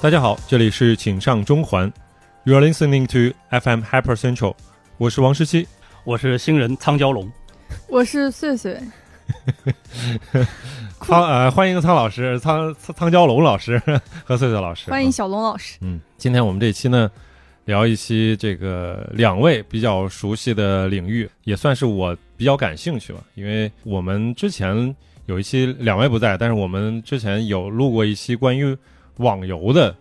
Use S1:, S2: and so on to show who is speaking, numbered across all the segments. S1: 大家好，这里是请上中环，You are listening to FM Hyper Central，我是王十七。
S2: 我是新人苍蛟龙，
S3: 我是岁岁，
S1: 苍呃，欢迎苍老师、苍苍苍蛟龙老师 和穗穗老师。
S3: 欢迎小龙老师。
S1: 嗯，今天我们这期呢，聊一期这个两位比较熟悉的领域，也算是我比较感兴趣吧。因为我们之前有一期两位不在，但是我们之前有录过一期关于网游的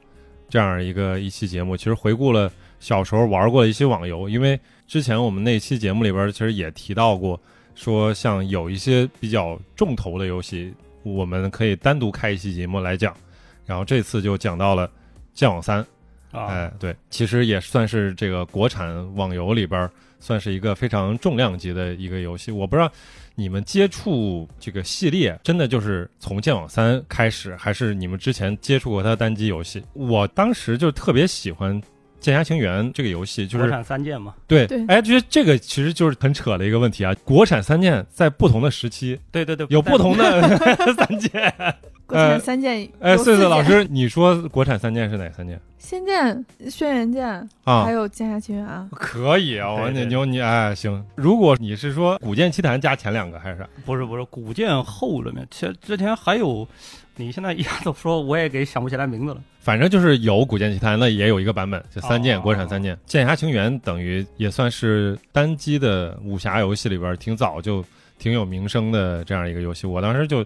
S1: 这样一个一期节目，其实回顾了小时候玩过的一些网游。因为之前我们那期节目里边其实也提到过，说像有一些比较重头的游戏，我们可以单独开一期节目来讲。然后这次就讲到了《剑网三》。
S2: 啊，
S1: 哎，对，其实也算是这个国产网游里边儿算是一个非常重量级的一个游戏。我不知道你们接触这个系列，真的就是从《剑网三》开始，还是你们之前接触过它的单机游戏？我当时就特别喜欢《剑侠情缘》这个游戏，就
S2: 国
S1: 是
S2: 产三剑嘛，
S1: 对，
S3: 对
S1: 哎，觉得这个其实就是很扯的一个问题啊。国产三剑在不同的时期
S2: 对对对，
S1: 有不同的 三剑。
S3: 国产三剑，
S1: 哎，
S3: 有
S1: 穗
S3: 四
S1: 穗
S3: 剑
S1: 老，师，你说国产三剑是哪三剑
S3: 仙剑、轩辕剑，
S1: 啊？
S3: 还有剑侠情缘啊。
S1: 可以啊，我
S2: 对
S1: 你
S2: 对
S1: 牛你哎行。如果你是说《古剑奇谭》加前两个还是啥？
S2: 不是不是古剑后里面，其实之前还有，你现在一下子说我也给想不起来名字了，
S1: 反正就是有《古剑奇谭》，那也有一个版本，就三剑、
S2: 哦
S1: 国产三剑，《剑侠情缘》等于也算是单机的武侠游戏里边挺早就挺有名声的这样一个游戏。我当时就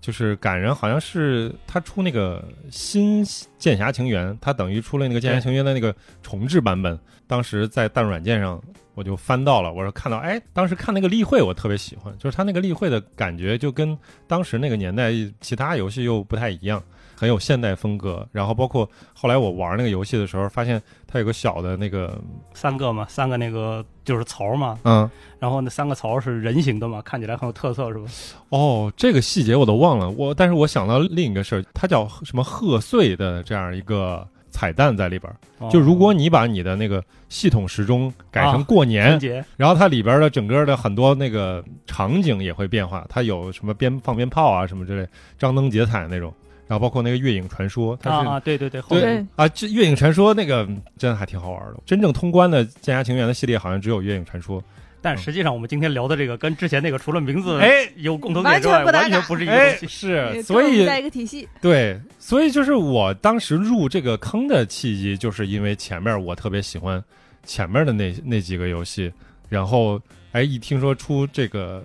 S1: 就是赶人，好像是他出那个新《剑侠情缘》，他等于出了那个《剑侠情缘》的那个重置版本。当时在弹软件上我就翻到了，我说看到，哎，当时看那个例会，我特别喜欢，就是他那个例会的感觉就跟当时那个年代其他游戏又不太一样，很有现代风格。然后包括后来我玩那个游戏的时候，发现它有个小的那个，
S2: 三个嘛，三个那个就是槽嘛，
S1: 嗯，
S2: 然后那三个槽是人形的嘛，看起来很有特色是吧？
S1: 哦，这个细节我都忘了。我但是我想到另一个事儿，它叫什么贺岁的这样一个彩蛋在里边儿。
S2: 哦
S1: 就如果你把你的那个系统时钟改成
S2: 啊
S1: 过年，
S2: 春节
S1: 然后它里边的整个的很多那个场景也会变化，它有什么鞭放鞭炮啊什么之类，张灯结彩那种，然后包括那个月影传说，它是
S2: 啊啊，对对对，后
S1: 对
S2: 面
S3: 对
S1: 啊，这月影传说那个真的还挺好玩的。真正通关的《剑侠情缘》的系列好像只有月影传说。
S2: 但实际上我们今天聊的这个跟之前那个除了名字
S1: 哎
S2: 有共同
S3: 完
S2: 点之
S3: 全
S2: 外，
S3: 不搭
S2: 完全
S3: 嘎
S2: 不是一个
S1: 哎
S2: 东，西。
S1: 是，
S3: 也
S1: 所
S3: 跟我
S1: 以
S3: 们在一个体系，
S1: 对，所以就是我当时入这个坑的契机，就是因为前面我特别喜欢前面的那那几个游戏，然后哎一听说出这个，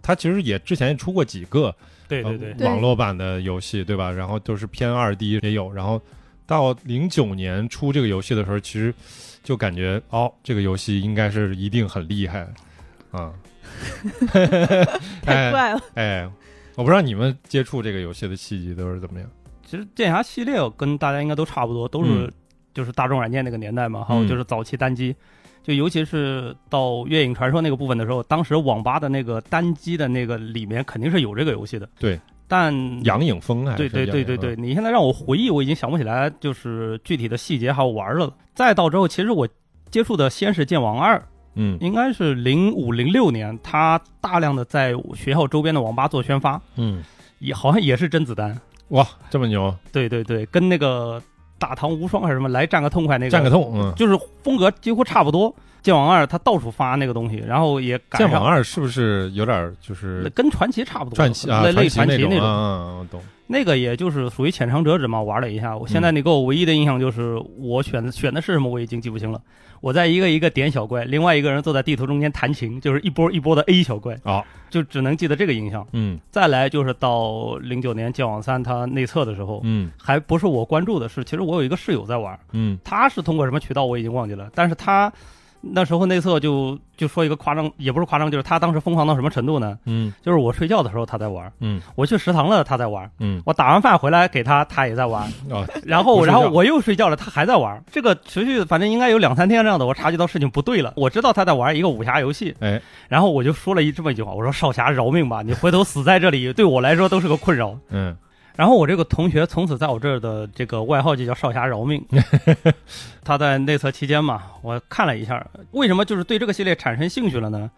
S1: 它其实也之前出过几个
S2: 对对对
S1: 呃
S3: 对
S1: 网络版的游戏，对吧？然后都是偏二 D 也有，然后到零九年出这个游戏的时候，其实就感觉哦，这个游戏应该是一定很厉害 啊。
S3: 太
S1: 哎
S3: 怪了。
S1: 哎，我不知道你们接触这个游戏的契机都是怎么样？
S2: 其实剑侠系列我跟大家应该都差不多，都是就是大众软件那个年代嘛，还有
S1: 嗯
S2: 就是早期单机，就尤其是到月影传说那个部分的时候，当时网吧的那个单机的那个里面肯定是有这个游戏的。
S1: 对，
S2: 但
S1: 杨颖峰还是嗯
S2: 对对
S1: 杨
S2: 对
S1: 颖
S2: 对对，
S1: 峰，
S2: 你现在让我回忆，我已经想不起来就是具体的细节还有玩儿了。再到之后，其实我接触的先是剑网二，
S1: 嗯
S2: 应该是零五零六年，他大量的在学校周边的网吧做宣发，
S1: 嗯，
S2: 也好像也是甄子丹。
S1: 哇，这么牛，
S2: 对对对，跟那个大唐无双还是什么来战个痛快那个，
S1: 占个痛，嗯。
S2: 就是风格几乎差不多。剑网二他到处发那个东西，然后也赶
S1: 剑
S2: 上
S1: 网二是不是有点就是
S2: 跟传奇差不多，
S1: 传奇啊
S2: 类类
S1: 奇
S2: 传奇
S1: 种
S2: 那
S1: 啊啊？啊我懂。
S2: 那个也就是属于浅尝辄止嘛，玩了一下。
S1: 嗯
S2: 我现在你给我唯一的印象就是我选选的是什么我已经记不清了。我在一个一个点小怪，另外一个人坐在地图中间弹琴，就是一波一波的 A 小怪，
S1: 哦，
S2: 就只能记得这个印象。
S1: 嗯
S2: 再来就是到零九年剑网三它内测的时候，
S1: 嗯
S2: 还不是我关注的是，其实我有一个室友在玩，
S1: 嗯
S2: 他是通过什么渠道我已经忘记了，但是他那时候内测就就说一个夸张，也不是夸张，就是他当时疯狂到什么程度呢？
S1: 嗯
S2: 就是我睡觉的时候他在玩，
S1: 嗯
S2: 我去食堂了他在玩，
S1: 嗯，
S2: 我打完饭回来给他他也在玩，
S1: 哦，
S2: 然
S1: 不
S2: 后
S1: 睡
S2: 然
S1: 觉
S2: 后我又睡觉了他还在玩，这个持续反正应该有两三天这样的，我察觉到事情不对了，我知道他在玩一个武侠游戏，
S1: 哎，
S2: 然后我就说了一这么一句话，我说少侠饶命吧，你回头死在这里对我来说都是个困扰。
S1: 嗯，
S2: 然后我这个同学从此在我这儿的这个外号就叫少侠饶命。他在内测期间嘛，我看了一下，为什么就是对这个系列产生兴趣了呢？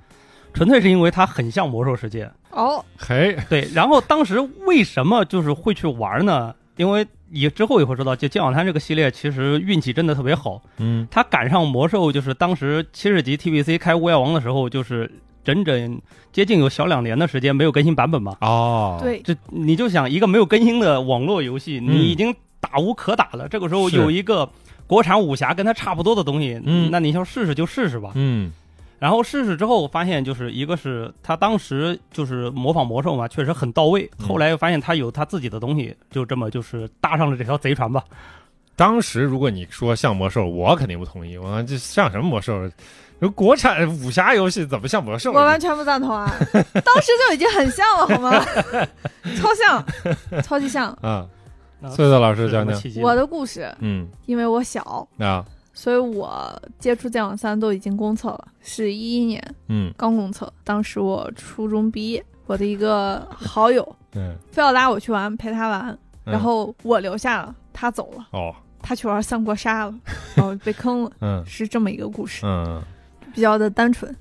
S2: 纯粹是因为它很像魔兽世界。
S3: 哦，
S1: 嘿，
S2: 对，然后当时为什么就是会去玩呢？因为也之后也会知道，就《剑网滩》这个系列其实运气真的特别好，
S1: 嗯
S2: 它赶上魔兽就是当时七十级 TBC 开巫妖王的时候，就是整整接近有小两年的时间没有更新版本嘛。
S1: 哦，，
S3: 对，
S2: 这你就想一个没有更新的网络游戏，
S1: 嗯
S2: 你已经打无可打了，这个时候
S1: 是
S2: 有一个国产武侠跟它差不多的东西，
S1: 嗯
S2: 那你想试试就试试吧。
S1: 嗯
S2: 然后试试之后发现，就是一个是他当时就是模仿魔兽嘛，确实很到位。
S1: 嗯
S2: 后来又发现他有他自己的东西，就这么就是搭上了这条贼船吧。
S1: 当时如果你说像魔兽，我肯定不同意。我说这像什么魔兽？说国产武侠游戏怎么像魔兽？
S3: 我完全不赞同啊！ 当时就已经很像了，好吗？超像，超级像。
S1: 啊，
S2: 那
S1: 穗穗老师
S2: 什
S1: 讲
S2: 么
S1: 讲，
S2: 契机？
S3: 我的故事，
S1: 嗯
S3: 因为我小，
S1: 啊，
S3: 所以我接触《剑网三》都已经公测了，是一一年
S1: 嗯
S3: 刚公测。当时我初中毕业，我的一个好友
S1: 嗯，
S3: 非要拉我去玩，陪他玩，
S1: 嗯
S3: 然后我留下了，他走了，
S1: 哦，
S3: 他去玩三国 杀了，然后被坑了，
S1: 嗯
S3: 是这么一个故事，
S1: 嗯
S3: 比较的单 纯。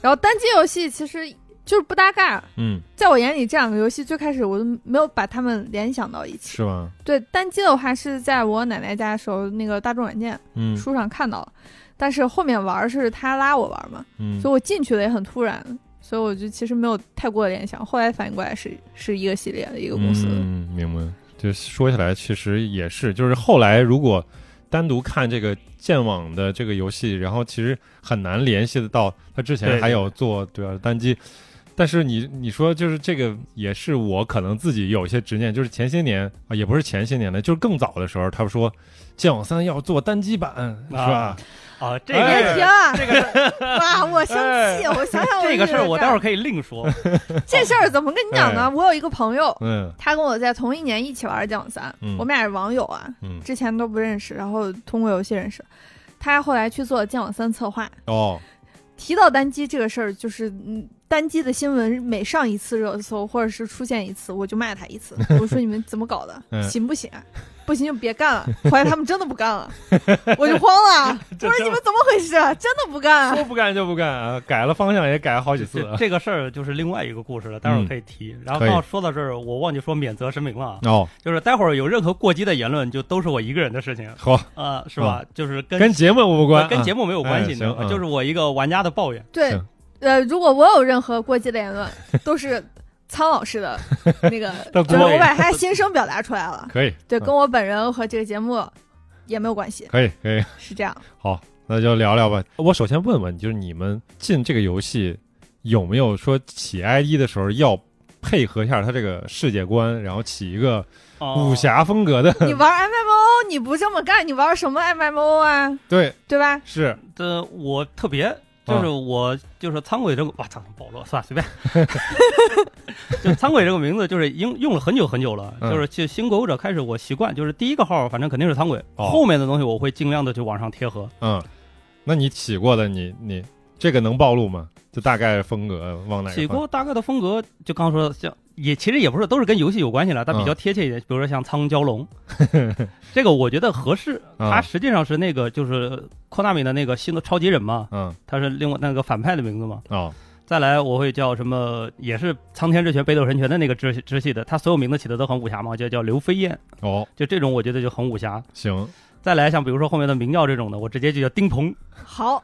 S3: 然后单机游戏其实就是不搭嘎，
S1: 嗯，
S3: 在我眼里，这两个游戏最开始我都没有把它们联想到一起。
S1: 是吗？
S3: 对单机的话，是在我奶奶家的时候，那个大众软件
S1: 嗯
S3: 书上看到了，但是后面玩是她拉我玩嘛，
S1: 嗯
S3: 所以我进去的也很突然，所以我就其实没有太过的联想。后来反应过来是是一个系列的一个公司，
S1: 嗯，明白。就说起来，其实也是，就是后来如果单独看这个剑网的这个游戏，然后其实很难联系得到他之前
S2: 对
S1: 还有做对吧、单机。但是你你说就是这个也是我可能自己有一些执念，就是前些年啊，也不是前些年了，就是更早的时候，他们说《剑网三》要做单机版，是吧？
S2: 啊，这
S1: 哎
S3: 别
S2: 个
S3: 提了，
S2: 这个事哎
S3: 哇，我生气，我想啊想我
S2: 这个事儿，我待会
S3: 儿
S2: 儿可以 另说。
S3: 这事儿怎么跟你讲呢？
S1: 哎
S3: 我有一个朋友，
S1: 嗯
S3: 他跟我在同一年一起玩《剑网三》
S1: 嗯
S3: 我们俩是网友啊，
S1: 嗯，
S3: 之前都不认识，然后通过游戏认识。他后来去做《剑网三》策划，
S1: 哦，
S3: 提到单机这个事儿，就是嗯，单机的新闻每上一次热搜或者是出现一次，我就骂他 一次，我说你们怎么搞
S1: 嗯
S3: 的，行不行啊？不行就别干了。后来他们真的不干了，我就慌 了，我说你们怎么回事啊？真的不干啊？
S1: 说不干就不干啊，改了方向也改了好几次
S2: 这这个事儿就是另外一个故事了，待会儿可以提。然
S1: 啊嗯
S2: 后
S1: 可以
S2: 刚好说到这儿，我忘记说免责声明了啊，
S1: 哦，
S2: 就是待会儿有任何过激的言论，就都是我一个人的事情，
S1: 好，嗯
S2: 啊，是吧？就是跟
S1: 跟节目无关，
S2: 跟节
S1: 目
S2: 目没有关系，
S1: 哎
S2: 你知道
S1: 行
S2: 吧？
S1: 嗯
S2: 就是我一个玩家的抱怨。
S3: 对
S1: 行，
S3: 呃，如果我有任何过激的言
S1: ，
S3: 论，都是苍老师的那个
S1: 的
S3: 就是
S1: 锅
S3: 我把他心声表达出来了，
S1: 可以，嗯
S3: 对，跟我本人和这个节目也没有关系，
S1: 可以可以。
S3: 是这样。
S1: 那就聊聊吧。我首先问问，就是你们进这个游戏有没有说起 ID 的时候要配合一下它这个世界观，然后起一个
S2: 哦
S1: 武侠风格的？
S3: 你玩 MMO 你不这么干，你玩什么 MMO 啊？
S1: 对，
S3: 对吧？
S1: 是
S2: 这我特别
S1: 嗯
S2: 就是我就是苍鬼这个，哇操，保罗算了随便， 就苍鬼这个名字就是用用了很久很久了，
S1: 嗯
S2: 就是去新国舞者开始我习惯，就是第一个号反正肯定是苍鬼，
S1: 哦
S2: 后面的东西我会尽量的去往上贴合。
S1: 嗯。那你起过的，你你这个能暴露吗？就大概风格往哪个方？
S2: 起锅大概的风格，就刚刚说的像也其实也不是都是跟游戏有关系了，但比较
S1: 嗯
S2: 贴切一点，比如说像苍蛟龙， 这个我觉得合适。
S1: 嗯
S2: 它实际上是那个就是科纳米的那个新的超级忍嘛，
S1: 嗯
S2: 它是另外那个反派的名字嘛。
S1: 哦
S2: 再来我会叫什么，也是苍天之拳北斗神拳的那个支支系的，它所有名字起的都很武侠嘛，就叫刘飞燕，
S1: 哦，
S2: 就这种我觉得就很武侠。
S1: 行，
S2: 再来像比如说后面的明耀这种的，我直接就叫丁鹏
S3: 好，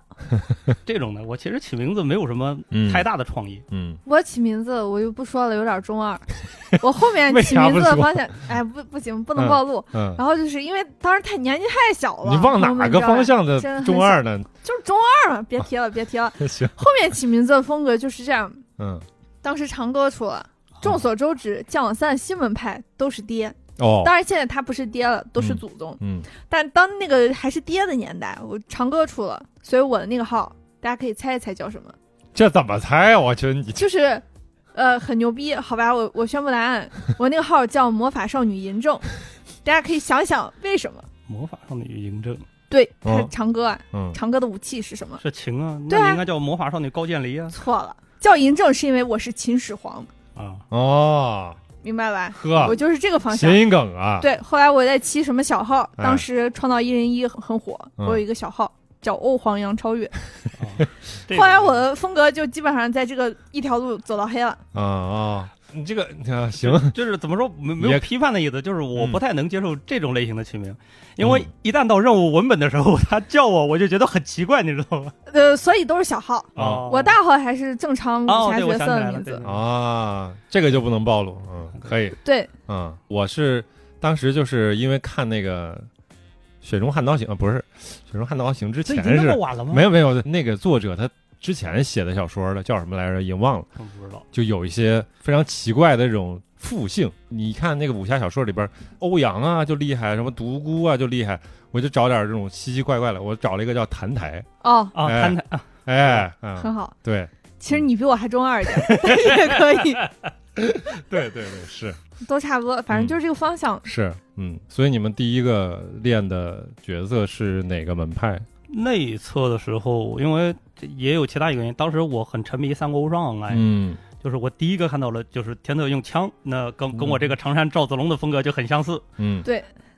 S2: 这种的，我其实起名字没有什么
S1: 嗯，
S2: 太大的创意。
S1: 嗯
S3: 我起名字我就不说了，有点中二。我后面
S1: 为
S3: 起
S1: 啥
S3: 名字
S1: 不
S3: 的
S1: 说
S3: 方向，哎，不不行，不能
S1: 嗯
S3: 暴露。
S1: 嗯，
S3: 然后就是因为当时太年纪太小了，
S1: 你往
S3: 朋
S1: 哪
S3: 友们
S1: 个
S3: 知道吧
S1: 方？向的
S3: 真的很
S1: 中二呢？
S3: 就是中二嘛，别提了，别提了。
S1: 行，
S3: 后面起名字的风格就是这样。
S1: 嗯
S3: 当时长歌出了，
S1: 啊
S3: 众所周知，降网三新闻派都是爹，
S1: 哦，
S3: 当然现在他不是爹了，都是
S1: 嗯
S3: 祖宗。
S1: 嗯
S3: 但当那个还是爹的年代，我长歌出了，所以我的那个号，大家可以猜一猜叫什么。
S1: 这怎么猜啊？我觉得你
S3: 就是，呃，很牛逼，好吧，我我宣布答案，我那个号叫魔法少女嬴政， 大家可以想想为什么？
S2: 魔法上的嬴政
S3: 对，
S1: 嗯
S3: 他长歌啊，
S1: 嗯
S3: 长歌的武器是什么？
S2: 是情啊，
S3: 对啊
S2: 那你应该叫魔法少女高渐离啊
S3: 错了，叫嬴政是因为我是秦始皇，
S2: 啊。
S1: 哦，
S3: 明白吧？
S1: 呵
S3: 我，就是这个方向
S1: 谐。音梗啊，
S3: 对，后来我在起什么小号，
S1: 哎
S3: 当时创造一零一很很火，
S1: 嗯
S3: 我有一个小号。叫欧皇杨超越，
S2: 啊这个
S3: 后来我的风格就基本上在这个一条路走到黑了。
S1: 啊啊！你这个啊行，
S2: 就是怎么说没没
S1: 也
S2: 有批判的意思，就是我不太能接受这种类型的起名，因
S1: 嗯
S2: 为一旦到任务文本的时候，他叫我，我就觉得很奇怪，你知道吗？
S3: 呃，所以都是小号。
S1: 哦
S3: 我大号还是正常武
S2: 哦
S3: 侠
S2: 对我
S3: 角色
S2: 想起来
S3: 的
S2: 了
S3: 名
S2: 对
S3: 字，
S1: 啊，这个就不能暴露，嗯，可以，
S3: 对，
S1: 嗯，我是当时就是因为看那个《雪中悍刀行》啊，不是《雪中悍刀行》之
S2: 这
S1: 前
S2: 已经那么
S1: 是
S2: 晚了吗？
S1: 没有没有那个作者他之前写的小说了，叫什么来着？已经忘了，
S2: 嗯，不知道。
S1: 就有一些非常奇怪的这种复姓。你看那个武侠小说里边，欧阳啊就厉害，什么独孤啊就厉害，我就找点这种奇奇怪怪的，我找了一个叫澹台，
S3: 哦，
S2: 啊，
S1: 哎
S2: 看看啊，
S1: 哎，
S3: 很
S1: 嗯，
S3: 好。
S1: 对
S3: 其实你比我还中 二一点，但是也可以，
S1: 对对对，是
S3: 都差不多，反
S2: 嗯
S3: 正就是这个方向。
S1: 是，嗯，所以你们第一个练的角色是哪个门派？
S2: 内测的时候，因为这也有其他原因，当时我很沉迷《三国无双 online》，
S1: 嗯
S2: 就是我第一个看到了，就是天策用枪，那跟跟我
S1: 嗯
S2: 这个常山赵子龙的风格就很相似，
S1: 嗯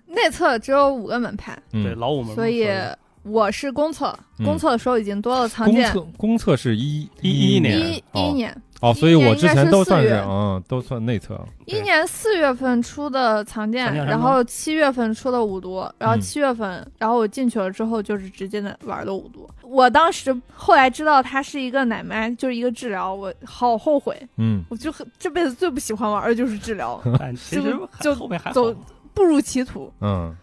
S3: 内测只有五个门派，
S2: 对
S1: 嗯，
S2: 老五门嘛，嗯
S3: 所以我是公测，公测的时候已经多了藏
S1: 公
S3: 剑
S1: 测。公测是一
S2: 一一年
S3: 一一
S1: 哦
S3: 年，
S1: 哦，所以
S3: 一年
S1: 我
S3: 应
S1: 之
S3: 该
S1: 前
S3: 是
S1: 都
S3: 四
S1: 算是
S3: 月
S1: 嗯，都算内测，
S2: 对
S3: 一年四月份出的藏剑
S2: 藏，剑山
S3: 然
S2: 庄
S3: 后七月份出的五毒，然后
S1: 嗯
S3: 七月份，然后我进去了之后就是直接的玩的五毒。我当时后来知道它是一个奶妈，就是一个治疗，我好后悔，
S1: 嗯
S3: 我就很这辈子最不喜欢玩的就是治疗，
S2: 对但其实
S3: 就
S2: 还
S3: 就
S2: 后面还好
S3: 走步入歧途。
S1: 嗯。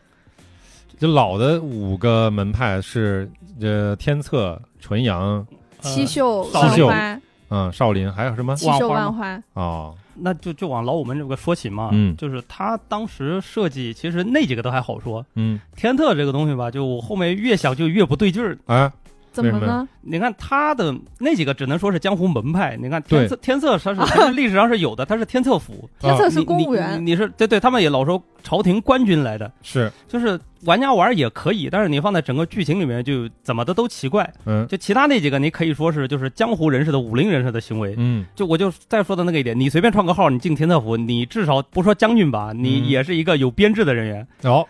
S1: 就老的五个门派是呃天策、纯阳、
S3: 七秀
S2: 呃扫
S3: 万
S1: 帚
S3: 花，
S1: 嗯少林，还有什么？
S3: 七秀
S2: 万花
S3: 万花，
S1: 哦，
S2: 那就就往老五门这个说起嘛，
S1: 嗯
S2: 就是他当时设计，其实那几个都还好说，
S1: 嗯，
S2: 天特这个东西吧，就我后面越想就越不对劲儿。
S1: 哎，
S3: 怎么
S1: 为什么
S3: 呢？
S2: 你看他的那几个只能说是江湖门派，你看天策天策它是 它是历史上是有的，它是天策府，
S3: 天策
S1: 啊
S3: 是公务
S2: 你
S3: 员，
S2: 你你是对对，他们也老说朝廷官军来的，
S1: 是
S2: 就是玩家玩也可以，但是你放在整个剧情里面就怎么的都奇怪。
S1: 嗯
S2: 就其他那几个，你可以说是就是江湖人士的武林人士的行为，
S1: 嗯
S2: 就我就再说的那个一点，你随便创个号，你进天策府，你至少不说将军吧，
S1: 嗯
S2: 你也是一个有编制的人员，
S1: 哦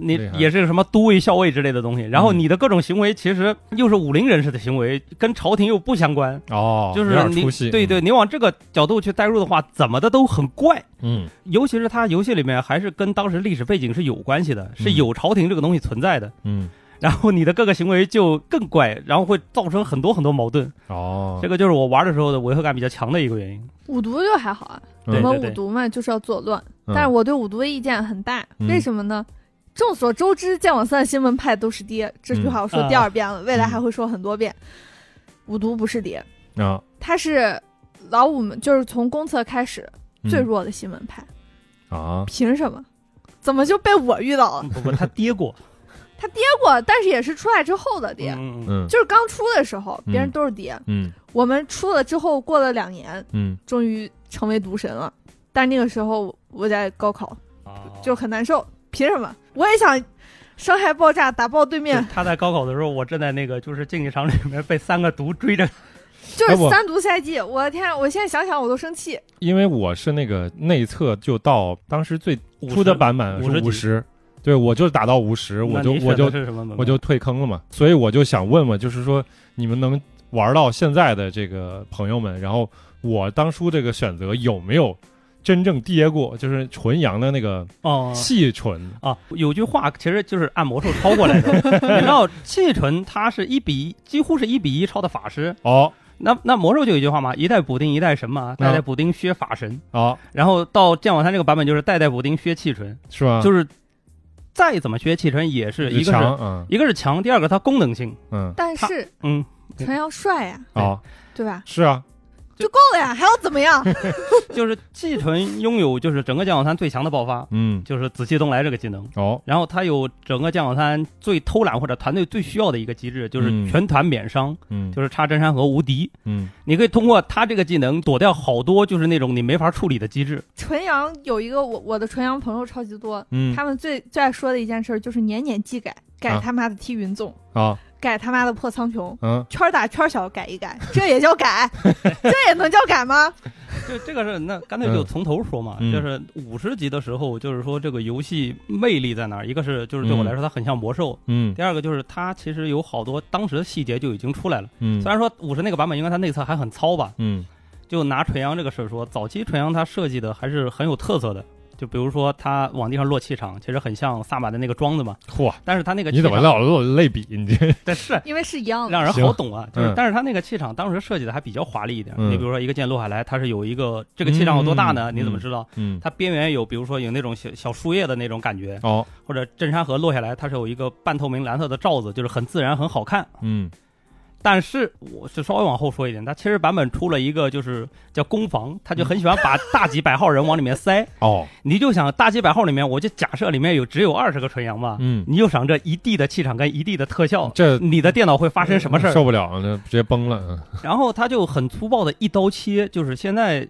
S2: 你
S1: 厉害嗯
S2: 也是什么都尉、校尉之类的东西。然后你的各种行为其实又是武林人士的行为，跟朝廷又不相关，
S1: 哦，
S2: 就
S1: 有
S2: 是
S1: 点出嗯戏
S2: 你对对，你往这个角度去代入的话，怎么的都很怪。
S1: 嗯
S2: 尤其是他游戏里面还是跟当时历史背景是有关系的，是
S1: 嗯
S2: 有朝廷这个东西存在的。
S1: 嗯
S2: 然后你的各个行为就更怪，然后会造成很多很多矛盾。
S1: 哦
S2: 这个就是我玩的时候的违和感比较强的一个原 因。
S3: 五毒就还好啊。
S1: 嗯
S3: 我们
S2: 对对
S3: 五毒嘛，就是要作乱。
S1: 嗯
S3: 但是我对五毒的意见很大，
S1: 嗯
S3: 为什么呢？众所周知，剑网三的新门派都是爹，这句话我
S1: 嗯啊
S3: 说第二遍了，未来还会说很多遍。五毒不是爹，
S1: 啊
S3: 他是老五门，就是从公测开始
S1: 嗯
S3: 最弱的新门派，
S1: 啊
S3: 凭什么？怎么就被我遇
S1: 嗯
S3: 到了？
S2: 不不，他跌过，
S3: 结果，但是也是出来之后的爹，
S2: 嗯嗯嗯，
S1: 嗯
S3: 就是刚出的时候，
S1: 嗯
S3: 别人都是爹，
S1: 嗯
S3: 我们出了之后，过了两年，
S1: 嗯
S3: 终于成为毒神了。但那个时候我在高考，
S1: 嗯
S2: 啊
S3: 就很难受。凭什么？我也想伤害爆炸，打爆对面
S2: 就，他在高考的时候，我正在那个就是竞技场里面被三个毒追着，
S3: 就
S1: 哎我
S3: 是三毒赛季。我的天，啊我现在想想我都生气。
S1: 因为我是那个内测，就到当时最 出的版本是五
S2: 50
S1: 十，对我就打到五十，我就我就
S2: 那你选的是什么门派
S1: 我就退坑了嘛。所以我就想问问，就是说你们能玩到现在的这个朋友们，然后我当初这个选择有没有真正跌过？就是纯阳的那个
S2: 哦
S1: 细纯，
S2: 啊，有句话其实就是按魔兽抄过 来的，你知道气纯他是一比一，几乎是一比一抄的法师，
S1: 哦
S2: 那那魔兽就有一句话嘛，一代补丁一代神
S1: 啊
S2: 嘛，代代补丁削法神，
S1: 哦，
S2: 然后到剑网三这个版本就是代代补丁削气纯，
S1: 是吧？
S2: 就是再怎么削气纯也是一个是
S1: 强，嗯
S2: 一个是强，第二个它功能性，
S1: 嗯，
S3: 但是
S2: 嗯，
S3: 陈阳帅呀，
S1: 哦，
S3: 对吧？
S1: 是啊，
S3: 就够了呀，还要怎么样？
S2: 就是气纯拥有就是整个剑网三最强的爆发，
S1: 嗯，
S2: 就是紫气东来这个技能。
S1: 哦，
S2: 然后它有整个剑网三最偷懒或者团队最需要的一个机制，就是全团免伤，
S1: 嗯，
S2: 就是插真山河无敌。
S1: 嗯
S2: 你可以通过它这个技能躲掉好多就是那种你没法处理的机制。
S3: 纯阳有一个我我的纯阳朋友超级多，
S1: 嗯，
S3: 他们最最爱说的一件事就是年年技改，改
S1: 啊
S3: 他妈的踢云纵，
S1: 啊，
S3: 改他妈的破苍穹。
S1: 嗯，
S3: 圈大圈小改一改，这也叫改？这也能叫改吗？
S2: 这这个是那干脆就从头说嘛，
S1: 嗯
S2: 就是五十级的时候，就是说这个游戏魅力在哪儿？一个是就是对我来说它很像魔兽，
S1: 嗯
S2: 第二个就是它其实有好多当时的细节就已经出来了。
S1: 嗯，
S2: 虽然说五十那个版本，因为它内测还很糙吧，
S1: 嗯
S2: 就拿纯阳这个事儿说，早期纯阳它设计的还是很有特色的。就比如说，它往地上落气场，其实很像萨满的那个桩子嘛。
S1: 嚯，
S2: 但是它那个
S1: 你怎么老
S2: 落？
S1: 老类比？你这
S2: 但是
S3: 因为是一样的，
S2: 让人
S1: 行
S2: 好懂啊。就是
S1: 嗯，
S2: 但是它那个气场当时设计的还比较华丽一点。
S1: 嗯
S2: 你比如说，一个剑落下来，它是有一个这个气场有多大呢？
S1: 嗯
S2: 你怎么知道？
S1: 嗯
S2: 它边缘有，比如说有那种小小树叶的那种感觉，
S1: 哦
S2: 或者镇山河落下来，它是有一个半透明蓝色的罩子，就是很自然，很好看。
S1: 嗯
S2: 但是我就稍微往后说一点，它其实版本出了一个就是叫攻防，他就很喜欢把大几百号人往里面塞。
S1: 哦
S2: 你就想大几百号里面，我就假设里面有只有二十个纯阳吧，
S1: 嗯，
S2: 你就想这一地的气场跟一地的特效，
S1: 哦这
S2: 你的电脑会发生什么事儿？
S1: 受不了，这直接崩了。
S2: 然后他就很粗暴的一刀切，就是现在，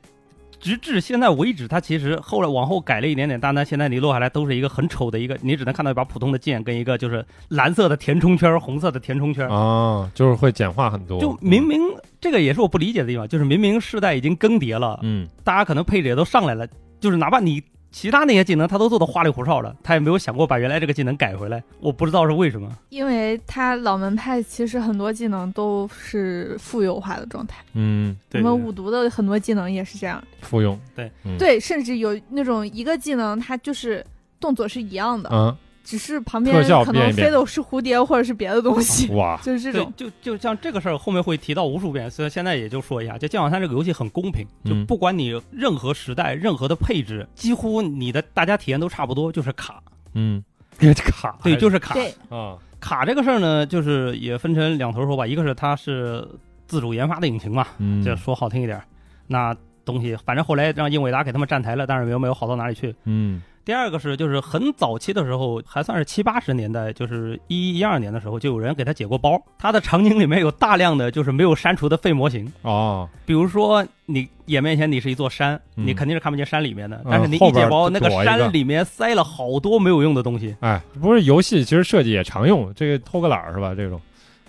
S2: 直至现在为止，他其实后来往后改了一点点，但他现在你落下来都是一个很丑的一个，你只能看到一把普通的剑跟一个就是蓝色的填充圈儿、红色的填充圈儿。
S1: 啊，就是会简化很多。嗯
S2: 就明明这个也是我不理解的地方，就是明明世代已经更迭了，
S1: 嗯
S2: 大家可能配置也都上来了，就是哪怕你其他那些技能他都做的花里胡哨的，他也没有想过把原来这个技能改回来，我不知道是为什么。
S3: 因为他老门派其实很多技能都是富有化的状态，
S1: 嗯
S3: 我们五毒的很多技能也是这样。
S1: 复用嗯
S3: 对，甚至有那种一个技能，它就是动作是一样的，
S1: 啊
S3: 只是旁
S1: 特
S3: 边
S1: 效
S3: 可
S1: 变一
S3: 能
S1: 变哦
S3: 飞的是蝴蝶或者是别的东西，
S1: 哇
S3: 就是这
S2: 对
S3: 种，。
S2: 就就像这个事儿，后面会提到无数遍，所以现在也就说一下，就《剑网三》这个游戏很公平，就
S1: 嗯
S2: 不管你任何时代、任何的配置，几乎你的大家体验都差不多，就是卡，
S1: 嗯，这卡
S2: 对，就是卡。
S3: 对，
S1: 啊
S2: 卡这个事儿呢，就是也分成两头说吧，一个是它是自主研发的引擎嘛，
S1: 嗯
S2: 这说好听一点儿，那东西反正后来让英伟达给他们站台了，但是也没有好到哪里去。
S1: 嗯
S2: 第二个是，就是很早期的时候，还算是七八十年代，就是一一二年的时候，就有人给他解过包。他的场景里面有大量的就是没有删除的废模型，
S1: 哦
S2: 比如说你眼面前你是一座山，
S1: 嗯
S2: 你肯定是看不见山里面的
S1: 嗯，
S2: 但是你
S1: 后
S2: 一
S1: 边
S2: 解包，那个
S1: 躲一个
S2: 山里面塞了好多没有用的东西。
S1: 哎，不是游戏，其实设计也常用，这个偷个懒儿是吧？这种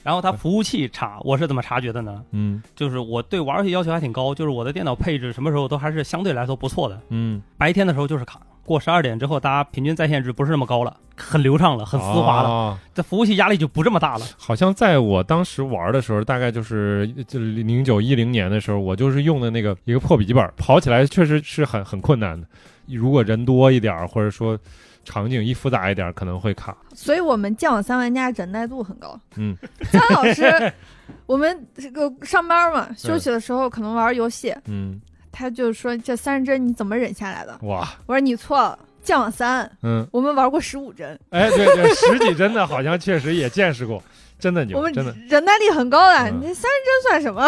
S2: 然后它服务器差，我是怎么察觉的呢？
S1: 嗯
S2: 就是我对玩游戏要求还挺高，就是我的电脑配置什么时候都还是相对来说不错的。
S1: 嗯
S2: 白天的时候就是卡，过十二点之后，大家平均在线值不是那么高了，很流畅了，
S1: 啊
S2: 很丝滑了，
S1: 了。
S2: 这服务器压力就不这么大了。
S1: 好像在我当时玩的时候，大概就是就零九一零年的时候，我就是用的那个一个破笔记本，跑起来确实是很很困难的。如果人多一点儿，或者说场景一复杂一点儿，可能会卡。
S3: 所以我们剑网三玩家忍耐度很高。
S1: 嗯，
S3: 姜老 师，我们这个上班嘛，休息的时候可能玩游戏，
S1: 嗯，
S3: 他就说这三十帧你怎么忍下来的？
S1: 哇，
S3: 我说你错了，剑网三
S1: 嗯，
S3: 我们玩过十五帧，
S1: 哎，对对， 十几帧的好像确实也见识过，真的
S3: 我
S1: 牛，
S3: 们
S1: 真的，
S3: 忍耐力很高的，
S1: 嗯
S3: 你三十帧算什么？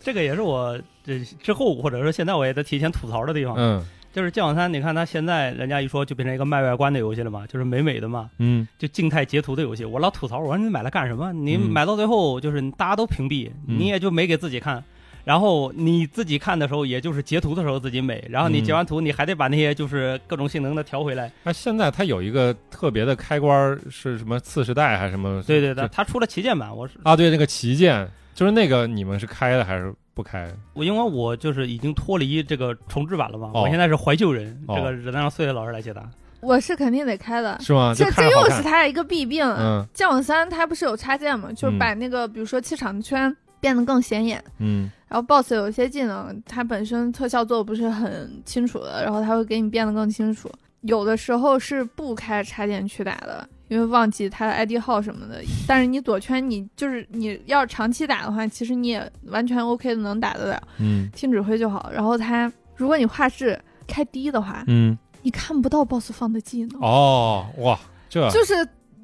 S2: 这个也是我这之后或者说现在我也在提前吐槽的地方，
S1: 嗯
S2: 就是《剑网三》，你看它现在人家一说就变成一个卖外观的游戏了嘛，就是美美的嘛，
S1: 嗯
S2: 就静态截图的游戏。我老吐槽，我说你买来干什么？你
S1: 嗯
S2: 买到最后就是大家都屏蔽，
S1: 嗯
S2: 你也就没给自己看。然后你自己看的时候，也就是截图的时候自己美，然后你
S1: 嗯
S2: 截完图，你还得把那些就是各种性能的调回来。
S1: 那现在它有一个特别的开关儿，是什么次时代还是什么？
S2: 对对对，
S1: 就
S2: 它出了旗舰版，我是
S1: 啊，对，那个旗舰，就是那个你们是开的还是不开？
S2: 我因为我就是已经脱离这个重置版了嘛，
S1: 哦
S2: 我现在是怀旧人，
S1: 哦
S2: 这个只能让岁月老师来解答。
S3: 我是肯定得开的，
S1: 是啊吗？就
S3: 这
S1: 看
S3: 这
S1: 着好
S3: 又
S1: 看
S3: 是他的一个弊病。
S1: 嗯
S3: 剑网三它不是有插件嘛，就是把那个比如说气场圈变得更显眼。
S1: 嗯
S3: 然后 BOSS 有一些技能，它本身特效做的不是很清楚的，然后它会给你变得更清楚。有的时候是不开插件去打的，因为忘记它的 ID 号什么的。但是你左圈你就是你要长期打的话，其实你也完全 OK 的能打得了，
S1: 嗯
S3: 听指挥就好。然后它如果你画质开低的话，
S1: 嗯，
S3: 你看不到 BOSS 放的技能，
S1: 哦，哇，这
S3: 就是。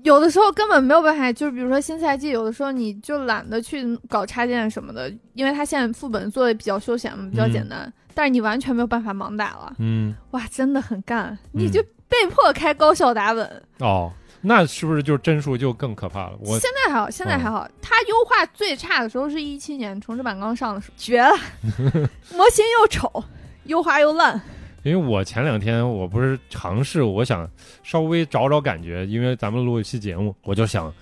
S3: 有的时候根本没有办法，就是比如说新赛季，有的时候你就懒得去搞插件什么的，因为它现在副本做的比较休闲嘛，比较简单，但是你完全没有办法盲打了，
S1: 嗯
S3: 哇，真的很干，你就被迫开高效打稳。
S1: 哦，那是不是就帧数就更可怕了？我嗯
S3: 现在还好，现在还好，它优化最差的时候是一七年重置版刚上的时候，绝了，模型又丑，优化又烂，
S1: 因为我前两天我不是尝试，我想稍微找找感觉，因为咱们录一期节目，我就想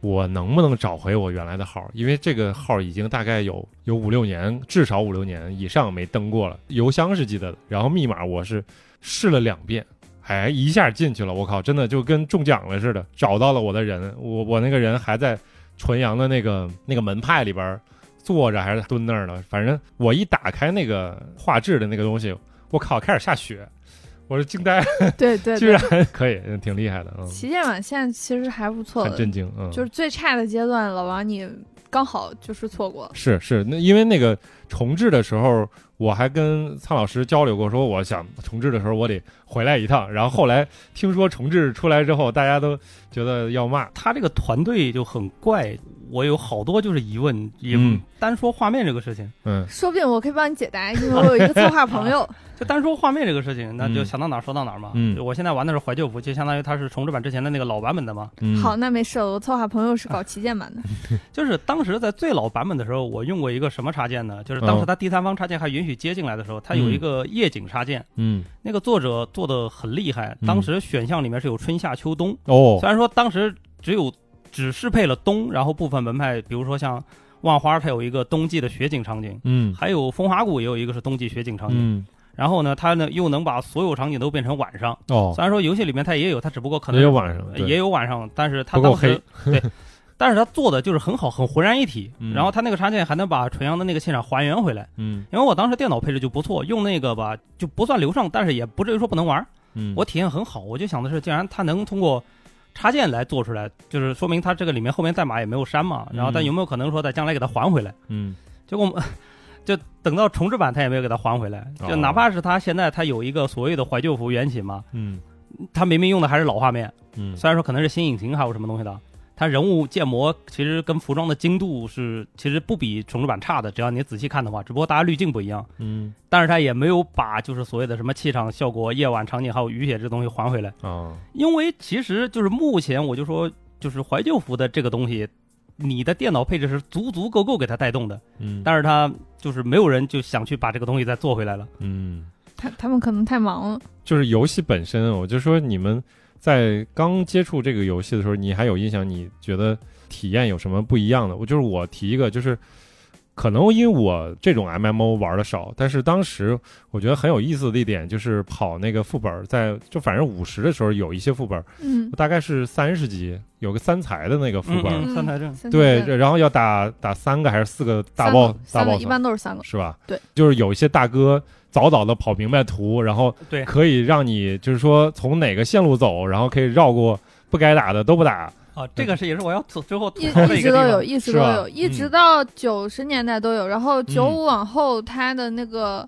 S1: 我能不能找回我原来的号，因为这个号已经大概有有五六年，至少五六年以上没登过了。邮箱是记得的，然后密码我是试了两遍。哎，一下进去了，我靠，真的就跟中奖了似的，找到了我的人，我我那个人还在纯阳的那个那个门派里边坐着还是蹲那儿了，反正我一打开那个画质的那个东西，我靠，开始下雪，我是惊呆，
S3: 对 对
S1: 居
S3: 对
S1: 然，可以，挺厉害的，嗯，
S3: 旗舰版现在其实还不错
S1: 很
S3: 的，
S1: 震惊，嗯，
S3: 就是最差的阶段，老王你刚好就是错过了。
S1: 是是，那因为那个重置的时候，我还跟苍老师交流过，说我想重置的时候我得回来一趟。然后后来听说重置出来之后，大家都觉得要骂，
S2: 他这个团队就很怪，我有好多就是疑问，也
S1: 嗯
S2: 单说画面这个事情，
S1: 嗯
S3: 说不定我可以帮你解答，因为我有一个策划朋友，
S2: 就单说画面这个事情，那就
S1: 嗯
S2: 想到哪儿说到哪儿嘛。
S1: 嗯
S2: 就我现在玩的是怀旧服，就相当于它是重置版之前的那个老版本的嘛。
S1: 嗯，
S3: 好，，那没事了，我策划朋友是搞旗舰版的，
S2: 就是当时在最老版本的时候，我用过一个什么插件呢？就是当
S1: 嗯
S2: 时它第三方插件还允许接进来的时候，它有一个夜景插件，
S1: 嗯，
S2: 那个作者做的很厉害。
S1: 嗯
S2: 当时选项里面是有春夏秋冬，
S1: 哦
S2: 虽，然说当时只有只适配了冬，然后部分门派，比如说像万花，它有一个冬季的雪景场景。
S1: 嗯
S2: 还有风华谷也有一个是冬季雪景场景，
S1: 嗯，
S2: 然后呢，它呢又能把所有场景都变成晚上。
S1: 哦
S2: 虽，然说游戏里面它也有，它只不过可能呃
S1: 也有晚上，对
S2: 也有晚上，但是它
S1: 不够
S2: 当时 对，但是它做的就是很好，很浑然一体。
S1: 嗯
S2: 然后它那个插件还能把纯阳的那个现场还原回来，
S1: 嗯
S2: 因为我当时电脑配置就不错，用那个吧就不算流畅，但是也不至于说不能玩儿，
S1: 嗯，
S2: 我体验很好。我就想的是，既然它能通过插件来做出来，就是说明它这个里面后面代码也没有删嘛。然后，但
S1: 嗯
S2: 有没有可能说在将来给它还 回来？
S1: 嗯
S2: 结果我们就等到重置版，他也没有给它还回来。
S1: 哦
S2: 就哪怕是它现在它有一个所谓的怀旧服缘起嘛，
S1: 嗯
S2: 它明明用的还是老画面，
S1: 嗯，
S2: 虽然说可能是新引擎还有什么东西的，它人物建模其实跟服装的精度是其实不比重置版差的，只要你仔细看的话，只不过大家滤镜不一样。
S1: 嗯
S2: 但是它也没有把就是所谓的什么气场效果、夜晚场景还有雨雪这东西还回来，
S1: 哦，
S2: 因为其实就是目前我就说就是怀旧服的这个东西，你的电脑配置是足足够够给它带动的。
S1: 嗯，
S2: 但是他就是没有人就想去把这个东西再做回来了。
S1: 嗯。
S3: 他他们可能太忙了。
S1: 就是游戏本身，啊我就说你们在刚接触这个游戏的时候，你还有印象？你觉得体验有什么不一样的？我就是我提一个，就是可能因为我这种 MMO 玩的少，但是当时我觉得很有意思的一点就是跑那个副本儿，在就反正五十的时候有一些副本儿，
S3: 嗯，
S1: 大概是三十级，有个三才的那个副本儿，
S2: 嗯三台阵
S3: 三
S1: 对，
S3: 台阵
S1: 这然后要打打三个还是四个大
S3: 三
S1: boss
S3: 个
S1: 大
S3: 三个
S1: boss 啊
S3: 一般都是三个，
S1: 是吧？
S3: 对，
S1: 就是有一些大哥早早的跑明白图，然后
S2: 对
S1: 可以让你就是说从哪个线路走，然后可以绕过不该打的都不打。
S2: 啊，这个是也是我要吐最后 吐
S3: 一
S2: 槽的
S3: 一
S2: 一个
S3: 直
S2: 地
S3: 都
S2: 方
S3: 有，一直
S1: 是
S3: 都
S1: 吧
S3: 有，一直
S1: 嗯
S3: 到九十年代都有。然后九
S1: 嗯
S3: 五往后，他的那个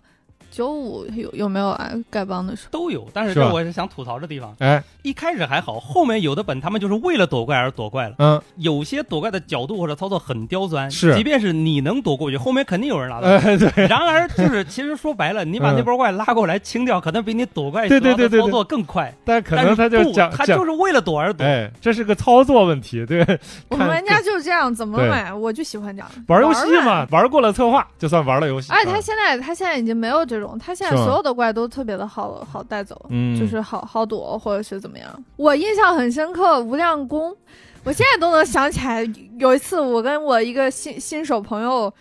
S3: 九五有有没有啊？丐帮的时候，
S2: 都有，但是
S1: 是吧
S2: 这我是想吐槽的地方。
S1: 哎，
S2: 一开始还好，后面有的本他们就是为了躲怪而躲怪了，
S1: 嗯，
S2: 有些躲怪的角度或者操作很刁钻，
S1: 是
S2: 即便是你能躲过去，后面肯定有人拉到。
S1: 哎， 对，
S2: 然而，就是其实说白了，你把
S1: 嗯
S2: 那波怪拉过来清掉，可能比你躲怪
S1: 对对
S2: 主要的
S1: 对对对
S2: 操作更快。
S1: 但可
S2: 但
S1: 能
S2: 是
S1: 他就
S2: 不
S1: 讲
S2: 他
S1: 讲
S2: 就，是为了躲而躲。
S1: 哎，这是个操作问题，对，
S3: 我们
S1: 看
S3: 玩家就是这样，怎么
S1: 对
S3: 买我就喜欢这样
S1: 玩游戏
S3: 嘛。
S1: 嘛，玩过了策划就算玩了游戏。
S3: 哎，他
S1: 嗯
S3: 现在他现在已经没有这种，他现在
S1: 是吗
S3: 所有的怪都特别的好好带走了。
S1: 嗯，
S3: 就是好好躲，或者是怎么样。我印象很深刻，无量宫，我现在都能想起来。有一次，我跟我一个新新手朋友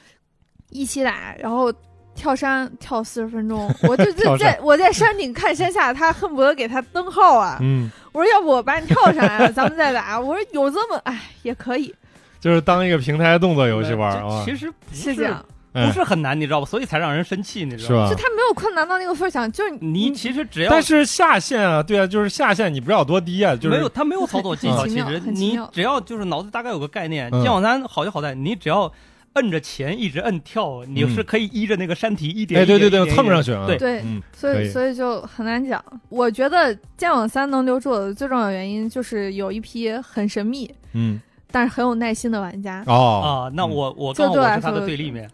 S3: 一起打，然后跳山跳四十分 钟，我就
S1: 跳
S3: 是
S1: 山
S3: 在我在山顶看山下，他恨不得给他灯号啊！
S1: 嗯，
S3: 我说要不我把你跳上来，咱们再打。我说有这么哎也可以，
S1: 就是当一个平台动作游戏玩
S2: 这
S1: 啊，
S2: 其实不
S3: 是这样，
S1: 哎
S2: 不是很难，你知道吧？所以才让人生气，你知
S1: 是
S2: 道吧？
S1: 吧
S3: 就？他没有困难到那个份儿上，就是
S2: 你其实只要
S1: 但是下限啊，对啊，就是下限你不知道多低啊，就
S2: 没有
S1: 是
S2: 他没有操作技巧，
S1: 很
S2: 其
S3: 奇妙
S2: 实
S3: 很奇
S2: 你
S3: 妙
S2: 只要就是脑子大概有个概念。
S1: 嗯
S2: 剑网三好就好在你只要摁着前一直摁跳，你是可以依着那个山体一点
S1: 嗯哎，
S2: 一
S1: 对
S2: 点
S1: 对
S2: 一
S1: 对，
S2: 点一
S1: 蹭
S2: 点
S1: 上去啊，
S2: 对
S3: 对
S1: 嗯
S3: 所
S1: 可
S3: 以
S1: 以
S3: 所以就很难讲。我觉得《剑网三》能留住我的最重要原因，就是有一批很神秘
S1: 嗯，
S3: 但是很有耐心的玩家。
S1: 哦，
S2: 啊。那我我
S3: 这
S2: 刚好
S3: 对我
S2: 我
S3: 来
S2: 是他
S3: 说
S2: 的对立面，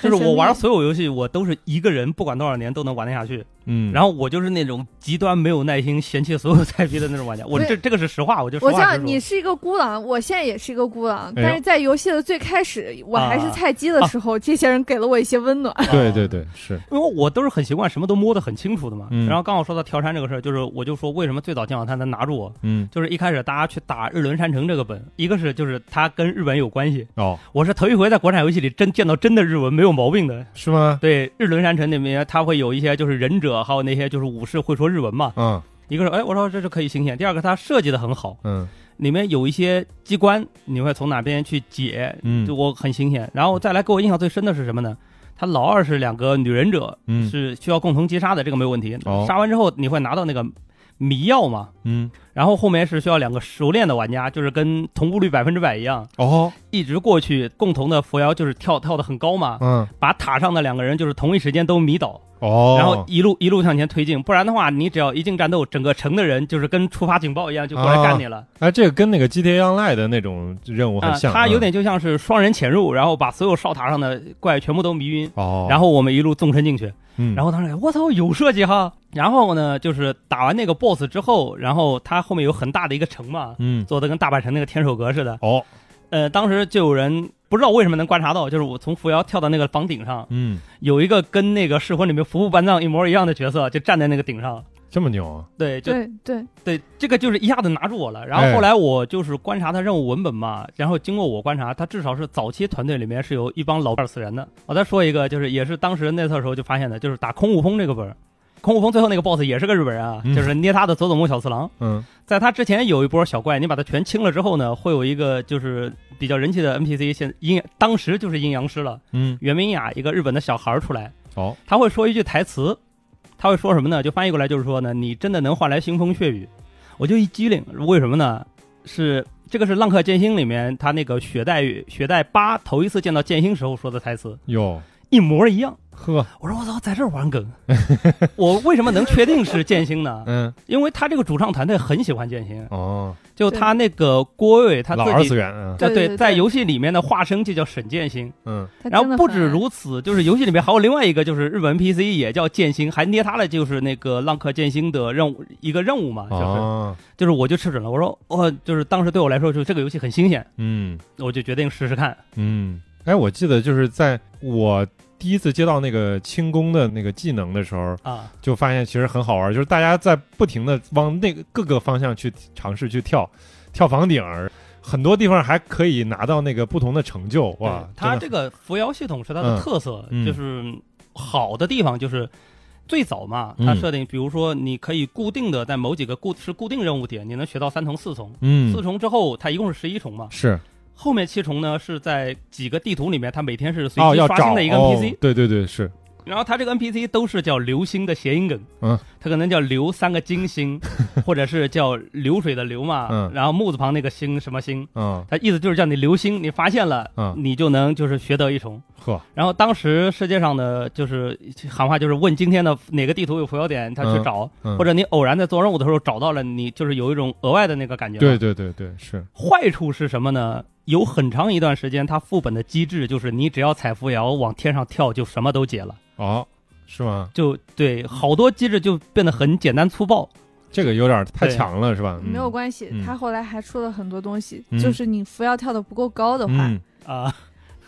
S2: 就是我玩所有游戏，我都是一个人，不管多少年都能玩得下去。
S1: 嗯，
S2: 然后我就是那种极端没有耐心、嫌弃所有 菜逼的那种玩家。我
S3: 对
S2: 这这个是实话，我就实
S3: 我知
S2: 话
S3: 道
S2: 实说
S3: 你是一个孤狼，我现在也是一个孤狼，
S1: 哎呦
S3: 但是在游戏的最开始，我
S2: 啊
S3: 还是菜鸡的时候，这些人给了我一些温暖。
S1: 对对对，是，
S2: 因为我都是很习惯什么都摸得很清楚的嘛。
S1: 嗯
S2: 然后刚好说到跳山这个事儿，就是我就说为什么最早剑网三能拿住我，
S1: 嗯，
S2: 就是一开始大家去打《日轮山城》这个本，一个是就是它跟日本有关系，
S1: 哦，
S2: 我是头一回在国产游戏里真见到真的日文没有毛病的。
S1: 是吗？
S2: 对，《日轮山城》里面它会有一些就是忍者，还有那些就是武士会说日文嘛。
S1: 嗯
S2: 一个是哎，我说这是可以新鲜；第二个它设计的很好，
S1: 嗯
S2: 里面有一些机关，你会从哪边去解，
S1: 嗯
S2: 就我很新鲜。然后再来给我印象最深的是什么呢？他老二是两个女忍者，
S1: 嗯
S2: 是需要共同击杀的，这个没有问题。
S1: 哦
S2: 杀完之后你会拿到那个迷药嘛？
S1: 嗯
S2: 然后后面是需要两个熟练的玩家，就是跟同步率百分之百一样，
S1: 哦
S2: 一直过去共同的扶摇，就是跳跳的很高嘛，
S1: 嗯
S2: 把塔上的两个人就是同一时间都迷倒，
S1: 哦，
S2: 然后一路一路向前推进。不然的话，你只要一进战斗，整个城的人就是跟触发警报一样就过来干你了。
S1: 哎，这个跟那个 GTA Online 的那种任务
S2: 啊
S1: 很，像，
S2: 它有
S1: 嗯
S2: 点就像是双人潜入，然后把所有哨塔上的怪全部都迷晕。
S1: 哦，
S2: 然后我们一路纵深进去，
S1: 嗯
S2: 然后当时我操有设计哈，然后呢就是打完那个 boss 之后，然后它后面有很大的一个城嘛，
S1: 嗯
S2: 做的跟大阪城那个天守阁似的，
S1: 哦
S2: 呃，当时就有人不知道为什么能观察到，就是我从扶摇跳到那个房顶上，
S1: 嗯
S2: 有一个跟那个《噬魂》里面服部半藏一模一样的角色，就站在那个顶上。
S1: 这么牛啊，
S2: 对，就
S3: 对对，
S2: 对这个就是一下子拿住我了。然后后来我就是观察他任务文本嘛，然后经过我观察，他至少是早期团队里面是有一帮老二次元的。我再说一个，就是也是当时内测时候就发现的，就是打空悟空这个本儿。空悟空最后那个 boss 也是个日本人啊，
S1: 嗯
S2: 就是捏他的佐佐木小次郎。
S1: 嗯
S2: 在他之前有一波小怪，你把它全清了之后呢，会有一个就是比较人气的 NPC，现阴当时就是阴阳师了，
S1: 嗯
S2: 袁明雅一个日本的小孩儿出来，
S1: 哦
S2: 他会说一句台词，他会说什么呢？就翻译过来就是说呢，你真的能换来腥风血雨。我就一激灵，为什么呢？是这个是《浪客剑心》里面他那个雪代雪代八头一次见到剑心时候说的台词，
S1: 哟
S2: 一模一样。
S1: 呵
S2: 我说我操，在这儿 玩梗，我为什么能确定是剑心呢？
S1: 嗯
S2: 因为他这个主唱团队很喜欢剑心，
S1: 哦，
S2: 就他那个郭伟他
S1: 老二
S2: 自
S1: 次
S2: 己。
S1: 元啊，
S2: 啊，
S3: 对对对
S2: 在游戏里面的化身就叫沈剑心，
S1: 嗯
S3: 他
S2: 然
S3: 真的
S2: 后不
S3: 很
S2: 止
S3: 爱
S2: 如此，就是游戏里面还有另外一个，就是日本 PC 也叫剑心，还捏他的就是那个浪客剑心的任务一个任务嘛，就是、
S1: 哦
S2: 就是我就吃准了，我说哦，就是当时对我来说，就这个游戏很新鲜，
S1: 嗯
S2: 我就决定试试看。
S1: 嗯，哎，我记得就是在我第一次接到那个轻功的那个技能的时候，
S2: 啊，
S1: 就发现其实很好玩，就是大家在不停的往那个各个方向去尝试去跳，跳房顶儿，很多地方还可以拿到那个不同的成就，哇
S2: 对，它
S1: 真的
S2: 这个扶摇系统是它的
S1: 嗯
S2: 特色，
S1: 嗯
S2: 就是好的地方就是最早嘛，
S1: 嗯
S2: 它设定，比如说你可以固定的在某几个固是固定任务点，你能学到三重、四重，四
S1: 嗯
S2: 重之后它一共是十一重嘛，
S1: 是
S2: 后面七重呢是在几个地图里面，它每天是随
S1: 哦
S2: 机
S1: 要
S2: 刷新
S1: 找
S2: 的一个
S1: 哦
S2: NPC，、
S1: 对对对是
S2: 然后它这个 NPC 都是叫流星的谐音梗，
S1: 嗯，
S2: 它可能叫流三个 金星，或者是叫流水的流嘛，
S1: 嗯
S2: 然后木字旁那个星什么星，
S1: 嗯
S2: 它意思就是叫你流星，你发现了，
S1: 嗯
S2: 你就能就是学得一重。
S1: 呵
S2: 然后当时世界上的就是喊话，就是问今天的哪个地图有浮游点，他去
S1: 嗯
S2: 找，
S1: 嗯
S2: 或者你偶然在做任务的时候找到了，你就是有一种额外的那个感觉。
S1: 对，对对对是
S2: 坏处是什么呢？有很长一段时间，它副本的机制就是你只要踩扶摇往天上跳，就什么都解了。
S1: 哦是吗？
S2: 就对，好多机制就变得很简单粗暴。
S1: 这个有点太
S2: 对
S1: 强了是吧？嗯
S3: 没有关系，
S1: 嗯
S3: 他后来还出了很多东西，
S1: 嗯
S3: 就是你扶摇跳的不够高的话，
S1: 嗯
S2: 啊、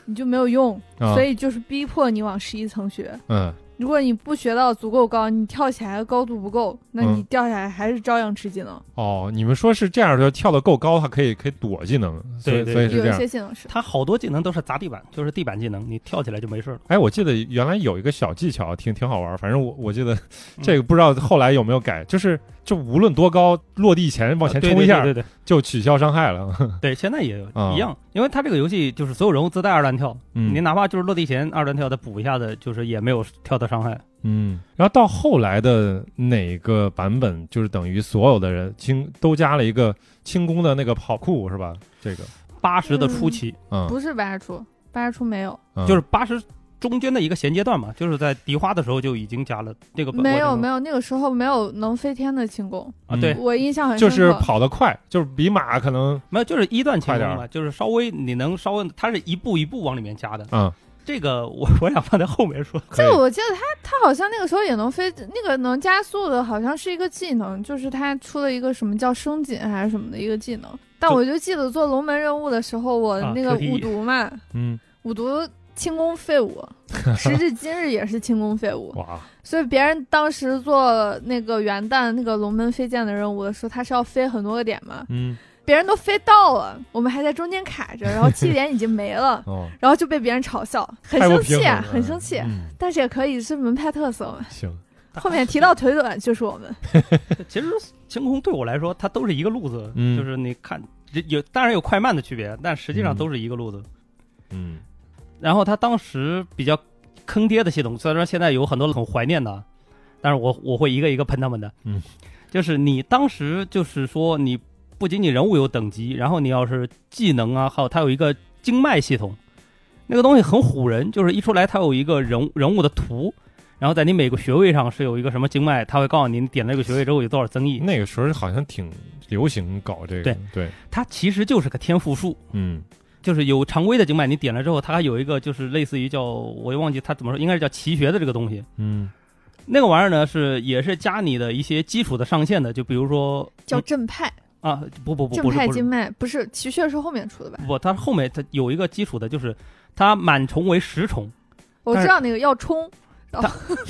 S3: 你就没有用，
S1: 啊
S3: 所以就是逼迫你往十一层学。
S1: 嗯
S3: 如果你不学到足够高，你跳起来的高度不够，那你
S1: 嗯
S3: 掉下来还是照样吃技能。
S1: 哦，你们说是这样，就跳得够高，它可以可以躲技能，所以
S2: 对对
S1: 所以是
S3: 有
S1: 这
S3: 一
S1: 样
S3: 些。技能是，
S2: 它好多技能都是砸地板，就是地板技能，你跳起来就没事 了。
S1: 哎，我记得原来有一个小技巧，挺挺好玩儿。反正我我记得
S2: 嗯
S1: 这个不知道后来有没有改，就是就无论多高，落地前往前
S2: 啊对
S1: 冲一下
S2: 对对对对
S1: 就取消伤害了。
S2: 对，现在也有
S1: 啊
S2: 一样，因为它这个游戏就是所有人物自带二段跳，
S1: 嗯
S2: 你哪怕就是落地前二段跳再补一下子，就是也没有跳的伤害。
S1: 嗯，然后到后来的哪个版本，就是等于所有的人轻都加了一个轻功的那个跑酷是吧？这个，
S2: 八十的初期、
S1: 嗯，
S3: 不是八十出，八十出没有，
S1: 嗯
S2: 就是八十中间的一个衔接段嘛，就是在迪花的时候就已经加了这个本。
S3: 没有没
S2: 有
S3: 有，那个时候没有能飞天的轻功，
S2: 啊，
S1: 嗯
S2: 对，
S3: 我印象很
S1: 就
S3: 深刻。
S1: 是跑得快，就是比马可能，
S2: 没有就是一段
S1: 快
S2: 轻
S1: 点
S2: 功
S1: 儿
S2: 嘛，就是稍微你能稍微，它是一步一步往里面加的。
S1: 嗯，
S2: 这个我 我想放在后面说。
S1: 可
S3: 这
S1: 以
S3: 个我记得他他好像那个时候也能飞，那个能加速的好像是一个技能，就是他出了一个什么叫升紧还是什么的一个技能。但
S2: 就
S3: 我就记得做龙门任务的时候，我
S2: 啊
S3: 那个
S2: 特意
S3: 五毒嘛，
S1: 嗯，
S3: 五毒轻功废物，时至今日也是轻功废 物。
S1: 哇，
S3: 所以别人当时做那个元旦那个龙门飞剑的任务的时候，他是要飞很多个点嘛，
S1: 嗯，，
S3: 别人都飞到了，我们还在中间卡着，然后七点已经没了
S1: 哦，
S3: 然后就被别人嘲笑，很
S1: 太不
S3: 生气
S1: 平衡
S3: 啊
S1: 了，
S3: 很生气啊。
S1: 嗯，
S3: 但是也可以是门派特色嘛。
S1: 行，
S2: 大
S3: 后面提到腿短就是我们，
S2: 其实晴空对我来说，它都是一个路子，
S1: 嗯
S2: 就是你看有当然有快慢的区别，但实际上
S1: 嗯
S2: 都是一个路子。
S1: 嗯
S2: 然后他当时比较坑爹的系统，虽然说现在有很多很怀念的啊，但是我我会一个一个喷他们的。
S1: 嗯，
S2: 就是你当时就是说你不仅仅人物有等级，然后你要是技能啊，还有它有一个经脉系统，那个东西很唬人，就是一出来它有一个人人物的图。然后在你每个穴位上是有一个什么经脉，它会告诉你你点了这个穴位之后有多少增益。
S1: 那个时候好像挺流行搞这个，
S2: 对
S1: 对，
S2: 它其实就是个天赋树，
S1: 嗯
S2: 就是有常规的经脉，你点了之后，它还有一个就是类似于叫我又忘记它怎么说，应该是叫奇穴的这个东西。
S1: 嗯
S2: 那个玩意儿呢是也是加你的一些基础的上限的，就比如说
S3: 叫正派，
S2: 嗯啊不不不
S3: 正
S2: 不是
S3: 派
S2: 不是
S3: 经脉不是奇穴是后面出的吧？
S2: 不，它后面它有一个基础的，就是它满重为十 重，但
S3: 我知
S2: 是
S3: 道那个要冲，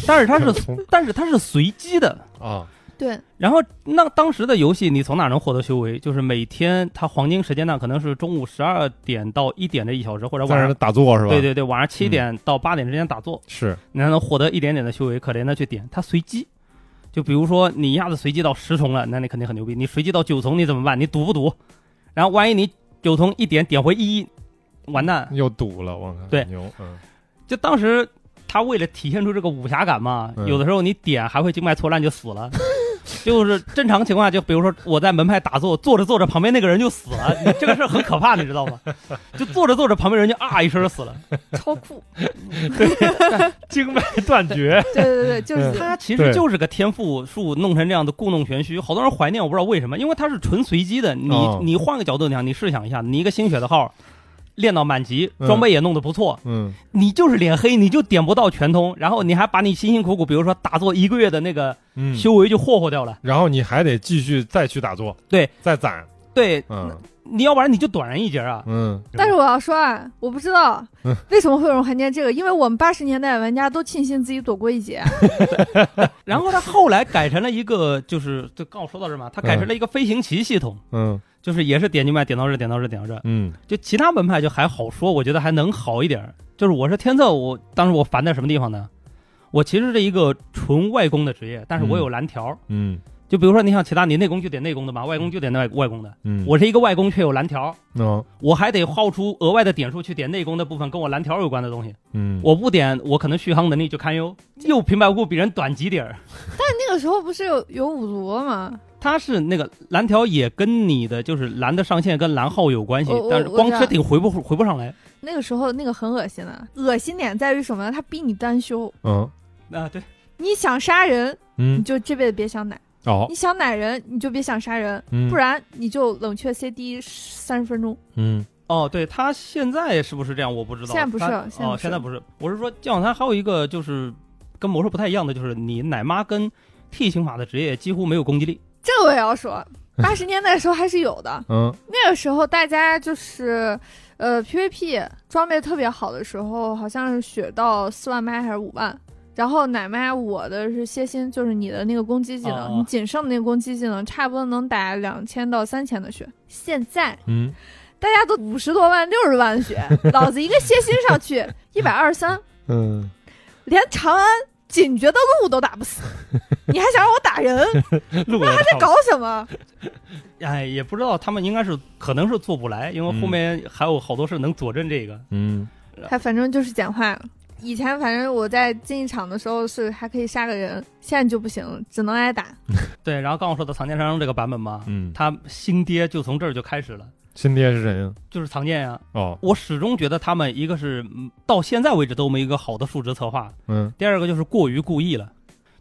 S2: 但是它
S1: 很
S2: 是
S1: 聪
S2: 但是它是随机的。
S1: 啊，
S3: 对，
S2: 然后那当时的游戏你从哪能获得修为？就是每天它黄金时间段可能是中午十二点到一点这一小时，或者
S1: 在
S2: 晚
S1: 那
S2: 上
S1: 打坐是吧？
S2: 对对对晚上七
S1: 嗯
S2: 点到八点之间打坐。
S1: 是，
S2: 你才能获得一点点的修为。可怜的去点，它随机。就比如说你一下子随机到十重了，那你肯定很牛逼。你随机到九重，你怎么办？你赌不赌？然后万一你九重一点点回一，完蛋。
S1: 又堵了，我靠，
S2: 对
S1: 牛，嗯
S2: 就当时他为了体现出这个武侠感嘛，
S1: 嗯
S2: 有的时候你点还会经脉错乱就死了。就是正常情况下，就比如说我在门派打坐，坐着坐着旁边那个人就死了，你这个事儿很可怕，你知道吗？就坐着坐着旁边人就啊一声就死 了，
S3: 超酷，
S2: 经脉断绝。
S3: 对对 对，就是
S1: 嗯
S3: 他
S2: 它其
S1: 对
S2: 实就是个天赋树弄成这样的故弄玄虚，好多人怀念，我不知道为什么，因为它是纯随机的。你、
S1: 哦
S2: 你换个角度讲，你试想一下，你一个新血的号练到满级，装备也弄得不错，
S1: 嗯
S2: 你就是脸黑，你就点不到全通，然后你还把你辛辛苦苦，比如说打坐一个月的那个
S1: 嗯，
S2: 修为就霍霍掉了。
S1: 然后你还得继续再去打坐，
S2: 对，
S1: 再攒，
S2: 对，
S1: 嗯
S2: 你要不然你就短人一截啊。
S1: 嗯，
S3: 但是我要说啊，我不知道
S1: 嗯
S3: 为什么会有人怀念这个，因为我们八十年代玩家都庆幸自己躲过一劫。啊
S1: 嗯
S2: 然后他后来改成了一个，就是就刚我说到这嘛，他改成了一个飞行棋系统，
S1: 嗯
S2: 就是也是点击麦点到这，点到这，点到这。
S1: 嗯
S2: 就其他门派就还好说，我觉得还能好一点儿。就是我是天策，我当时我烦在什么地方呢？我其实是一个纯外攻的职业，但是我有蓝条。
S1: 嗯
S2: 就比如说你像其他，你内攻就点内攻的嘛，外攻就点外外攻的。
S1: 嗯，
S2: 我是一个外攻却有蓝条，
S1: 嗯
S2: 我还得耗出额外的点数去点内攻的部分跟我蓝条有关的东西。
S1: 嗯，
S2: 我不点，我可能续航能力就堪忧，又平白无故比人短几点儿。
S3: 那个时候不是有有五罗吗？
S2: 它是那个蓝条也跟你的就是蓝的上限跟蓝耗有关系
S3: 我我，
S2: 但是
S3: 我
S2: 光
S3: 知道
S2: 吃顶回不回不上来
S3: 那个时候那个很恶心的，恶心点在于什么呢？他逼你单修，
S1: 嗯
S2: 啊？对，
S3: 你想杀人你
S1: 嗯
S3: 就这辈子别想奶，
S1: 哦
S3: 你，想奶人你就别想杀人，
S1: 嗯
S3: 不然你就冷却 CD 三十分钟。
S1: 嗯
S2: 哦，对他现在是不是这样？我不知道。
S3: 现在不是
S2: 他
S3: 现在不
S2: 哦，
S3: 是
S2: 现在不是。我是说，剑网三还有一个就是跟魔兽不太一样的，就是你奶妈跟 T 型法的职业几乎没有攻击力。
S3: 这个我也要说，八十年代的时候还是 有的。
S1: 嗯
S3: 那个时候大家就是，呃，PVP 装备特别好的时候，好像是血到四万麦还是五万。然后奶妈我的是蝎心，就是你的那个攻击技能，
S2: 哦
S3: 你仅剩的那个攻击技能差不多能打两千到三千的血。现在
S1: 嗯
S3: 大家都五十多万、六十万血，老子一个蝎心上去一百二十三，
S1: 嗯，
S3: 连长安警觉的鹿都打 不死，你还想让我打人？
S2: 路还
S3: 在搞 什么？
S2: 哎，也不知道他们应该是可能是做不来，因为后面还有好多事能佐证这个。
S1: 嗯
S3: 他哎反正就是简化了。以前反正我在竞技场的时候是还可以杀个人，现在就不行了，只能挨打。
S1: 哦
S2: 对，然后刚我说的藏剑山这个版本嘛，
S1: 嗯，
S2: 他新爹就从这儿就开始了。
S1: 亲爹是谁呀？啊
S2: 就是藏剑呀，
S1: 哦，
S2: 我始终觉得他们一个是嗯到现在为止都没有一个好的数值策划，
S1: 嗯
S2: 第二个就是过于故意了。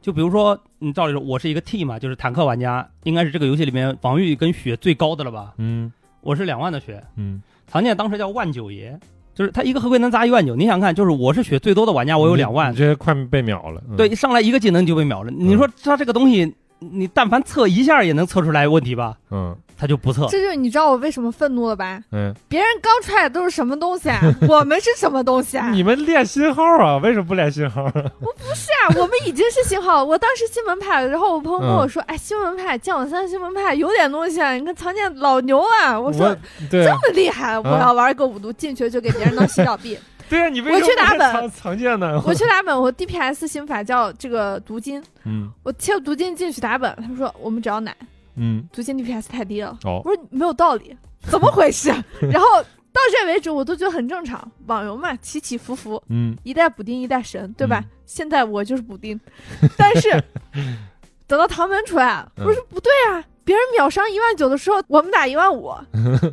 S2: 就比如说，你照理说，我是一个 T 嘛，就是坦克玩家，应该是这个游戏里面防御跟血最高的了吧？
S1: 嗯
S2: 我是两万的血，
S1: 嗯，
S2: 常见当时叫万九爷，就是他一个合规能砸一万九。你想看，就是我是血最多的玩家，我有两
S1: 嗯
S2: 万
S1: 你，这快被秒了，嗯
S2: 对，，一上来一个技能就被秒了。你说他这个东西，你但凡测一下也能测出来问题吧？
S1: 嗯
S2: 他就不测。
S3: 这就是你知道我为什么愤怒了吧？
S1: 嗯，
S3: 别人刚出来都是什么东西啊？我们是什么东西啊？
S1: 你们练新号啊？为什么不练新号啊？
S3: 是啊，我们已经是新号。我当时新门派，然后我朋友跟
S1: 嗯
S3: 我说：“哎，新门派，剑网三新门派有点东西啊，你看常见老牛啊。”我说：“
S1: 对啊嗯
S3: 这么厉害，我要玩个五毒，进去就给别人能洗脚臂。
S1: 对啊，你为
S3: 我
S1: 什么
S3: 去打
S1: 不
S3: 本
S1: 藏藏剑呢？
S3: 我去打本，我 DPS 新法叫这个读金，
S1: 嗯
S3: 我切读金进去打本，他们说我们只要奶，
S1: 嗯，
S3: 读金 DPS 太低了，
S1: 哦，
S3: 我说没有道理，怎么回事？ 然后到这为止，我都觉得很正常，网游嘛，起起伏伏，
S1: 嗯
S3: 一代补丁一代神，对吧？
S1: 嗯
S3: 现在我就是补丁， 但是等到唐门出来，
S1: 嗯
S3: 我说不对啊，别人秒伤一万九的时候，我们打一 万五，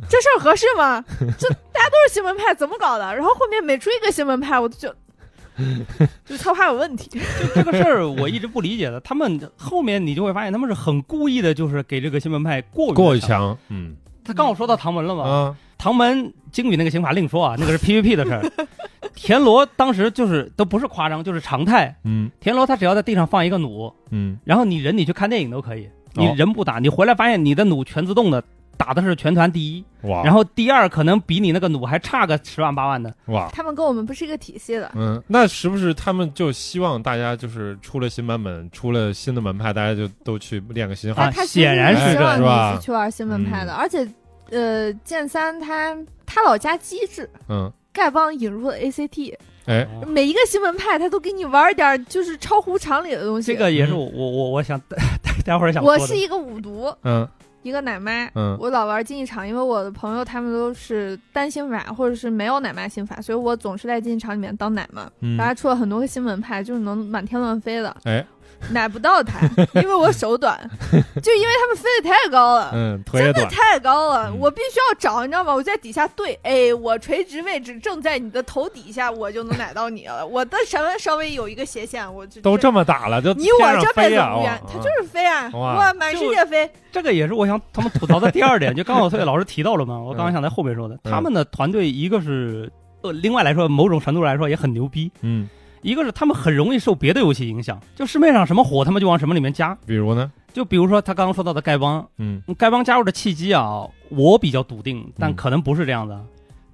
S3: 这事儿合适吗？这大家都是新闻派，怎么搞的？然后后面每出一个新闻派，我就觉得 就他怕有问题，
S2: 这个事儿 我一直不理解的，他们后面你就会发现他们是很故意的，就是给这个新闻派过于
S1: 过于
S2: 的强。
S1: 强，嗯
S2: 他刚我说到唐门了嘛，
S1: 啊，
S2: 唐门经语那个刑法另说啊，那个是 PVP 的事儿。田螺当时就是都不是夸张，就是常态。
S1: 嗯
S2: 田螺他只要在地上放一个弩，
S1: 嗯，
S2: 然后你人你去看电影都可以，你
S1: 哦
S2: 人不打，你回来发现你的弩全自动的。打的是全团第一，
S1: 哇，
S2: 然后第二可能比你那个弩还差个十万八万的。
S1: 哇，
S3: 他们跟我们不是一个体系的。
S1: 嗯，那是不是他们就希望大家就是出了新版本，出了新的门派，大家就都去练个新号？
S2: 啊
S3: 哎他其实
S2: 显然
S1: 是
S3: 希
S1: 这
S3: 望
S1: 是吧
S3: 你去玩新闻派的，
S1: 嗯
S3: 而且呃，剑三他他老家机制。
S1: 嗯，
S3: 丐帮引入了 ACT，
S1: 哎，
S3: 每一个新闻派他都给你玩一点儿就是超乎常理的东西。
S2: 这个也是我我我我想 待会儿想说
S3: 我
S2: 的。
S3: 是一个五毒，
S1: 嗯
S3: 一个奶妈。
S1: 嗯
S3: 我老玩竞技场，因为我的朋友他们都是单心法或者是没有奶妈心法，所以我总是在竞技场里面当奶妈。
S1: 嗯
S3: 然后，还出了很多个新闻派，就是能满天乱飞的，
S1: 哎，
S3: 奶不到他，因为我 手短，就因为他们飞得太高了。
S1: 嗯，腿也
S3: 真的
S1: 短，
S3: 太高了，
S1: 嗯
S3: 我必须要找，你知道吗？我在底下对，哎，我垂直位置正在你的头底下，我就能逮到你了。 我的稍微稍微有一个斜线，我就
S1: 都这么打了，就
S3: 你我这
S1: 天
S3: 辈子
S1: 上
S3: 无
S1: 飞
S3: 缘
S1: 啊，
S3: 他就是飞啊，
S1: 哇
S3: 哇，满世界飞，
S2: 这个也是我想他们吐槽的第二 点，就刚好翠老师提到了嘛，我
S1: 嗯
S2: 刚刚想在后面说的，他们的团队一个是呃，另外来说某种程度来说也很牛逼，
S1: 嗯，
S2: 一个是他们很容易受别的游戏影响，就市面上什么火他们就往什么里面加，
S1: 比如呢，
S2: 就比如说他刚刚说到的丐帮，
S1: 嗯
S2: 丐帮加入的契机啊，我比较笃定，但
S1: 嗯
S2: 可能不是这样的，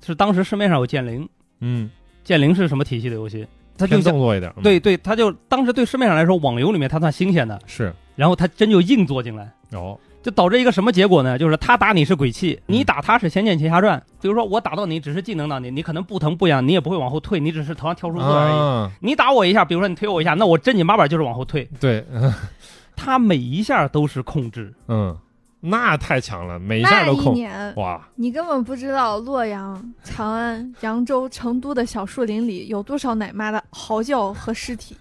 S2: 是当时市面上有剑灵，
S1: 嗯，
S2: 剑灵是什么体系的游戏？他就
S1: 偏
S2: 想
S1: 动作一点，嗯
S2: 对对，他就当时对市面上来说，网游里面他算新鲜的，
S1: 是
S2: 然后他真就硬做进来。
S1: 哦，
S2: 就导致一个什么结果呢？就是他打你是鬼泣，
S1: 嗯
S2: 你打他是《仙剑奇侠传》。比如说我打到你只是技能到你，你可能不疼不痒，你也不会往后退，你只是头上跳数字而已。
S1: 啊，
S2: 你打我一下，比如说你推我一下，那我正经八百就是往后退。
S1: 对，
S2: 他每一下都是控制，
S1: 嗯，那太强了，每一下
S3: 那
S1: 都
S3: 一
S1: 控，
S3: 年
S1: 哇，
S3: 你根本不知道洛阳、长安、扬州、成都的小树林里有多少奶妈的嚎叫和尸体。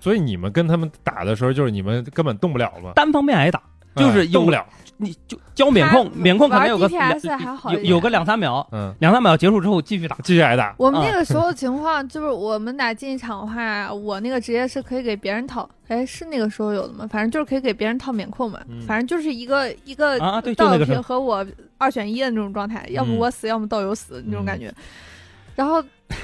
S1: 所以你们跟他们打的时候，就是你们根本动不了嘛，
S2: 单方面挨打，就是
S1: 哎
S2: 有
S1: 动不了，
S2: 你就交免控，
S3: 他
S2: 免控可能有个
S3: 玩 DPS
S2: 两
S3: 还好一
S2: 有
S3: 点
S2: 有个两三秒，
S1: 嗯，
S2: 两三秒结束之后继续打。
S1: 继续挨打，
S3: 我们
S2: 啊
S3: 那个 时候情况就是，我们打竞技场的话，我那个职业是可以给别人套，哎，是那个时候有的吗？反正就是可以给别人套免控嘛，
S1: 嗯
S3: 反正就是一个一个
S2: 啊对就
S3: 道
S2: 那个嗯事儿
S3: 友和我二选一的那种状态，要么我死，要么道友死那种
S2: 嗯
S3: 感觉。然后他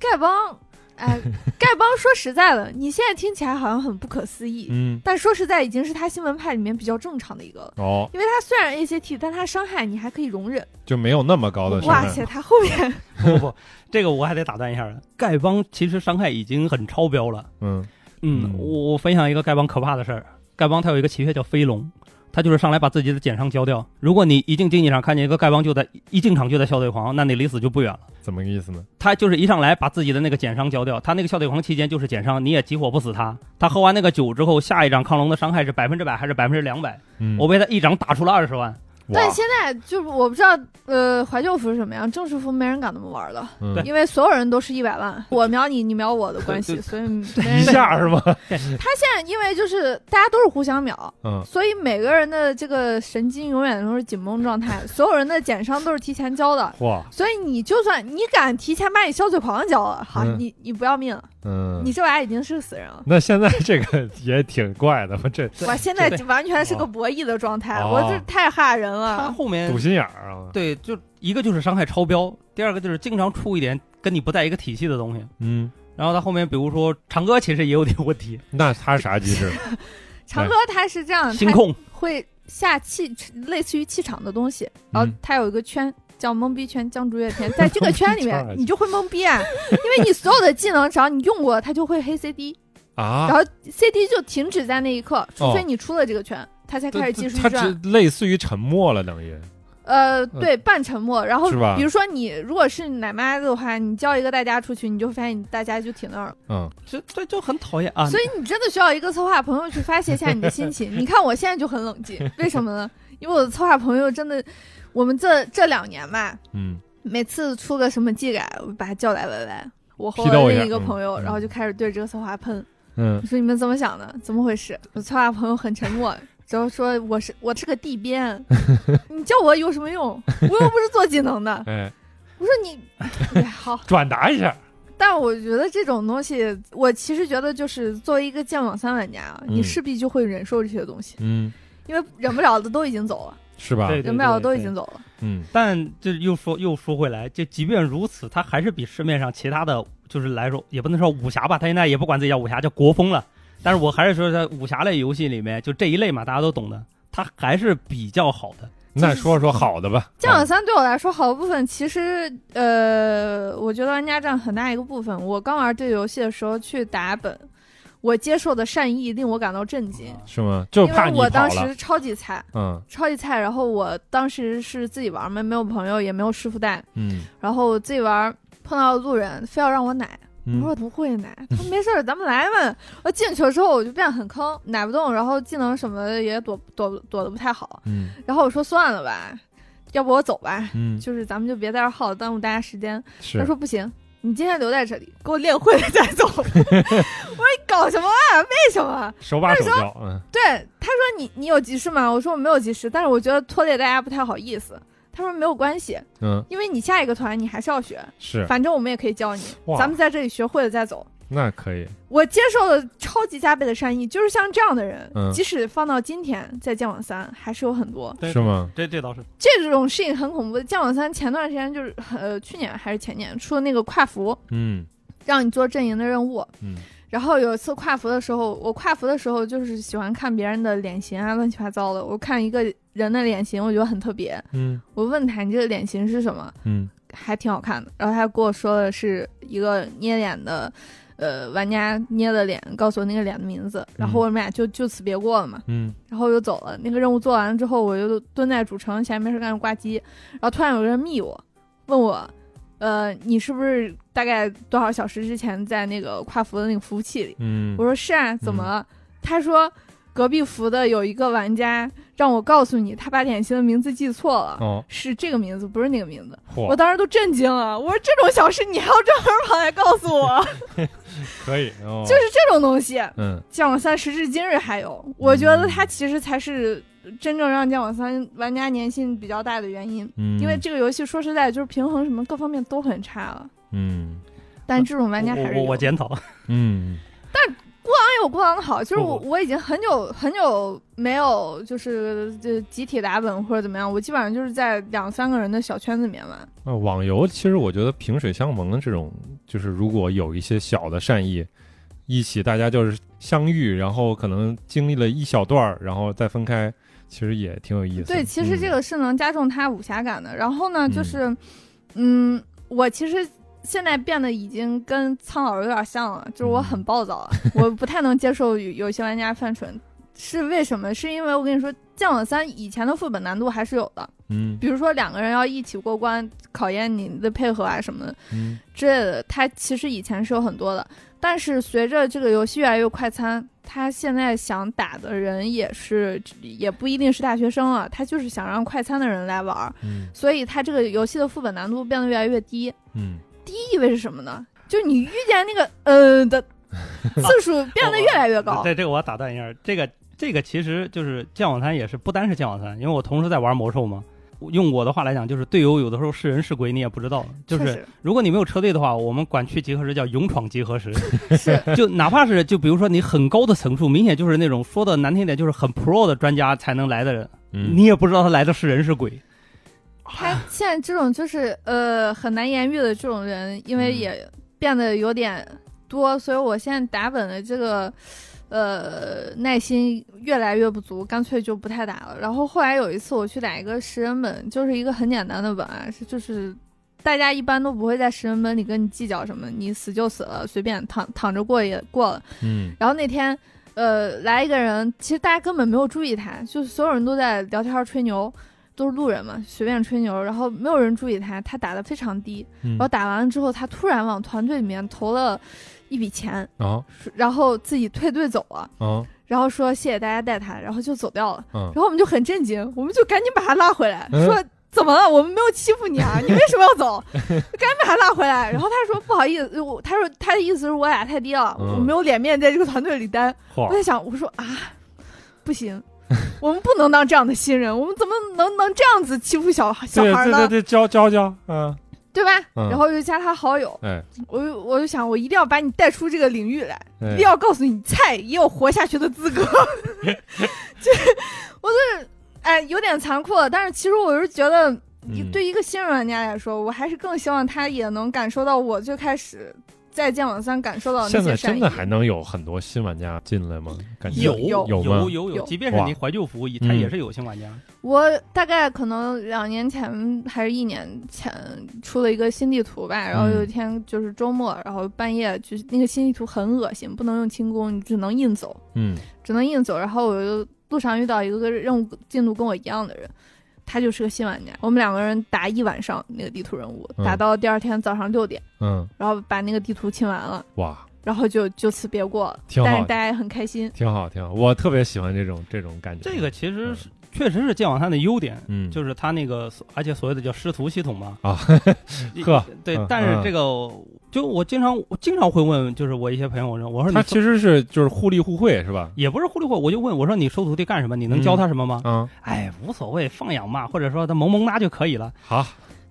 S3: 丐帮，哎，丐帮说实在的，你现在听起来好像很不可思议，
S1: 嗯，
S3: 但说实在已经是他新闻派里面比较正常的一个了。
S1: 哦，
S3: 因为他虽然 ACT，但他伤害你还可以容忍。
S1: 就没有那么高的伤
S3: 哇
S1: 害，
S3: 塞，他后面
S2: 不不不，这个我还得打断一下，丐帮其实伤害已经很超标了。
S1: 嗯
S2: 嗯
S1: 嗯，
S2: 我我分享一个丐帮可怕的事儿。丐帮它有一个奇穴叫飞龙，它就是上来把自己的减伤交掉。如果你一进竞技场看见一个丐帮就在一进场就在笑对狂，那你离死就不远了。
S1: 怎么个意思呢？
S2: 他就是一上来把自己的那个减伤交掉，他那个笑对狂期间就是减伤，你也急火不死他。他喝完那个酒之后，下一掌亢龙的伤害是百分之百还是百分之两百？
S1: 嗯，
S2: 我被他一掌打出了二十万。
S1: 哇
S3: 但现在就是我不知道，呃，怀旧服是什么样，正式服没人敢那么玩 了，
S1: 嗯
S2: 对
S3: 因为所有人都是一百万，我瞄你，你瞄我的关系，
S2: 对
S3: 所以没
S1: 一
S3: 人敢
S1: 下是吗？
S3: 他现在因为就是大家都是互相秒，
S1: 嗯，
S3: 所以每个人的这个神经永远都是紧绷 状态，所有人的减伤都是提前交的。
S1: 哇，
S3: 所以你就算你敢提前把你消罪狂交了，好，
S1: 嗯
S3: 你你不要命了，
S1: 嗯，
S3: 你这玩意儿已经是个死人了。
S1: 那现在这个也挺怪的，我这
S3: 我现在
S2: 对
S3: 完全是个博弈的状态，
S1: 哦
S3: 我这太吓人
S2: 他
S3: 了。
S2: 后面
S1: 堵心眼儿啊，
S2: 对，就一个就是伤害超标，第二个就是经常出一点跟你不在一个体系的东西。
S1: 嗯，
S2: 然后他后面比如说长歌其实也有点问题，
S1: 那他啥机 制？
S3: 长歌他是这样，
S2: 星
S3: 他
S2: 控
S3: 会下气，类似于气场的东西，然后
S1: 嗯
S3: 它有一个圈。叫蒙逼圈，江竹叶 篇，在这个圈
S1: 蒙
S3: 里
S1: 逼圈
S3: 面
S1: 儿，
S3: 你就会蒙逼啊， 因为你所有的技能只要你用过，它就会黑 CD，
S1: 啊哦
S3: 然，后 CD 就停止在那一刻，除非你出了这个圈，它才开始继续
S1: 他
S3: 转。
S1: 只类似于沉默了，等于
S3: 呃，对，半沉默。然
S1: 嗯
S3: 后
S1: 是吧
S3: 比如说你如果是奶妈的话，你叫一个大家出去，你就发现你大家就停那儿了。
S1: 嗯，
S2: 就这就很讨厌啊！
S3: 所以你真的需要一个策划朋友去发泄一下你的心情。你看我现在就很冷静，为什么呢？因为我的策划朋友真的，我们这这两年吧，
S1: 嗯，
S3: 每次出个什么技改，我把他叫来歪歪。我和
S1: 批斗
S3: 我
S1: 一下
S3: 另一个朋友，
S1: 嗯嗯
S3: 然后就开始对这个策划喷。
S1: 嗯
S3: 我说你们怎么想的？怎么回事？我策划朋友很沉默，只要说我是我是个 地编，你叫我有什么用？我又不是做技能的。
S1: 哎，
S3: 我说你，哎好，
S1: 转达一下，
S3: 但我觉得这种东西，我其实觉得就是作为一个剑网三玩家，啊，
S1: 嗯
S3: 你势必就会忍受这些东西，
S1: 嗯，
S3: 因为忍不了的都已经走了，
S1: 是吧？
S2: 对
S3: 忍不了的都已经走了。
S1: 嗯
S2: 但这又说又说回来，就即便如此，它还是比市面上其他的就是来说，也不能说武侠吧，它现在也不管自己叫武侠，叫国风了。但是我还是说，在武侠类游戏里面，就这一类嘛，大家都懂的，它还是比较好的。
S1: 那说说好的吧。
S3: 剑网三对我来说好的部分，其实呃，我觉得玩家占很大一个部分。我刚玩这个游戏的时候去打本，我接受的善意令我感到震惊，
S1: 是吗？啊就
S3: 因
S1: 怕
S3: 为
S1: 你
S3: 我
S1: 跑
S3: 当
S1: 了。
S3: 时超级菜，
S1: 嗯
S3: 超级菜。然后我当时是自己玩嘛，没有朋友，也没有师傅带，
S1: 嗯
S3: 然后我自己玩碰到路人非要让我奶。我
S1: 嗯
S3: 说不会奶，他说没事儿，咱们来嘛。我进去了之后我就变得很坑，奶不动，然后技能什么的也躲躲躲得不太好。
S1: 嗯
S3: 然后我说算了吧，要不我走吧，
S1: 嗯，
S3: 就是咱们就别在这儿耗了，耽误大家时间。他
S1: 是
S3: 说不行，你今天留在这里，给我练会了再走。 我说你搞什么啊？为什么？
S1: 手把手教。嗯
S3: 对，他说你你有急事吗？我说我没有急事，但是我觉得拖累大家不太好意思。他说没有关系，
S1: 嗯，
S3: 因为你下一个团你还是要学，
S1: 是
S3: 反正我们也可以教你
S1: 哇，
S3: 咱们在这里学会了再走。
S1: 那可以。
S3: 我接受了超级加倍的善意，就是像这样的人，
S1: 嗯
S3: 即使放到今天，在剑网三还是有很多。
S2: 对
S1: 是吗？
S2: 这这倒是，
S3: 这种事情很恐怖的。剑网三前段时间就是呃去年还是前年出的那个跨服，
S1: 嗯
S3: 让你做阵营的任务。
S1: 嗯
S3: 然后有一次跨服的时候，我跨服的时候就是喜欢看别人的脸型啊，乱七八糟的。我看一个人的脸型，我觉得很特别。
S1: 嗯
S3: 我问他你这个脸型是什么，
S1: 嗯
S3: 还挺好看的。然后他跟我说的是一个捏脸的，呃，玩家捏的脸，告诉我那个脸的名字。然后我们俩就就此别过了嘛。
S1: 嗯
S3: 然后我就走了。那个任务做完了之后，我就蹲在主城闲着没事干就挂机。然后突然有个人密我，问我，呃，你是不是大概多少小时之前在那个跨服的那个服务器里？
S1: 嗯，
S3: 我说是啊，怎么了？他说隔壁服的有一个玩家让我告诉你，他把点心的名字记错了。
S1: 哦，
S3: 是这个名字，不是那个名字。我
S1: 嚯，
S3: 当时都震惊了，我说这种小事你还要专门跑来告诉 我，
S1: 可以，就
S3: 就是这种东西，
S1: 嗯
S3: 剑网三时至今日还有，我觉得它其实才是真正让剑网三玩家粘性比较大的原因，
S1: 嗯，
S3: 因为这个游戏说实在就是平衡什么各方面都很差了，
S1: 嗯
S3: 但这种玩家还
S2: 我
S3: 是
S2: 我
S3: 有。哎
S2: 我检讨，
S1: 嗯
S3: 没有过往的好，就是我
S2: 不
S3: 我已经很久很久没有就是就集体打本或者怎么样，我基本上就是在两三个人的小圈子里面玩。
S1: 啊，网游其实我觉得萍水相逢的这种，就是如果有一些小的善意，一起大家就是相遇，然后可能经历了一小段儿，然后再分开，其实也挺有意思的。
S3: 对，其实
S1: 嗯、
S3: 这个是能加重它武侠感的。然后呢，
S1: 嗯
S3: 就是，嗯我其实现在变得已经跟苍老师有点像了，就是
S1: 嗯
S3: 我很暴躁了，啊我不太能接受有有些玩家犯蠢。是为什么？是因为我跟你说，《剑网三》以前的副本难度还是有的，
S1: 嗯
S3: 比如说两个人要一起过关，考验你的配合啊什么的
S1: 嗯
S3: 之类的。它其实以前是有很多的，但是随着这个游戏越来越快餐，他现在想打的人也是也不一定是大学生了，他就是想让快餐的人来玩儿，
S1: 嗯
S3: 所以他这个游戏的副本难度变得越来越低。
S1: 嗯，
S3: 意味是什么呢？就是你遇见那个呃的次数变得越来越 高。
S2: 对这个我要打断一下，这个这个其实就是剑网三也是不单是剑网三，因为我同时在玩魔兽嘛。用我的话来讲，就是队友有的时候是人是鬼你也不知道，就
S3: 确
S2: 是
S3: 实
S2: 如果你没有车队的话，我们管去集合时叫勇闯集合时，
S3: 是
S2: 就哪怕是就比如说你很高的层数，明显就是那种说的难听点，就是很 pro 的专家才能来的人，
S1: 嗯
S2: 你也不知道他来的是人是鬼。
S3: 他现在这种就是呃很难言喻的这种人，因为
S1: 嗯
S3: 也变得有点多，所以我现在打本的这个呃耐心越来越不足，干脆就不太打了。然后后来有一次我去打一个十人本，就是一个很简单的本啊，是就是。大家一般都不会在十人本里跟你计较什么，你死就死了，随便躺躺着过也过了。
S1: 嗯
S3: 然后那天，呃，来一个人，其实大家根本没有注意他，就是所有人都在聊天吹牛。都是路人嘛，随便吹牛，然后没有人注意他，他打的非常低，
S1: 嗯
S3: 然后打完了之后，他突然往团队里面投了一笔钱，
S1: 啊
S3: 然后自己退队走了，
S1: 啊
S3: 然后说谢谢大家带他，然后就走掉了。
S1: 嗯
S3: 然后我们就很震惊，我们就赶紧把他拉回来，
S1: 嗯
S3: 说怎么了？我们没有欺负你啊，你为什么 要走？赶紧把他拉回来。然后他说不好意思，我他说他的意思是我俩太低了，
S1: 嗯
S3: 我没有脸面在这个团队里待。
S1: 嚯
S3: 我在想，我说啊，不行。我们不能当这样的新人，我们怎么能能这样子欺负小小
S1: 对
S3: 孩
S1: 对
S3: 呢？
S1: 对对，教教教，嗯，
S3: 对吧？
S1: 嗯
S3: 然后又加他好友，
S1: 哎，
S3: 我就我就想，我一定要把你带出这个领域来，一
S1: 哎
S3: 定要告诉你，菜也有活下去的资格。 就是，我就是，哎，有点残酷了。但是其实我是觉得，一
S1: 嗯
S3: 对一个新人玩家来说，我还是更希望他也能感受到我最开始在《剑网三》感受到的
S1: 现
S3: 呃那
S1: 在
S3: 些善
S1: 真
S3: 意。
S1: 的还能有很多新玩家进来吗？感觉
S2: 有
S3: 有
S1: 有吗
S2: 有有
S3: 有
S2: 即便是
S1: 哇
S2: 你怀旧服务仪，
S1: 嗯
S2: 它也是有新玩家。
S3: 我大概可能两年前还是一年前出了一个新地图吧，然后有一天就是周末，然后半夜就是那个新地图很恶心，不能用轻功，你只能硬走。
S1: 嗯
S3: 只能硬走。然后我就路上遇到一个任务进度跟我一样的人，他就是个新玩啊家。我们两个人打一晚上那个地图任务，
S1: 嗯
S3: 打到第二天早上六点，
S1: 嗯，
S3: 然后把那个地图清完了，
S1: 哇，
S3: 然后就就此别过了。
S1: 挺好
S3: 但是大家也很开心。
S1: 挺好挺好，我特别喜欢这种这种感觉。
S2: 这个其实是确实是剑网三的优点，
S1: 嗯，
S2: 就是是它那个，而且所谓的叫师徒系统嘛。
S1: 啊，
S2: 一
S1: 呵，
S2: 对
S1: 嗯，
S2: 但是
S1: 嗯
S2: 这个我就我经常我经常会问，就是我一些朋友，我说我说你
S1: 它
S2: 搜
S1: 其实是就是互利互惠是吧？
S2: 也不是互利互惠，我就问我说你收徒弟干什么？你能
S1: 嗯
S2: 教他什么吗？
S1: 嗯，
S2: 哎，无所谓，放养嘛，或者说他萌萌哒就可以了。
S1: 好，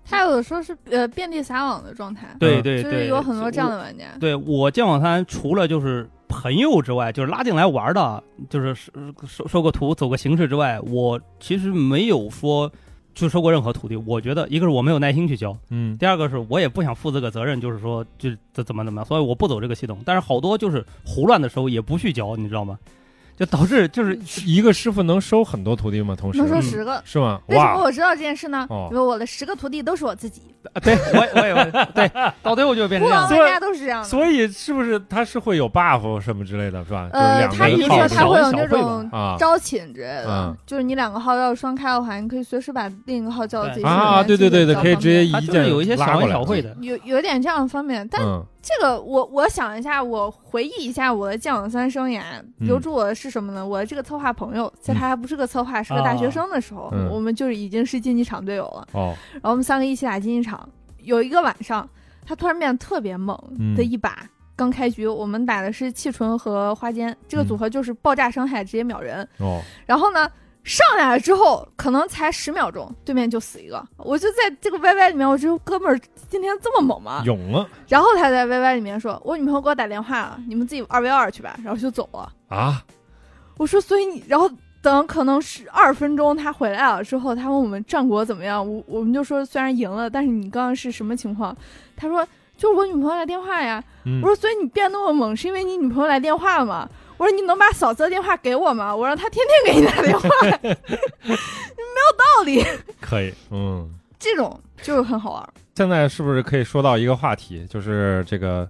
S3: 他有的时候是呃遍地撒网的状态，
S1: 嗯
S2: 对对
S3: 就
S2: 对，
S3: 是有很多这样的
S2: 我。
S3: 玩家。
S2: 对我剑网三除了就是朋友之外，就是拉进来玩的，就是收收收个徒、走个形式之外，我其实没有说就收过任何徒弟。我觉得一个是我没有耐心去教，
S1: 嗯
S2: 第二个是我也不想负这个责任，就是说就是怎怎么怎么样，所以我不走这个系统。但是好多就是胡乱的时候也不去教，你知道吗？就导致 就是
S1: 一个师傅能收很多徒弟吗？同时
S3: 能说
S2: 嗯
S3: 十个，
S1: 是吗？
S3: 为什么
S1: 哇，
S3: 我知道这件事呢？
S1: 哦
S3: 因为我的十个徒弟都是我自己，
S2: 对我也我也我也对，到最后就变
S3: 孤
S2: 成这
S3: 王
S2: 样。
S3: 玩家都是这样的。
S1: 所以是不是他是会有 buff 什么之类的，是吧？
S3: 呃，
S1: 就
S3: 他
S1: 是
S3: 比
S1: 两
S3: 如
S1: 个
S3: 说
S1: 号
S3: 他
S1: 手
S3: 会有那
S2: 小会
S3: 种
S2: 嘛
S1: 啊
S3: 招寝之类的
S1: 嗯，
S3: 就是你两个号要双开的话，你可以随时把另一个号叫到自己身边
S1: 啊，对对对对，
S3: 这
S1: 可以
S3: 样
S1: 直接
S3: 比较
S2: 他
S1: 一
S2: 就是
S1: 键
S2: 有一些
S1: 拉
S2: 小
S1: 过
S2: 恩
S1: 来
S2: 小惠的
S3: 方，便有有点这样方面，但
S1: 嗯
S3: 这个我我想一下，我回忆一下我的剑网三生涯，
S1: 嗯
S3: 留住我的是什么呢？我的这个策划朋友，在他还不是个策划，是个大学生的时候，
S1: 嗯
S3: 我们就是已经是竞技场队友了。
S1: 哦，
S3: 然后我们三个一起打竞技场，有一个晚上，他突然变得特别猛
S1: 嗯
S3: 的一把。刚开局，我们打的是气纯和花间，这个
S1: 嗯
S3: 组合就是爆炸伤害直接秒人。
S1: 哦，
S3: 然后呢，上来了之后，可能才十秒钟，对面就死一个。我就在这个 YY 里面，我就哥们儿今天这么猛
S2: 啊
S3: 吗？
S1: 勇了
S3: 然后他在 YY 里面说，我女朋友给我打电话了，你们自己二 v 二去吧，然后就走了。
S1: 啊，
S3: 我说，所以你，然后等可能是二分钟他回来了之后，他问我们战果怎么样，我我们就说虽然赢了，但是你刚刚是什么情况？他说就是我女朋友来电话呀。
S1: 嗯
S3: 我，说，所以你变那么猛是因为你女朋友来电话了吗？我说你能把嫂子的电话给我吗？我让她天天给你打电话，没有道理。
S1: 可以，嗯。
S3: 这种就是很好玩儿。
S1: 现在是不是可以说到一个话题，就是这个，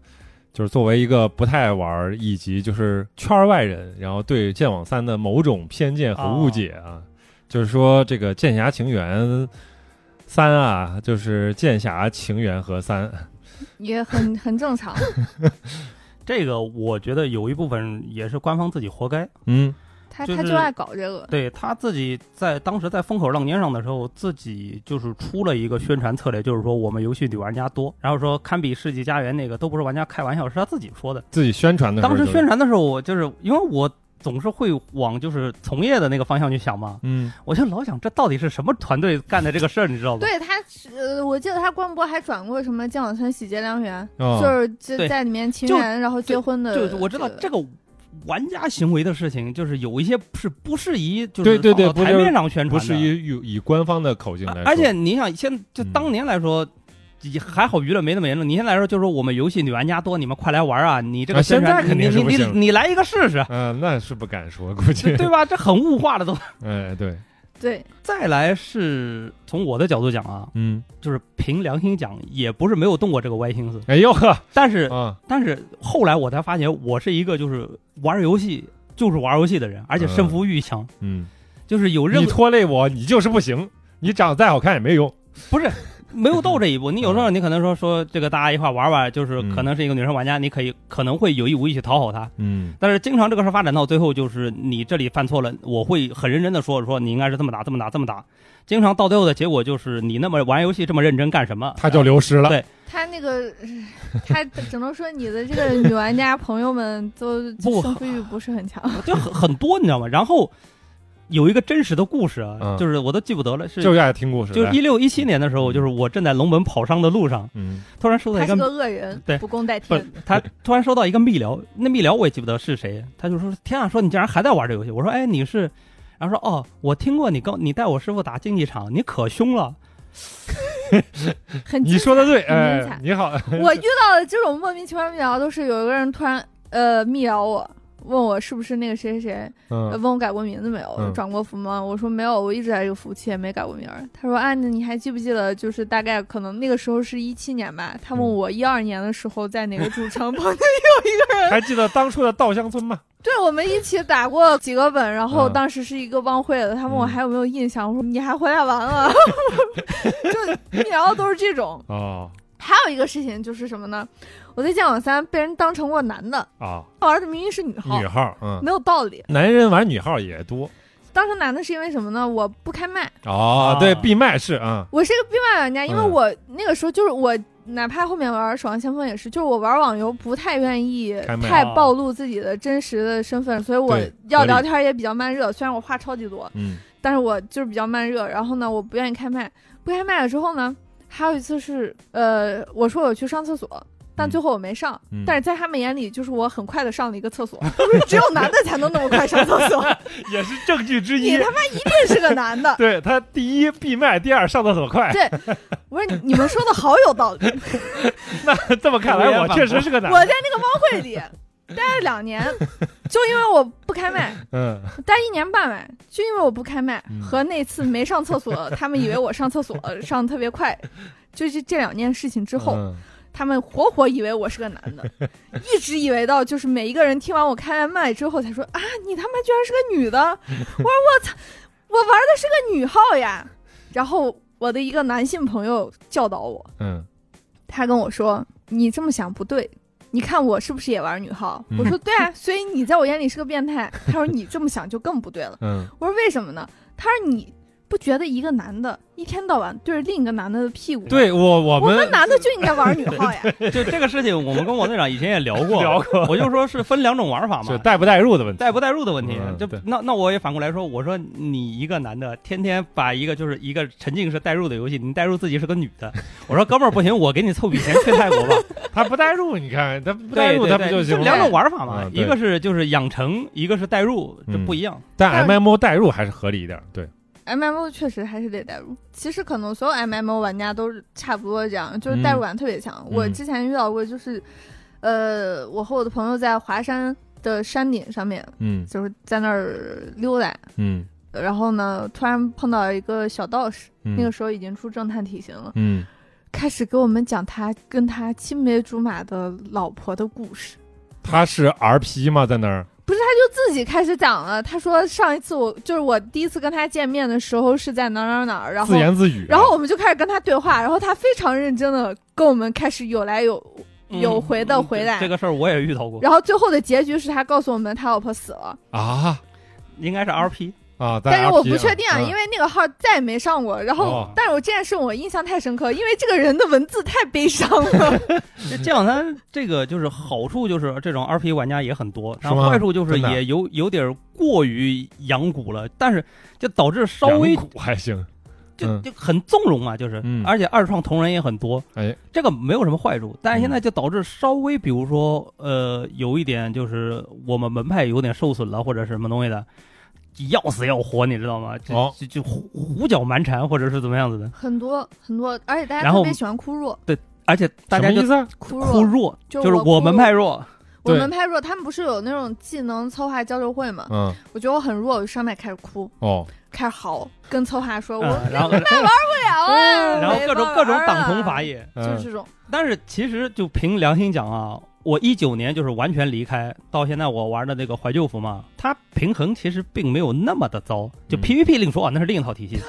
S1: 就是作为一个不太玩儿以及就是圈儿外人，然后对《剑网三》的某种偏见和误解啊，就是说这个《剑侠情缘三》啊，就是《剑侠情缘》和三，
S3: 也很 很正常，
S2: 这个我觉得有一部分也是官方自己活该，
S1: 嗯
S3: 他
S2: 就是
S3: 他就哦爱搞这个，
S2: 对他自己在当时在风口浪尖上的时候，自己就是出了一个宣传策略，就是说我们游戏女玩家多，然后说堪比世纪佳缘那个都不是玩家开玩笑，是他自己说的。
S1: 自己宣传的时候
S2: 当
S1: 就
S2: 时
S1: 是、
S2: 宣传的时候，我就是因为我总是会往就是从业的那个方向去想嘛，
S1: 嗯
S2: 我就老想这到底是什么团队干的这个事儿，你知道吗？
S3: 对他是，呃，我记得他官博还转过什么《江小村喜结良缘》
S1: 哦
S3: 就是就
S2: 对
S3: 在里面情
S2: 就
S3: 缘然后结婚的这个，
S2: 就我知道这个玩家行为的事情，就是有一些是不适宜，就是
S1: 对对对
S2: 放
S1: 不
S2: 到台
S1: 就是
S2: 面上宣传的，
S1: 不是以以以官方的口径来说，
S2: 而且你想，现就
S1: 嗯
S2: 当年来说。也还好，娱乐没那么严重。你现在来说，就是说我们游戏女玩家多，你们快来玩啊！你这
S1: 啊
S2: 个宣传，
S1: 现在肯
S2: 你
S1: 定是
S2: 你
S1: 不
S2: 你
S1: 行，
S2: 你来一个试试
S1: 嗯、那是不敢说，估计
S2: 对对吧？这很物化了都。
S1: 哎对，
S3: 对
S2: 再来是从我的角度讲啊，
S1: 嗯，
S2: 就是凭良心讲，也不是没有动过这个歪心思。
S1: 哎呦呵
S2: 但是
S1: 啊，
S2: 但是后来我才发现，我是一个就是玩游戏就是玩游戏的人，而且胜负欲强，
S1: 嗯，
S2: 就是有任
S1: 你
S2: 何
S1: 拖累我，你就是不行，你长得再好看也没用。
S2: 不是没有到这一步。你有时候你可能说说这个大家一块玩玩，就是
S1: 嗯
S2: 可能是一个女生玩家，你可以可能会有意无意去讨好她，
S1: 嗯
S2: 但是经常这个事儿发展到最后，就是你这里犯错了，我会很认真的说说你应该是这么打，这么打，这么打。经常到最后的结果就是你那么玩游戏这么认真干什么？
S1: 他就流失了。
S2: 对
S3: 他那个， 他只能说你的这个女玩家朋友们都
S2: 不
S3: 胜负欲不是 很强。
S2: 就很很多，你知道吗？然后有一个真实的故事啊
S1: 嗯，
S2: 就是我都记不得了，是
S1: 就爱听故事。
S2: 就是
S1: 来
S2: 一六一七年的时候，就是我正在龙门跑商的路上，
S1: 嗯
S2: 突然收到
S3: 他
S2: 一
S3: 是
S2: 个
S3: 个恶人，
S2: 对
S3: 不共戴
S2: 不
S3: 天。，
S2: 他突然收到一个密聊，那密聊我也记不得是谁，他就说：“天啊，说你竟然还在玩这游戏！”我说：“哎，你是？”然后说：“哦，我听过你跟你带我师傅打竞技场，你可凶了。
S3: 很
S1: 嗯你说的对，
S3: 很精
S1: 哎
S3: 彩，
S1: 你 好，
S3: 我遇到的这种莫名其妙密聊，都是有一个人突然呃密聊我，问我是不是那个谁谁谁，呃
S1: 嗯
S3: 问我改过名字没有，
S1: 嗯
S3: 转过服吗？我说没有，我一直在这个服务器也没改过名儿。他说啊，那你还记不记得，就是大概可能那个时候是一七年吧？他问
S1: 嗯
S3: 我一二年的时候在哪个主城旁边
S1: 还记得当初的稻香村吗？
S3: 对，我们一起打过几个本，然后
S1: 嗯
S3: 当时是一个帮会的，他问我
S1: 嗯
S3: 还有没有印象，我说你还回来玩了， 就密聊都是这种。
S1: 哦
S3: 还有一个事情就是什么呢？我在剑网三被人当成过男的，
S1: 啊，
S3: 玩的明明是女号，
S1: 女号，嗯，
S3: 没有道理。
S1: 男人玩女号也多。
S3: 当成男的是因为什么呢？我不开麦，
S1: 哦
S2: 啊，
S1: 对，闭麦是啊，
S3: 我是一个闭麦玩家，因为
S1: 嗯
S3: 我那个时候就是我。哪怕后面玩《守望先锋》也是，就是我玩网游不太愿意
S1: 开麦
S3: 太
S2: 啊
S3: 暴露自己的真实的身份，所以我
S1: 对
S3: 要
S1: 合理
S3: 聊天也比较慢热。虽然我话超级多，
S1: 嗯
S3: 但是我就是比较慢热，然后呢，我不愿意开麦，不开麦了之后呢，还有一次是，呃，我说我去上厕所，但
S1: 嗯
S3: 最后我没上，
S1: 嗯
S3: 但是在他们眼里，就是我很快的上了一个 厕所，只有男的才能那么快上厕所，
S1: 也是证据之
S3: 你
S1: 一。
S3: 他妈一定是个男的。
S1: 对他第一闭麦，第二上厕所快
S3: 对。我说你们说的好 有道理，
S1: 那这么看
S2: 我也
S1: 来，我
S2: 反
S1: 确实是个男
S3: 我
S1: 的。
S3: 在那个汪会里待了两年，就因为我不 开麦，
S1: 嗯，
S3: 待一年半吧，就因为我不开麦、
S1: 嗯
S3: 和那次没上厕所，他们以为我上厕所上的特别快，就是这两件事情之后，
S1: 嗯
S3: 他们活活以为我是个男 的，一直以为到就是每一个人听完我开完麦之后才说啊，你他妈居然是个女的！我说我操，我玩的是个女号呀。然后我的一个男性朋友教导我，
S1: 嗯，
S3: 他跟我说你这么想不对。你看我是不是也玩女号？
S1: 嗯
S3: 我说对啊，所以你在我眼里是个变态。他说你这么想就更不对了。
S1: 嗯，
S3: 我说为什么呢？他说你不觉得一个男的一天到晚对着另一个男的的屁股？，
S1: 对我我
S3: 我
S1: 们
S3: 男的就应该玩女号呀。
S2: 就这个事情，我们跟王队长以前也聊过，
S1: 聊过
S2: 我就说是分两种玩法
S1: 是
S2: 嘛。
S1: 带不带入的问题。
S2: 带不带入的问题，
S1: 嗯
S2: 就
S1: 对
S2: 那那我也反过来说，我说你一个男的，天天把一个就是一个沉浸式代入的游戏，你代入自己是个女的，我说哥们儿不行，我给你凑笔钱去泰国吧，
S1: 他不带入，你看他不带
S2: 对
S1: 入，
S2: 对
S1: 他不
S2: 对
S1: 就行
S2: 两
S1: 了？
S2: 种玩法嘛，
S1: 嗯对
S2: 一个是就是养成，一个是代入，这
S1: 嗯
S2: 不一样。
S1: 但 MMO 带入还是合理一点，对，
S3: MMO 确实还是得代入，其实可能所有 MMO 玩家都是差不多这样，就是代入感特别强。
S1: 嗯
S3: 我之前遇到过，就是，呃，我和我的朋友在华山的山顶上面，
S1: 嗯
S3: 就是在那儿溜达，
S1: 嗯
S3: 然后呢，突然碰到一个小道士，
S1: 嗯，
S3: 那个时候已经出正探体型了，
S1: 嗯
S3: 开始给我们讲他跟他青梅竹马的老婆的故事。
S1: 他是 RP 吗？在那儿？
S3: 就自己开始讲了，他说上一次我就是我第一次跟他见面的时候是在哪儿哪儿哪儿，然后
S1: 自言自语啊，
S3: 然后我们就开始跟他对话，然后他非常认真的跟我们开始有来有，
S2: 嗯
S3: 有回的
S2: 嗯
S3: 回
S2: 这
S3: 来
S2: 这个事儿我也遇到过，
S3: 然后最后的结局是他告诉我们他老婆死了，
S1: 啊
S2: 应该是 RP，
S1: 啊，在
S3: 但是我
S1: RP
S3: 不确定啊，
S1: 嗯
S3: 因为那个号再也没上过。然后，
S1: 哦
S3: 但是我这件事我印象太深刻，因为这个人的文字太悲伤了。
S2: 这这两三这个就是好处就是这种 RP 玩家也很多，但
S1: 是吗
S2: 坏处就是
S1: 真的啊
S2: 也有有点过于养蛊了，但是就导致稍微
S1: 两股还行，
S2: 就
S1: 嗯
S2: 就很纵容嘛，就是，
S1: 嗯
S2: 而且二创同人也很多，
S1: 哎，嗯
S2: 这个没有什么坏处，但是现在就导致稍微，比如说，呃，有一点就是我们门派有点受损了，或者是什么东西的，要死要活，你知道吗？就、
S1: 哦
S2: 就就胡胡搅蛮缠，或者是怎么样子的，
S3: 很多很多，而且大家
S2: 然
S3: 特
S2: 后
S3: 别喜欢哭弱，
S2: 而且大
S1: 什
S2: 家
S1: 么意
S2: 就
S1: 思啊？
S3: 哭弱，
S2: 哭弱，
S3: 就
S2: 就是是
S3: 我哭
S2: 我门派弱，
S3: 我
S1: 对
S3: 们拍弱，他们不是有那种技能策划交流会吗？
S1: 嗯
S3: 我觉得我很弱，我就上麦开始哭，
S1: 哦，
S3: 开始嚎，跟策划说、
S2: 嗯
S3: 我
S2: 然后
S3: 不了啊，
S2: 然后
S3: 没
S2: 各种
S3: 办
S2: 各种
S3: 法
S2: 党同
S3: 啊
S2: 伐，异，
S3: 就是
S1: 嗯
S3: 这种。
S2: 但是其实就凭良心讲啊，我一九年就是完全离开，到现在我玩的那个怀旧服嘛，它平衡其实并没有那么的糟。就
S1: 嗯
S2: PVP 另说啊，那是另一套体系。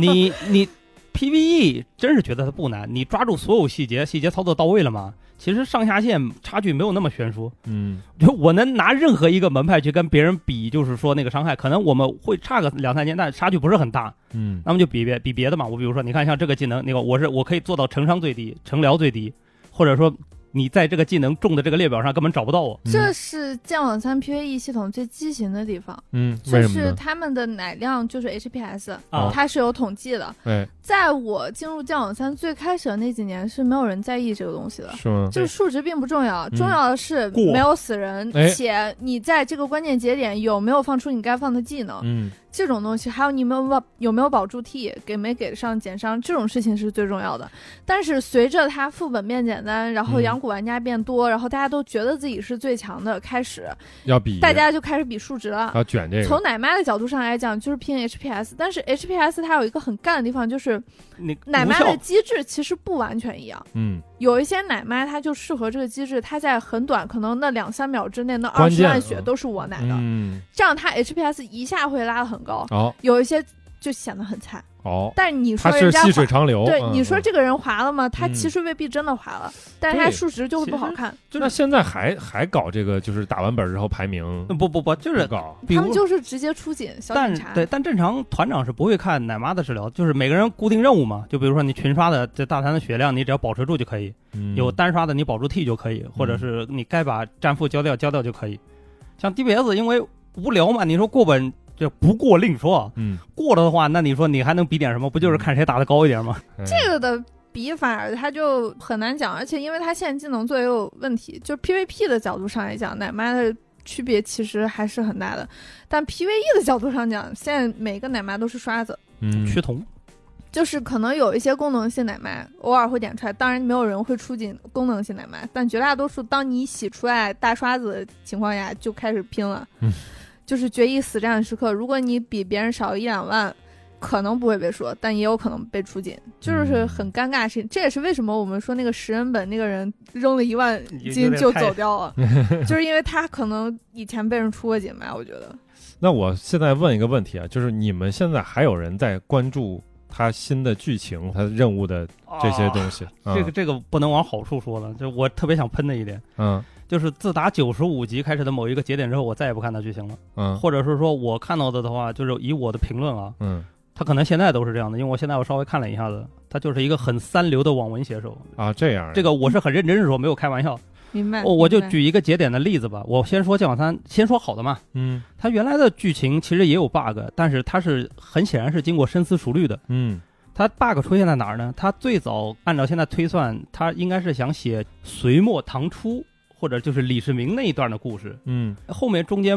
S2: 你你 PVE 真是觉得它不难，你抓住所有细节，细节操作到位了嘛，其实上下线差距没有那么悬殊。
S1: 嗯
S2: 就我能拿任何一个门派去跟别人比，就是说那个伤害，可能我们会差个两三年，但差距不是很大。
S1: 嗯
S2: 那么就比别比别的嘛。我比如说，你看像这个技能，那个我是我可以做到成伤最低，成疗最低，或者说你在这个技能中的这个列表上根本找不到我。
S1: 嗯
S3: 这是剑网三 PVE 系统最畸形的地方，
S1: 嗯，为
S3: 就
S1: 什么
S3: 是
S1: 呢？
S3: 他们的奶量就是 HPS，、
S2: 啊
S3: 它是有统计的。
S1: 哎，
S3: 在我进入剑网三最开始的那几年，是没有人在意这个东西的。
S1: 是吗？
S3: 就是数值并不重要，
S1: 嗯
S3: 重要的是
S2: 过
S3: 没有死人，
S1: 哎
S3: 且你在这个关键节点有没有放出你该放的技能，
S1: 嗯
S3: 这种东西，还有你有没有保有没有保住 T，给没给上减伤，这种事情是最重要的。但是随着它副本变简单，然后
S1: 嗯
S3: 养蛊玩家变多，然后大家都觉得自己是最强的，开始
S1: 要比
S3: 大家就开始比数值了。
S1: 要卷这个，
S3: 从奶妈的角度上来讲，就是拼 HPS，但是 HPS 它有一个很干的地方，就是
S2: 那个
S3: 奶
S2: 无
S3: 妈
S2: 效
S3: 的机制其实不完全一样。
S1: 嗯，
S3: 有一些奶妈它就适合这个机制，它在很短，可能那两三秒之内，那
S1: 关
S3: 二十
S1: 键
S3: 万血
S1: 嗯
S3: 都是我奶的，
S1: 嗯，
S3: 这样它 HPS 一下会拉得很高。
S1: 哦
S3: 有一些就显得很菜，
S1: 哦，
S3: 但是你
S1: 它
S3: 说
S1: 是
S3: 人家
S1: 细
S3: 滑
S1: 水长流。
S3: 对、
S1: 嗯
S3: 你说
S1: 嗯
S3: 这个人滑了吗？他
S1: 嗯
S3: 其实未必真的滑了，但是他
S1: 对
S3: 数值就会
S2: 其
S3: 不好
S2: 实
S3: 看。
S1: 那现在还还搞这个，就是打完本之后排名，
S2: 不不不，就是
S1: 不搞
S2: 比
S3: 他们
S2: 如。
S3: 就是直接出警小
S2: 但
S3: 警察，
S2: 对，但正常团长是不会看奶妈的治疗，就是每个人固定任务嘛。就比如说你群刷的这大团的血量，你只要保持住就可以；
S1: 嗯
S2: 有单刷的你保住 T 就可以，或者是你该把战副交掉交掉就可以。像 DPS 因为无聊嘛，你说过本这不过另说，啊。
S1: 嗯，
S2: 过了的话，那你说你还能比点什么？不就是看谁打的高一点吗？
S1: 这
S3: 这个的比法他就很难讲，而且因为他现在技能做也有问题，就 PVP 的角度上来讲，奶妈的。区别其实还是很大的，但 PVE 的角度上讲，现在每个奶妈都是刷子，
S1: 嗯
S2: 趋同，
S3: 就是可能有一些功能性奶妈偶尔会点出来，当然没有人会出警功能性奶妈，但绝大多数当你洗出来大刷子的情况下就开始拼了，
S1: 嗯
S3: 就是决一死战时刻。如果你比别人少一两万，可能不会被说，但也有可能被出警，
S2: 嗯
S3: 就是很尴尬的事情。这也是为什么我们说那个食人本那个人扔了一万
S2: 有
S3: 斤
S2: 点
S3: 就
S2: 太
S3: 走掉 了，就是因为他可能以前被人出过警吧，我觉得。
S1: 那我现在问一个问题啊，就是你们现在还有人在关注他新的剧情、他任务的这些
S2: 啊
S1: 东西？啊
S2: 这个这个不能往好处说了。就我特别想喷的一点，
S1: 嗯
S2: 就是自打九十五集开始的某一个节点之后，我再也不看他剧情了，
S1: 嗯
S2: 或者是说我看到的的话，就是以我的评论啊，
S1: 嗯
S2: 他可能现在都是这样的，因为我现在我稍微看了一下子，他就是一个很三流的网文写手。
S1: 啊，这样
S2: 这个我是很认真地说，没有开
S1: 嗯
S2: 玩笑。
S3: 明白，
S2: 哦我我就
S3: 明白
S2: 举一个节点的例子吧，我先说《剑网三》，先说好的嘛。
S1: 嗯
S2: 它原来的剧情其实也有 bug，但是它是很显然是经过深思熟虑的。
S1: 嗯
S2: 它 bug 出现在哪儿呢？它最早按照现在推算，它应该是想写隋末唐初或者就是李世民那一段的故事，
S1: 嗯，
S2: 后面中间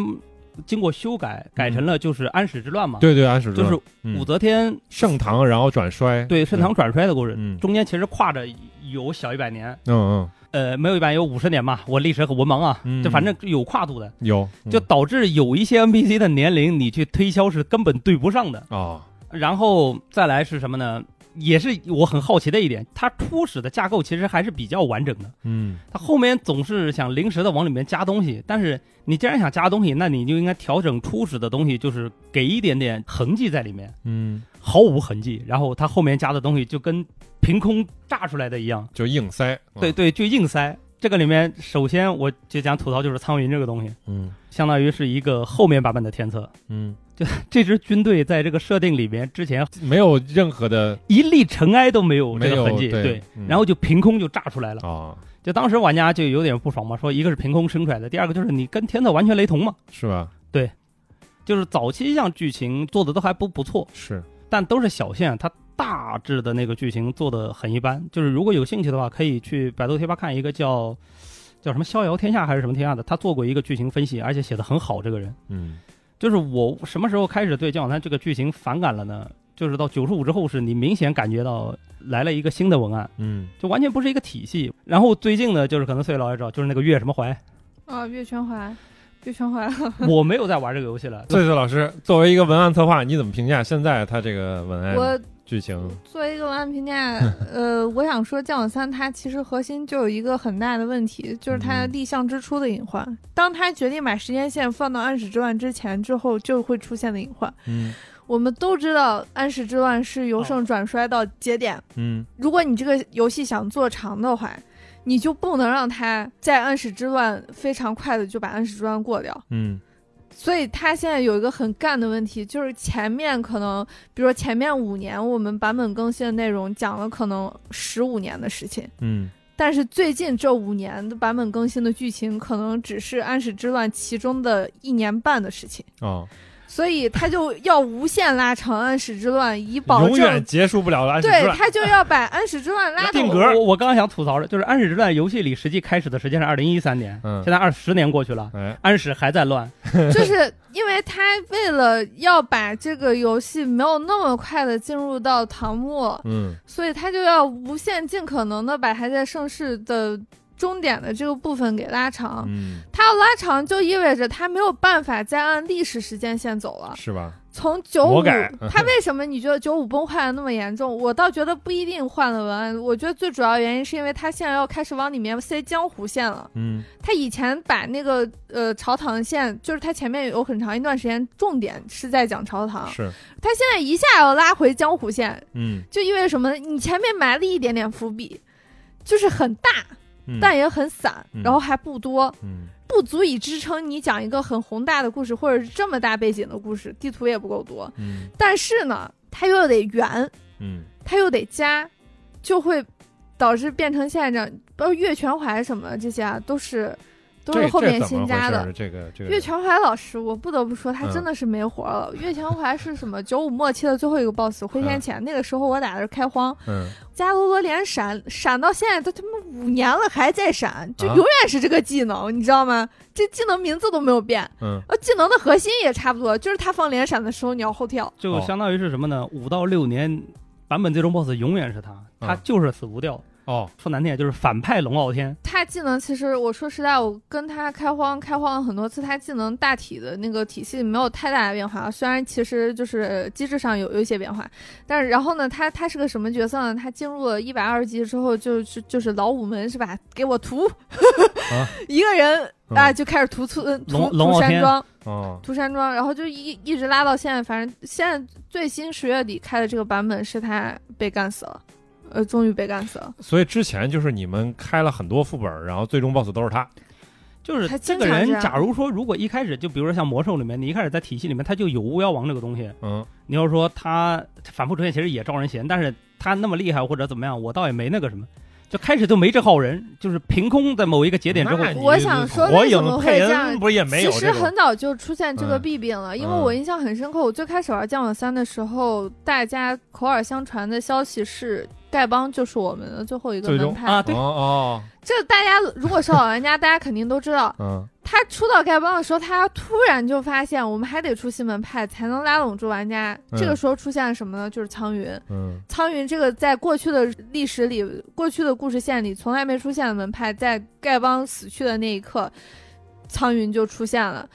S2: 经过修改，改成了就是安史之乱嘛，
S1: 对对，安史之
S2: 就
S1: 乱
S2: 是
S1: 嗯
S2: 武则天
S1: 盛唐，然后转衰，
S2: 对盛唐转衰的故事，
S1: 嗯
S2: 中间其实跨着有小一百年，
S1: 嗯嗯
S2: 呃，没有一百有五十年嘛，我历史很文盲啊，
S1: 嗯
S2: 就反正有跨度的，
S1: 嗯，有
S2: 就导致有一些 NPC 的年龄你去推敲是根本对不上的。
S1: 哦
S2: 然后再来是什么呢？也是我很好奇的一点，它初始的架构其实还是比较完整的，
S1: 嗯
S2: 它后面总是想临时的往里面加东西，但是你既然想加东西，那你就应该调整初始的东西，就是给一点点痕迹在里面，
S1: 嗯，
S2: 毫无痕迹，然后它后面加的东西就跟凭空炸出来的一样，
S1: 就硬塞，嗯
S2: 对，对，就硬塞。这个里面，首先我就想吐槽就是苍云这个东西，
S1: 嗯
S2: 相当于是一个后面版本的天策。
S1: 嗯，
S2: 这支军队在这个设定里面之前
S1: 没有任何的
S2: 一粒尘埃都没有
S1: 没
S2: 这
S1: 有
S2: 个痕迹，
S1: 对
S2: 对
S1: 嗯，
S2: 然后就凭空就炸出来了。
S1: 啊，
S2: 就当时玩家就有点不爽嘛，说一个是凭空生出来的，第二个就是你跟天策完全雷同嘛。
S1: 是吧？
S2: 就是早期像剧情做的都还不不错，
S1: 是，
S2: 但都是小线，它大致的那个剧情做的很一般。就是如果有兴趣的话，可以去百度贴吧看一个叫叫什么“逍遥天下”还是什么天下的，他做过一个剧情分析，而且写的很好。这个人
S1: 嗯
S2: 就是我什么时候开始对《剑网三》这个剧情反感了呢？就是到九十五之后，是你明显感觉到来了一个新的文案，
S1: 嗯
S2: 就完全不是一 个体系。然后最近呢，就是可能岁月老也知道，就是那个月什么怀，
S3: 哦啊，岳全华，被圈坏了。
S2: 我没有在玩这个游戏了。
S1: 翠翠老师，作为一个文案策划，你怎么评价现在它这个文
S2: 嗯
S1: 案
S3: 我
S1: 剧情？
S3: 作为一个文案评价，呃，我想说《降火三》它其实核心就有一个很大的问题，就是它
S1: 嗯
S3: 立项之初的隐患。当他决定把时间线放到安史之乱之前之后，就会出现的隐患。
S1: 嗯
S3: 我们都知道安史之乱是由
S2: 哦
S3: 盛转衰到节点，
S1: 嗯
S3: 如果你这个游戏想做长的话，你就不能让它在安史之乱非常快的就把安史之乱过掉。
S1: 嗯
S3: 所以它现在有一个很干的问题，就是前面可能，比如说前面五年我们版本更新的内容讲了可能十五年的事情，
S1: 嗯
S3: 但是最近这五年的版本更新的剧情可能只是安史之乱其中的一年半的事情，
S1: 哦，
S3: 所以它就要无限拉长安史之乱，以保
S1: 永远
S3: 证。
S1: 结束不了了。安史之
S3: 对，
S1: 乱
S3: 它就要把安史之乱拉
S1: 定
S3: 到
S1: 格
S2: 我我刚刚想吐槽的就是《安史之乱》游戏里实际开始的时间是二零一三年，
S1: 嗯
S2: 现在二十年过去了，
S1: 哎，
S2: 安史还在乱。
S3: 就是因为他为了要把这个游戏没有那么快的进入到唐末，
S1: 嗯
S3: 所以他就要无限尽可能的把还在盛世的终点的这个部分给拉长。
S1: 嗯，
S3: 他要拉长，就意味着他没有办法再按历史时间线走了。
S1: 是吧？
S3: 从九
S1: 魔
S3: 五
S1: 改，
S3: 他为什么你觉得九五崩坏的那么严重？我倒觉得不一定换了文案，我觉得最主要原因是因为他现在要开始往里面塞江湖线了。
S1: 嗯
S3: 他以前把那个呃朝堂线，就是他前面有很长一段时间重点是在讲朝堂，
S1: 是
S3: 他现在一下要拉回江湖线，
S1: 嗯
S3: 就意味着什么呢？你前面埋了一点点伏笔，就是很大，
S1: 嗯，
S3: 但也很散，
S1: 嗯
S3: 然后还不多，
S1: 嗯
S3: 不足以支撑你讲一个很宏大的故事，或者是这么大背景的故事，地图也不够多。
S1: 嗯
S3: 但是呢，他又得圆，
S1: 嗯
S3: 他又得加，就会导致变成现在这样。包括岳全怀什么的这些啊，都是都
S1: 这
S3: 是后
S1: 这
S3: 面
S1: 怎么
S3: 新
S1: 回
S3: 加
S1: 事
S3: 的
S1: 儿。这个这个
S3: 岳全怀老师，我不得不说，他
S1: 嗯
S3: 真的是没活了。岳全怀是什么？九五末期的最后一 个 BOSS，回天谴。那个时候我打的是开荒，
S1: 嗯
S3: 伽罗罗连闪闪到现在都他妈五年了还在闪，就
S1: 啊
S3: 永远是这个技能，你知道吗？这技能名字都没有变，
S1: 嗯
S3: 呃，技能的核心也差不多，就是他放连闪的时候你要后跳。
S2: 就
S1: 哦
S2: 相当于是什么呢？五到六年版本最终 BOSS 永远是他，他
S1: 嗯
S2: 就是死不掉。
S1: 哦
S2: 说难听点就是反派龙傲天。
S3: 他技能其实我说实在，我跟他开荒开荒了很多次，他技能大体的那个体系没有太大的变化，虽然其实就是机制上有有一些变化，但是然后呢，他他是个什么角色呢？他进入了一百二十级之后，就是就是老五门是吧？给我屠， 一个人
S1: 嗯
S3: 啊就开始屠村屠
S2: 啊龙龙
S3: 屠
S2: 傲
S3: 山
S2: 天
S3: 庄。
S1: 哦
S3: 涂山庄，然后就一一直拉到现在，反正现在最新十月底开的这个版本是他被干死了，呃，终于被干死了。
S1: 所以之前就是你们开了很多副本儿，然后最终 BOSS 都是他。
S2: 就是
S3: 还
S2: 这
S3: 经
S2: 个
S3: 常
S2: 人
S3: 这，样
S2: 假如说如果一开始就比如说像魔兽里面，你一开始在体系里面他就有巫妖王这个东西，
S1: 嗯
S2: 你要说他反复出现其实也招人嫌，但是他那么厉害或者怎么样，我倒也没那个什么。就开始就没这号人，就是凭空在某一个节点之后
S1: 那，你
S3: 我想说
S1: 嗯火
S3: 为什么
S1: 影
S3: 会
S1: 配
S3: 这样
S1: 音不是也没有
S3: 其
S1: 这
S3: 实
S1: 种
S3: 很早就出现这个
S1: 嗯
S3: 弊病了，因为
S1: 嗯
S3: 我印象很深刻，我最开始玩《剑网三》的时候，大家口耳相传的消息是丐帮就是我们的最后一个
S1: 最终
S3: 门派。
S2: 啊对
S1: 哦哦
S3: 这大家如果是老玩家，大家肯定都知道，
S1: 嗯
S3: 他出到丐帮的时候，他突然就发现我们还得出新门派才能拉拢住玩家。
S1: 嗯
S3: 这个时候出现了什么呢？就是苍云。
S1: 嗯
S3: 苍云这个在过去的历史里、过去的故事线里从来没出现的门派，在丐帮死去的那一刻，苍云就出现了。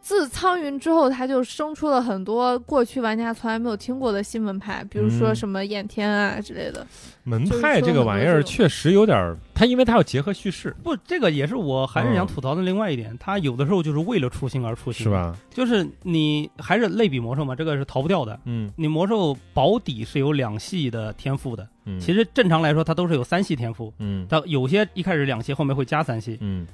S3: 自苍云之后，他就生出了很多过去玩家从来没有听过的新门派，比如说
S1: 嗯
S3: 什么眼天啊之类的。
S1: 门
S3: 就是
S1: 派
S3: 说
S1: 这个
S3: 很
S1: 玩意
S3: 多
S1: 儿
S3: 这种
S1: 确实有点儿，它因为它要结合叙事，
S2: 不，这个也是我还是想吐槽的另外一点，他有的时候就是为了出新而出新，
S1: 嗯是？吧？
S2: 就是你还是类比魔兽嘛，这个是逃不掉的。
S1: 嗯
S2: 你魔兽保底是有两系的天赋的，
S1: 嗯，
S2: 其实正常来说它都是有三系天赋，
S1: 嗯
S2: 但有些一开始两系，后面会加三系。
S1: 嗯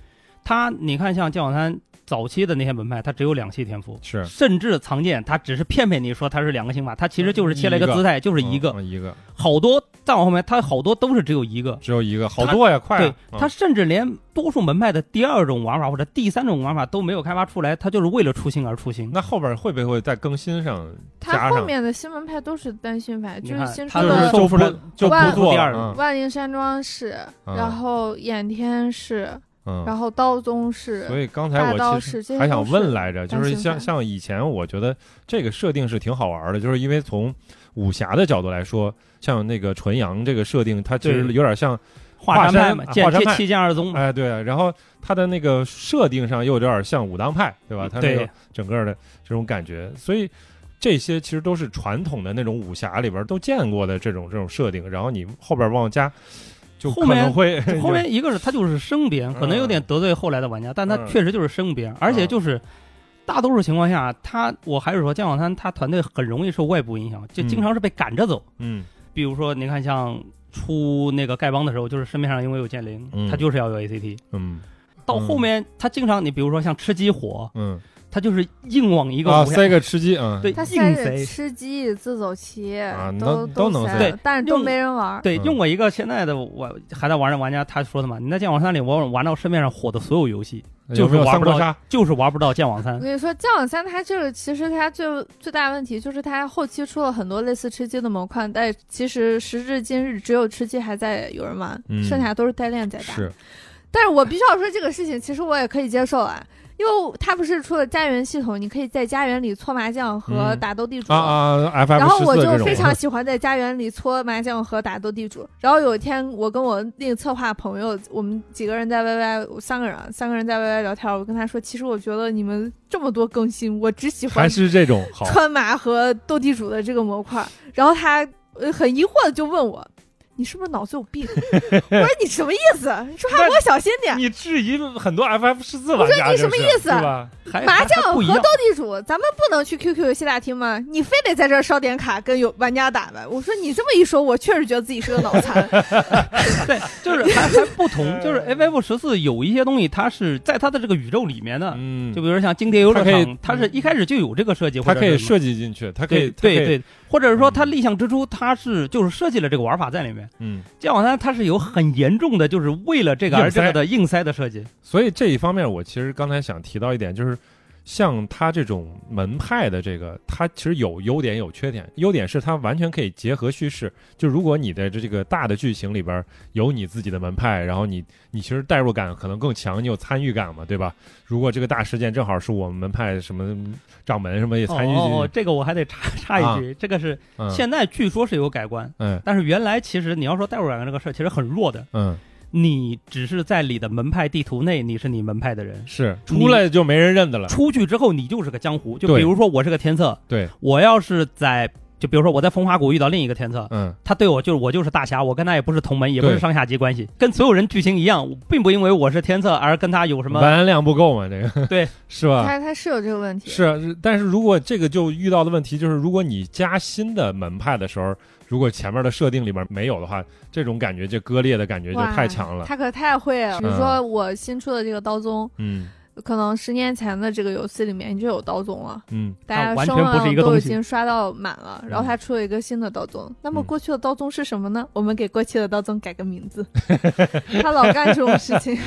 S2: 它你看像剑网三早期的那些门派，它只有两系天赋，
S1: 是
S2: 甚至藏剑它只是骗骗你说它是两个刑法，它其实就是切了一
S1: 一
S2: 个
S1: 个
S2: 姿态，就是一个。
S1: 嗯一个
S2: 好多再往后面，它好多都是只有一个。
S1: 只有一个，好
S2: 它
S1: 多呀，快
S2: 对
S1: 啊，
S2: 它
S1: 嗯
S2: 甚至连多数门派的第二种玩法或者第三种玩法都没有开发出来，它就是为了出新而出新。
S1: 那后边儿会不会在更新上
S3: 他
S1: 加
S3: 后
S1: 上？
S3: 面的新门派都是单新派，
S2: 你
S3: 就是
S2: 看
S3: 新出
S2: 他
S1: 就
S2: 都
S1: 是就
S2: 做出
S3: 的
S2: 来
S1: 不就
S3: 万
S1: 不做
S2: 第二
S1: 了，
S3: 万灵山庄是，
S1: 嗯
S3: 然后眼天是，
S1: 嗯，
S3: 然后刀宗是，
S1: 所以刚
S3: 大
S1: 才我
S3: 刀
S1: 其
S3: 使
S1: 实
S3: 这
S1: 还
S3: 些
S1: 想
S3: 都
S1: 问
S3: 是
S1: 来着，就
S3: 单
S1: 是
S3: 行
S1: 像
S3: 版
S1: 像以前，我觉得这个设定是挺好玩的，就是因为从武侠的角度来说，像那个纯阳这个设定，它其实
S2: 对
S1: 有点像
S2: 华
S1: 山
S2: 派嘛，剑
S1: 华山
S2: 这
S1: 派
S2: 七剑二宗嘛，
S1: 哎，对，然后它的那个设定上又有点像武当派，对吧？它那个
S2: 对
S1: 整个的这种感觉，所以这些其实都是传统的那种武侠里边都见过的这种这种设定，然后你后边往加，就
S2: 后
S1: 可能
S2: 面
S1: 会
S2: 后面一个是他就是生编，可能有点得罪后来的玩家，但他
S1: 嗯
S2: 确实就是生编，而且就是大多数情况下，他我还是说姜小滩他团队很容易受外部影响，就
S1: 嗯
S2: 经常是被赶着走。
S1: 嗯
S2: 比如说，你看像出那个丐帮的时候，就是市面上因为有剑灵，
S1: 嗯
S2: 他就是要有 ACT。
S1: 嗯
S2: 到
S1: 嗯
S2: 后面他经常，你比如说像吃鸡火，
S1: 嗯，
S2: 他就是硬往一个
S1: 啊
S2: 武侠
S1: 塞个吃鸡啊，
S2: 对
S3: 他
S2: 硬
S3: 塞着
S2: 塞
S3: 吃鸡、自走棋
S1: 啊
S3: 都
S1: 能都能
S3: 塞
S1: 塞
S3: 了，但是都
S2: 用
S3: 没人玩儿。
S2: 对，
S1: 嗯
S2: 用我一个现在的我还在玩的玩家，他说的嘛，你在剑网三里我玩到市面上火的所有游戏，
S1: 有
S2: 就
S1: 没
S2: 是
S1: 有
S2: 玩
S1: 三
S2: 不
S1: 国
S2: 到
S1: 杀？
S2: 就是玩不到剑网
S3: 我
S2: 三。
S3: 跟你说，《降网三》它这个其实它最最大问题就是它后期出了很多类似吃鸡的模块，但其实时至今日，只有吃鸡还在有人玩，
S1: 嗯
S3: 剩下都是代练在打。
S1: 是，
S3: 但是我必须要说这个事情，其实我也可以接受啊，因为它不是出了家园系统，你可以在家园里搓麻将和
S1: 嗯
S3: 打斗地主。
S1: 啊啊
S3: 然
S1: ，FF
S3: 后
S1: 十
S3: 我
S1: 四这
S3: 就
S1: 种
S3: 非常喜欢在家园里搓麻将和打斗地主。然后有一天，我跟我那个策划朋友，我们几个人在 YY，我三个人啊，三个人在 YY 聊天。我跟他说，其实我觉得你们这么多更新，我只 喜
S1: 还
S3: 欢
S1: 是这种好，
S3: 川麻和斗地主的这个模块。然后他呃很疑惑的就问我。你是不是脑子有病？ 我说你什么意思？你说话给我小心点。
S1: 你质疑很多 FF 十四玩家，
S3: 你什么
S1: 这是
S3: 意思
S1: 对吧？，
S2: 还
S3: 哎麻将
S2: 还
S3: 和
S2: 不一样
S3: 斗，地主，咱们不能去 QQ 游戏大厅吗？你非得在这儿烧点卡跟有玩家打呗？我说你这么一说，我确实觉得自己是个脑残。
S2: 对，就是还还不同 就是 FF 十四有一些东西它是在它的这个宇宙里面的，
S1: 嗯，
S2: 就比如说像经典游
S1: 它
S2: 乐
S1: 可以
S2: 场，它是一开始就有这个设计，
S1: 它
S2: 或者
S1: 可以
S2: 是什么
S1: 设计进去，它可以
S2: 对
S1: 它可以
S2: 对，对，或者是说它
S1: 嗯
S2: 立项之初它是就是设计了这个玩法在里面。
S1: 嗯。
S2: 剑网三它是有很严重的，就是为了这个而这个的硬塞的设计。
S1: 所以这一方面，我其实刚才想提到一点，就是像他这种门派的这个，它其实有优点有缺点。优点是它完全可以结合叙事，就如果你的这个大的剧情里边有你自己的门派，然后你你其实代入感可能更强，你有参与感嘛，对吧？如果这个大事件正好是我们门派什么掌门什么也
S2: 哦
S1: 参与
S2: 哦，
S1: 进
S2: 哦
S1: 去，
S2: 这个我还得插插一句，这个是
S1: 嗯
S2: 现在据说是有改观，
S1: 嗯
S2: 但是原来其实你要说代入感这个事儿其实很弱的，
S1: 嗯，
S2: 你只是在你的门派地图内，你是你门派的人。
S1: 是
S2: 你
S1: 出来就没人认得了，
S2: 出去之后，你就是个江湖。就
S1: 对
S2: 比如说，我是个天策，
S1: 对，
S2: 我要是在，就比如说我在风华谷遇到另一个天策，
S1: 嗯
S2: 他对我就是我就是大侠，我跟他也不是同门，也不
S1: 对
S2: 是上下级关系，跟所有人剧情一样，我并不因为我是天策而跟他有什么。
S1: 文案量不够嘛，这个
S2: 对
S1: 是吧？
S3: 他他是有这个问题，
S1: 是，但是如果这个就遇到的问题就是，如果你加新的门派的时候，如果前面的设定里面没有的话，这种感觉，这割裂的嗯感觉就
S3: 哇
S1: 太强了。
S3: 他可太会了。
S1: 是
S3: 比如说我新出的这个刀宗，
S1: 嗯
S3: 可能十年前的这个游戏里面就有刀宗了。
S1: 嗯，
S3: 大家
S2: 啊完全
S3: 声
S2: 不是
S3: 望
S2: 一个
S3: 都
S2: 东
S3: 已
S2: 西
S3: 经刷到满了，然后
S1: 嗯
S3: 他出了一个新的刀宗。那么
S1: 嗯
S3: 过去的刀宗是什么呢？我们给过去的刀宗改个名字。 他老干这种事 情，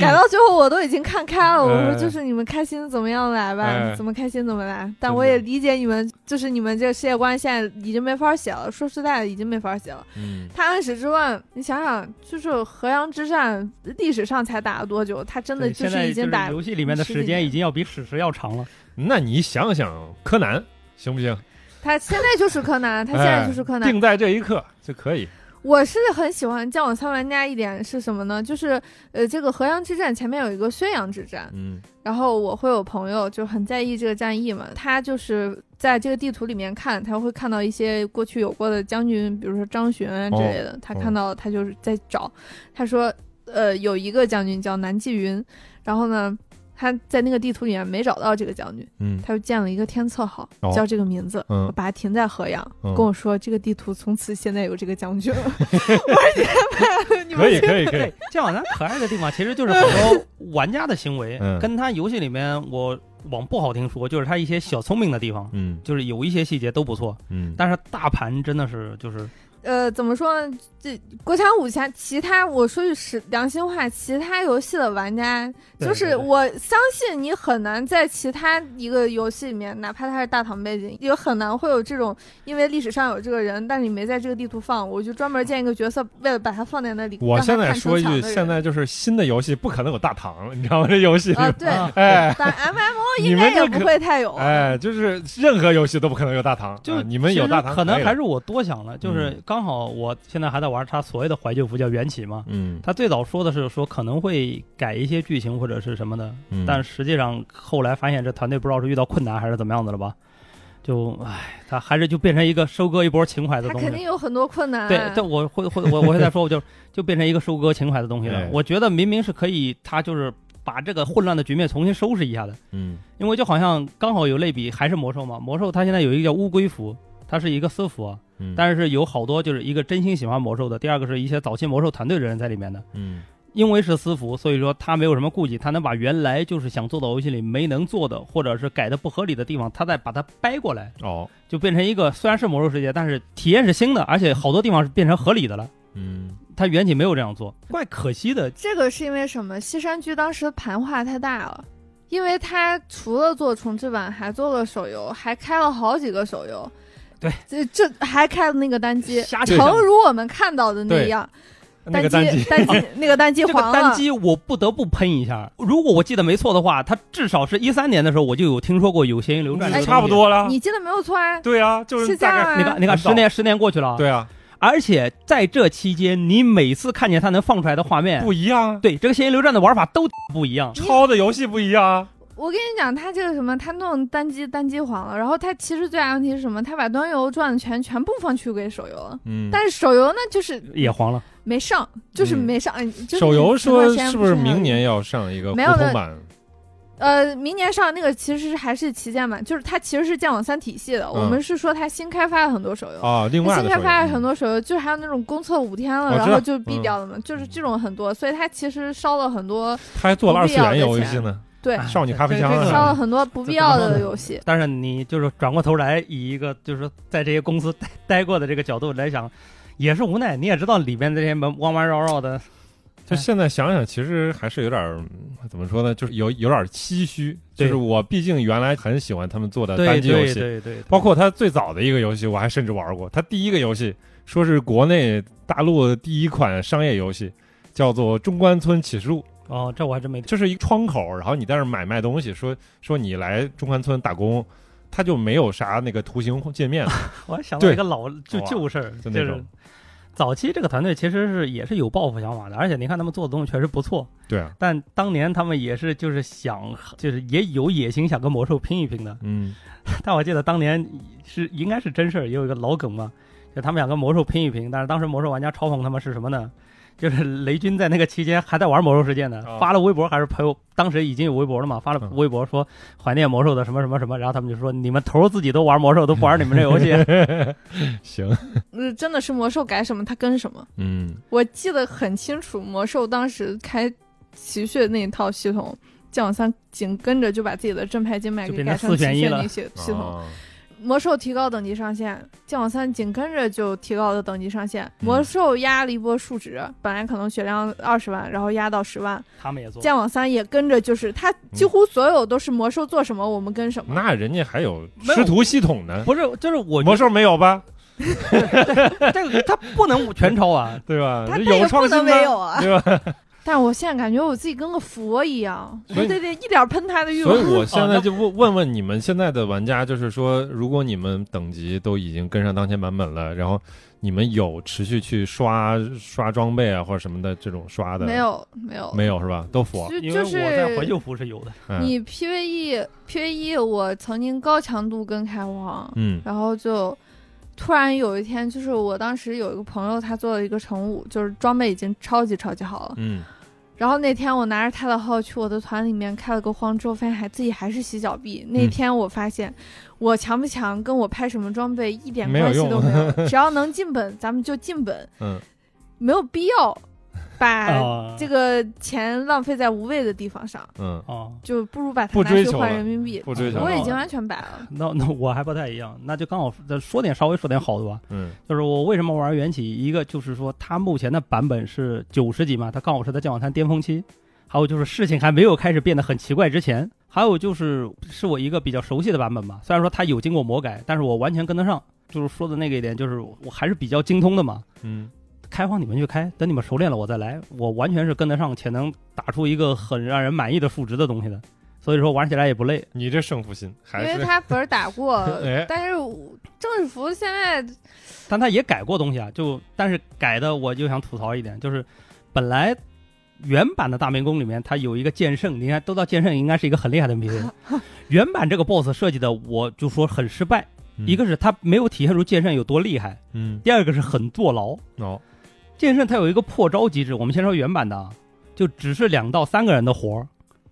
S3: 改到最后我都已经看开了。我说
S1: 哎
S2: 嗯
S3: 就是你们开心怎么样来吧
S1: 哎，
S3: 怎么开心怎么来。但
S1: 真
S3: 我
S1: 的
S3: 也理解你们，就是你们这个世界观现在已经没法写了。说实在的，已经没法写了。
S1: 嗯，
S3: 太安史之乱，你想想，就是河阳之战历史上才打了多久？他真的
S2: 对现
S3: 是
S2: 在
S3: 已经
S2: 是
S3: 打
S2: 游戏里面的
S3: 十几
S2: 时间
S3: 年
S2: 已经要比史诗要长 了。
S1: 那你想想柯南行不行？哎
S3: 他现在就是柯南，他现在就是
S2: 哎
S3: 柯南。
S1: 定在这一刻就可以。
S3: 我是很喜欢《降网三》玩家一点是什么呢？就是呃，这个河阳之战前面有一个宣阳之战，
S1: 嗯
S3: 然后我会有朋友就很在意这个战役嘛，他就是在这个地图里面看，他会看到一些过去有过的将军，比如说张巡啊之类
S1: 哦
S3: 的，他看到他就是在找，他说呃有一个将军叫南霁云，然后呢他在那个地图里面没找到这个将军，
S1: 嗯
S3: 他就建了一个天策号，
S1: 哦
S3: 叫这个名字，
S1: 嗯
S3: 我把它停在河阳，
S1: 嗯
S3: 跟我说这个地图从此现在有这个将军了。 我说 你们
S1: 可以
S3: 去
S1: 可以可以
S2: 对，，剑网三可爱的地方其实就是很多玩家的行 为
S1: 嗯，
S2: 跟他游戏里面我往不好听说，就是他一些小聪明的地方，
S1: 嗯
S2: 就是有一些细节都不错，
S1: 嗯，
S2: 但是大盘真的是就是
S3: 呃，怎么说呢？这国产武侠，其他我说句实良心话，其他游戏的玩家，
S2: 对
S3: 就是
S2: 对对
S3: 我相信你很难在其他一个游戏里面，哪怕它是大唐背景，也很难会有这种，因为历史上有这个人，但是你没在这个地图放，我就专门建一个角色，为了把它放在那里。
S1: 我
S3: 让它
S1: 现在
S3: 看城
S1: 说一
S3: 墙
S1: 句，
S3: 的人
S1: 现在就是新的游戏不可能有大唐了，你知道吗？这游戏
S3: 啊，对。
S2: 啊
S1: 哎
S3: 但 M M O
S1: 你
S3: 应
S1: 们
S3: 该
S1: 这
S3: 也
S1: 可
S3: 不会太有。
S1: 哎，就是任何游戏都不可能有大堂，
S2: 就
S1: 啊你们有嗯
S2: 其实
S1: 大堂
S2: 可能
S1: 以了
S2: 还是我多想了，就是刚好我现在还在玩它所谓的怀旧服叫缘起嘛。
S1: 嗯，
S2: 他最早说的是说可能会改一些剧情或者是什么的，
S1: 嗯
S2: 但实际上后来发现这团队不知道是遇到困难还是怎么样子了吧，就唉，他还是就变成一个收割一波情怀的
S3: 他
S2: 东
S3: 肯
S2: 西
S3: 定。啊有很多困难。
S2: 对，但我会会我我会再说，我就就变成一个收割情怀的东西了
S1: 哎。
S2: 我觉得明明是可以，他就是把这个混乱的局面重新收拾一下的，
S1: 嗯
S2: 因为就好像刚好有类比，还是魔兽嘛。魔兽它现在有一个叫乌龟服，它是一个私服啊，
S1: 嗯，
S2: 但是有好多就是一个真心喜欢魔兽的，第二个是一些早期魔兽团队的人在里面的。
S1: 嗯
S2: 因为是私服，所以说他没有什么顾忌，他能把原来就是想做的游戏里没能做的，或者是改的不合理的地方，他再把它掰过来，
S1: 哦
S2: 就变成一个虽然是魔兽世界，但是体验是新的，而且好多地方是变成合理的了。
S1: 嗯
S2: 他缘起没有这样做，怪可惜的。
S3: 这个是因为什么？西山居当时盘化太大了，因为他除了做重置版，还做了手游，还开了好几个手游。
S2: 对，
S3: 这这还开了那个单机，
S2: 瞎扯
S1: 对
S3: 诚如我们看到的那样，
S1: 那个单
S3: 单
S1: 机
S3: 机单 机那个单机
S2: 这个
S3: 黄
S2: 单
S3: 了。
S2: 机我不得不喷一下，如果我记得没错的话，它至少是一三年的时候我就有听说过有闲鱼流转这个东西，
S1: 哎差不多了，
S3: 哎你记得没有错啊？
S1: 对啊，就是
S3: 是
S1: 大概
S3: 这样啊
S2: 你看，你看，
S1: 很早
S2: 十年十年过去了，，
S1: 对啊，
S2: 而且在这期间，你每次看见它能放出来的画面，
S1: 不一样啊，
S2: 对这个《仙人流转》的玩法都不一样。
S1: 抄的游戏不一样啊，
S3: 我跟你讲，他这个什么，他弄单机单机黄了，然后他其实最大问题是什么？他把端游赚的钱全部放去给手游了，
S1: 嗯
S3: 但是手游呢，就是
S2: 也黄了，
S3: 没上，就是
S1: 嗯
S3: 没上。哎就是
S1: 手游
S3: 前段
S1: 说
S3: 时间
S1: 是
S3: 不
S1: 是
S3: 还有
S1: 明年要上一个
S3: 没有
S1: 普通
S3: 的
S1: 版？
S3: 呃，明年上那个其实还是旗舰版，就是它其实是剑网三体系的。我
S1: 嗯
S3: 们是说它新开发了很多手游，
S1: 啊，
S2: 哦
S1: 另
S3: 它
S1: 外
S3: 新
S1: 的
S3: 开
S1: 手
S3: 发
S1: 游
S2: 嗯
S3: 了很，多手游，就是还有那种公测五天
S2: 哦
S1: 我
S3: 了，
S1: 知道
S3: 然后就毙
S1: 嗯
S3: 掉了嘛，就是这种很多，所以它其实烧了很多，
S1: 他还做了二
S3: 不
S1: 次
S3: 必要
S1: 元
S3: 的
S1: 游戏
S3: 钱
S1: 呢，
S3: 对，
S2: 哎
S1: 少女咖啡香啊
S2: 这这个
S1: 嗯
S3: 烧了很多不必要
S2: 这怎么
S3: 的
S2: 弄
S3: 游戏。
S2: 但是你就是转过头来，以一个就是在这些公司待待过的这个角度来想，也是无奈。你也知道里面这些门弯弯绕绕的，
S1: 就
S2: 哎
S1: 现在想想，其实还是有点儿嗯怎么说呢，就是有有点儿唏嘘。就
S2: 对
S1: 是我毕竟原来很喜欢他们做的
S2: 对
S1: 呃单机游
S2: 对
S1: 戏，
S2: 对对，
S1: 包括他最早的一个游戏，我还甚至玩过。他第一个游戏说是国内大陆的第一款商业游戏，叫做《中关村启示录》。
S2: 哦，这我还真没听。
S1: 就是一个窗口，然后你在那儿买卖东西，说说你来中关村打工，他就没有啥那个图形界面，
S2: 我还想到
S1: 对
S2: 一个老就
S1: 哇
S2: 旧事儿，
S1: 就
S2: 就
S1: 那
S2: 是
S1: 种
S2: 早期这个团队其实是也是有抱负想法的，而且你看他们做的东西确实不错，
S1: 对啊，
S2: 但当年他们也是就是想就是也有野心想跟魔兽拼一拼的。
S1: 嗯
S2: 但我记得当年是应该是真事儿，也有一个老梗嘛，就他们想跟魔兽拼一拼，但是当时魔兽玩家嘲讽他们是什么呢？就是雷军在那个期间还在玩魔兽世界呢
S1: 哦，
S2: 发了微博还是朋友，当时已经有微博了嘛，发了
S1: 嗯
S2: 微博说怀念魔兽的什么什么什么，然后他们就说你们头儿自己都玩魔兽，都不玩你们这游 戏，
S1: 行，
S3: 呃，真的是魔兽改什么它跟什么，
S1: 嗯
S3: 我记得很清楚，魔兽当时开奇血那一套系统。剑网三紧跟着就把自己的正牌金麦
S2: 就
S3: 给
S2: 变成
S3: 改成
S2: 四
S3: 奇
S2: 选一
S3: 血
S2: 了哦
S3: 那些系统，
S1: 啊
S3: 魔兽提高等级上限，剑网三紧跟着就提高了等级上限。
S1: 嗯
S3: 魔兽压了一波数值，本来可能血量二十万，然后压到十万。
S1: 嗯
S2: 他们也做。
S3: 剑网三也跟着，就是它几乎所有都是魔兽做什么我们跟什么。
S1: 那人家还有师徒系统呢，
S2: 不是，就是我觉
S1: 魔兽没有吧？
S2: 得这个他不能 全超啊，
S1: 对吧？
S3: 它
S1: 这
S3: 但也
S1: 有创
S3: 不能
S1: 新
S3: 没有
S1: 的，
S3: 啊！
S1: 对吧？
S3: 但是我现在感觉我自己跟个佛一样，
S1: 所以
S3: 对对对，一点喷他的欲望
S1: 所以。我现在
S2: 那
S1: 就问问问你们现在的玩家，就是说，如果你们等级都已经跟上当前版本了，然后你们有持续去刷刷装备啊或者什么的这种刷的
S3: 没？有没有，
S1: 没有啊是吧？都佛，
S3: 就
S2: 因为
S3: 就
S2: 我在怀
S3: 是
S2: 旧服是有的。
S1: 嗯
S3: 你 PVE PVE，我 E，曾经高强度跟开荒，
S1: 嗯，
S3: 然后就突然有一天，就是我当时有一个朋友，他做了一个乘务，就是装备已经超级超级好了。
S1: 嗯
S3: 然后那天我拿着他的号去我的团里面开了个荒之后，发现还自己还是洗脚币。那
S1: 嗯
S3: 天我发现，我强不强跟我拍什么装备一点
S1: 没有
S3: 关系
S1: 用
S3: 都没有，只要能进本咱们就进本，
S1: 嗯哦
S3: 没有必要把
S2: 啊，
S3: 这个钱浪费在无谓的地方上，
S1: 嗯，
S2: 哦，
S3: 就不如把它
S1: 不
S3: 拿
S1: 追
S3: 去
S1: 求
S3: 换
S1: 了
S3: 人民币。
S1: 不追求啊
S2: 想
S3: 我
S1: 了，
S3: 已
S2: 到
S3: 经
S2: 了
S3: 完全白了，
S2: 那那我还不太一样，那就刚好再说点稍微说点好的吧。
S1: 嗯
S2: 就是我为什么玩缘起，一个就是说它目前的版本是九十级嘛，它刚好是在剑网三巅峰期，还有就是事情还没有开始变得很奇怪之前，还有就是是我一个比较熟悉的版本嘛，虽然说它有经过魔改，但是我完全跟得上。就是说的那个一点，就是我还是比较精通的嘛。
S1: 嗯
S2: 开荒你们去开，等你们熟练了我再来，我完全是跟得上且能打出一个很让人满意的数值的东西的。所以说玩起来也不累。
S1: 你这胜负心还
S3: 因为
S1: 是
S3: 他本儿打过
S1: 哎，
S3: 但是我郑世福现在
S2: 但他也改过东西啊，就但是改的我就想吐槽一点，就是本来原版的大明宫里面，它有一个剑圣，你看都到剑圣应该是一个很厉害的迷人。原版这个 BOSS 设计的，我就说很失败，一个是它没有体现出剑圣有多厉害，
S1: 嗯
S2: 第二个是很坐牢。
S1: 哦
S2: 剑圣它有一个破招机制，我们先说原版的啊，就只是两到三个人的活儿，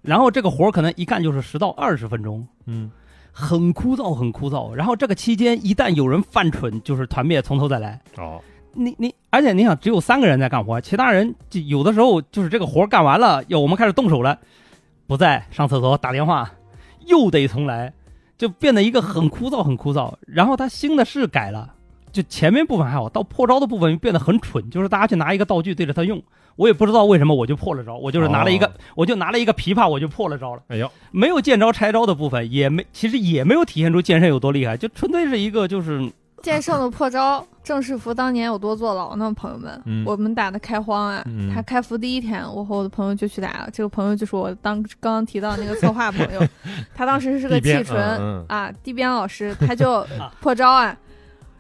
S2: 然后这个活儿可能一干就是十到二十分钟，
S1: 嗯
S2: 很枯燥，很枯燥。然后这个期间一旦有人犯蠢，就是团灭，从头再来。
S1: 哦
S2: 你你，而且你想，只有三个人在干活，其他人就有的时候就是这个活干完了，要我们开始动手了，不在上厕所打电话，又得重来，就变得一个很枯燥很枯燥。然后他新的是改了，就前面部分还好，到破招的部分变得很蠢，就是大家去拿一个道具对着他用，我也不知道为什么我就破了招，我就是拿了一个，
S1: 哦
S2: 我就拿了一个琵琶，我就破了招了。
S1: 哎呦
S2: 没有见招拆招的部分，也没其实也没有体现出剑圣有多厉害，就纯粹是一个就是
S3: 剑圣的破招，郑世福当年有多坐牢呢？朋友们，
S1: 嗯
S3: 我们打的开荒啊，
S1: 嗯
S3: 他开服第一天，我和我的朋友就去打了。这个朋友就是我当刚刚提到那个策划朋 友，他当时是个
S1: 一边
S3: 气纯
S1: 嗯嗯
S3: 啊，地边老师，他就 破招啊。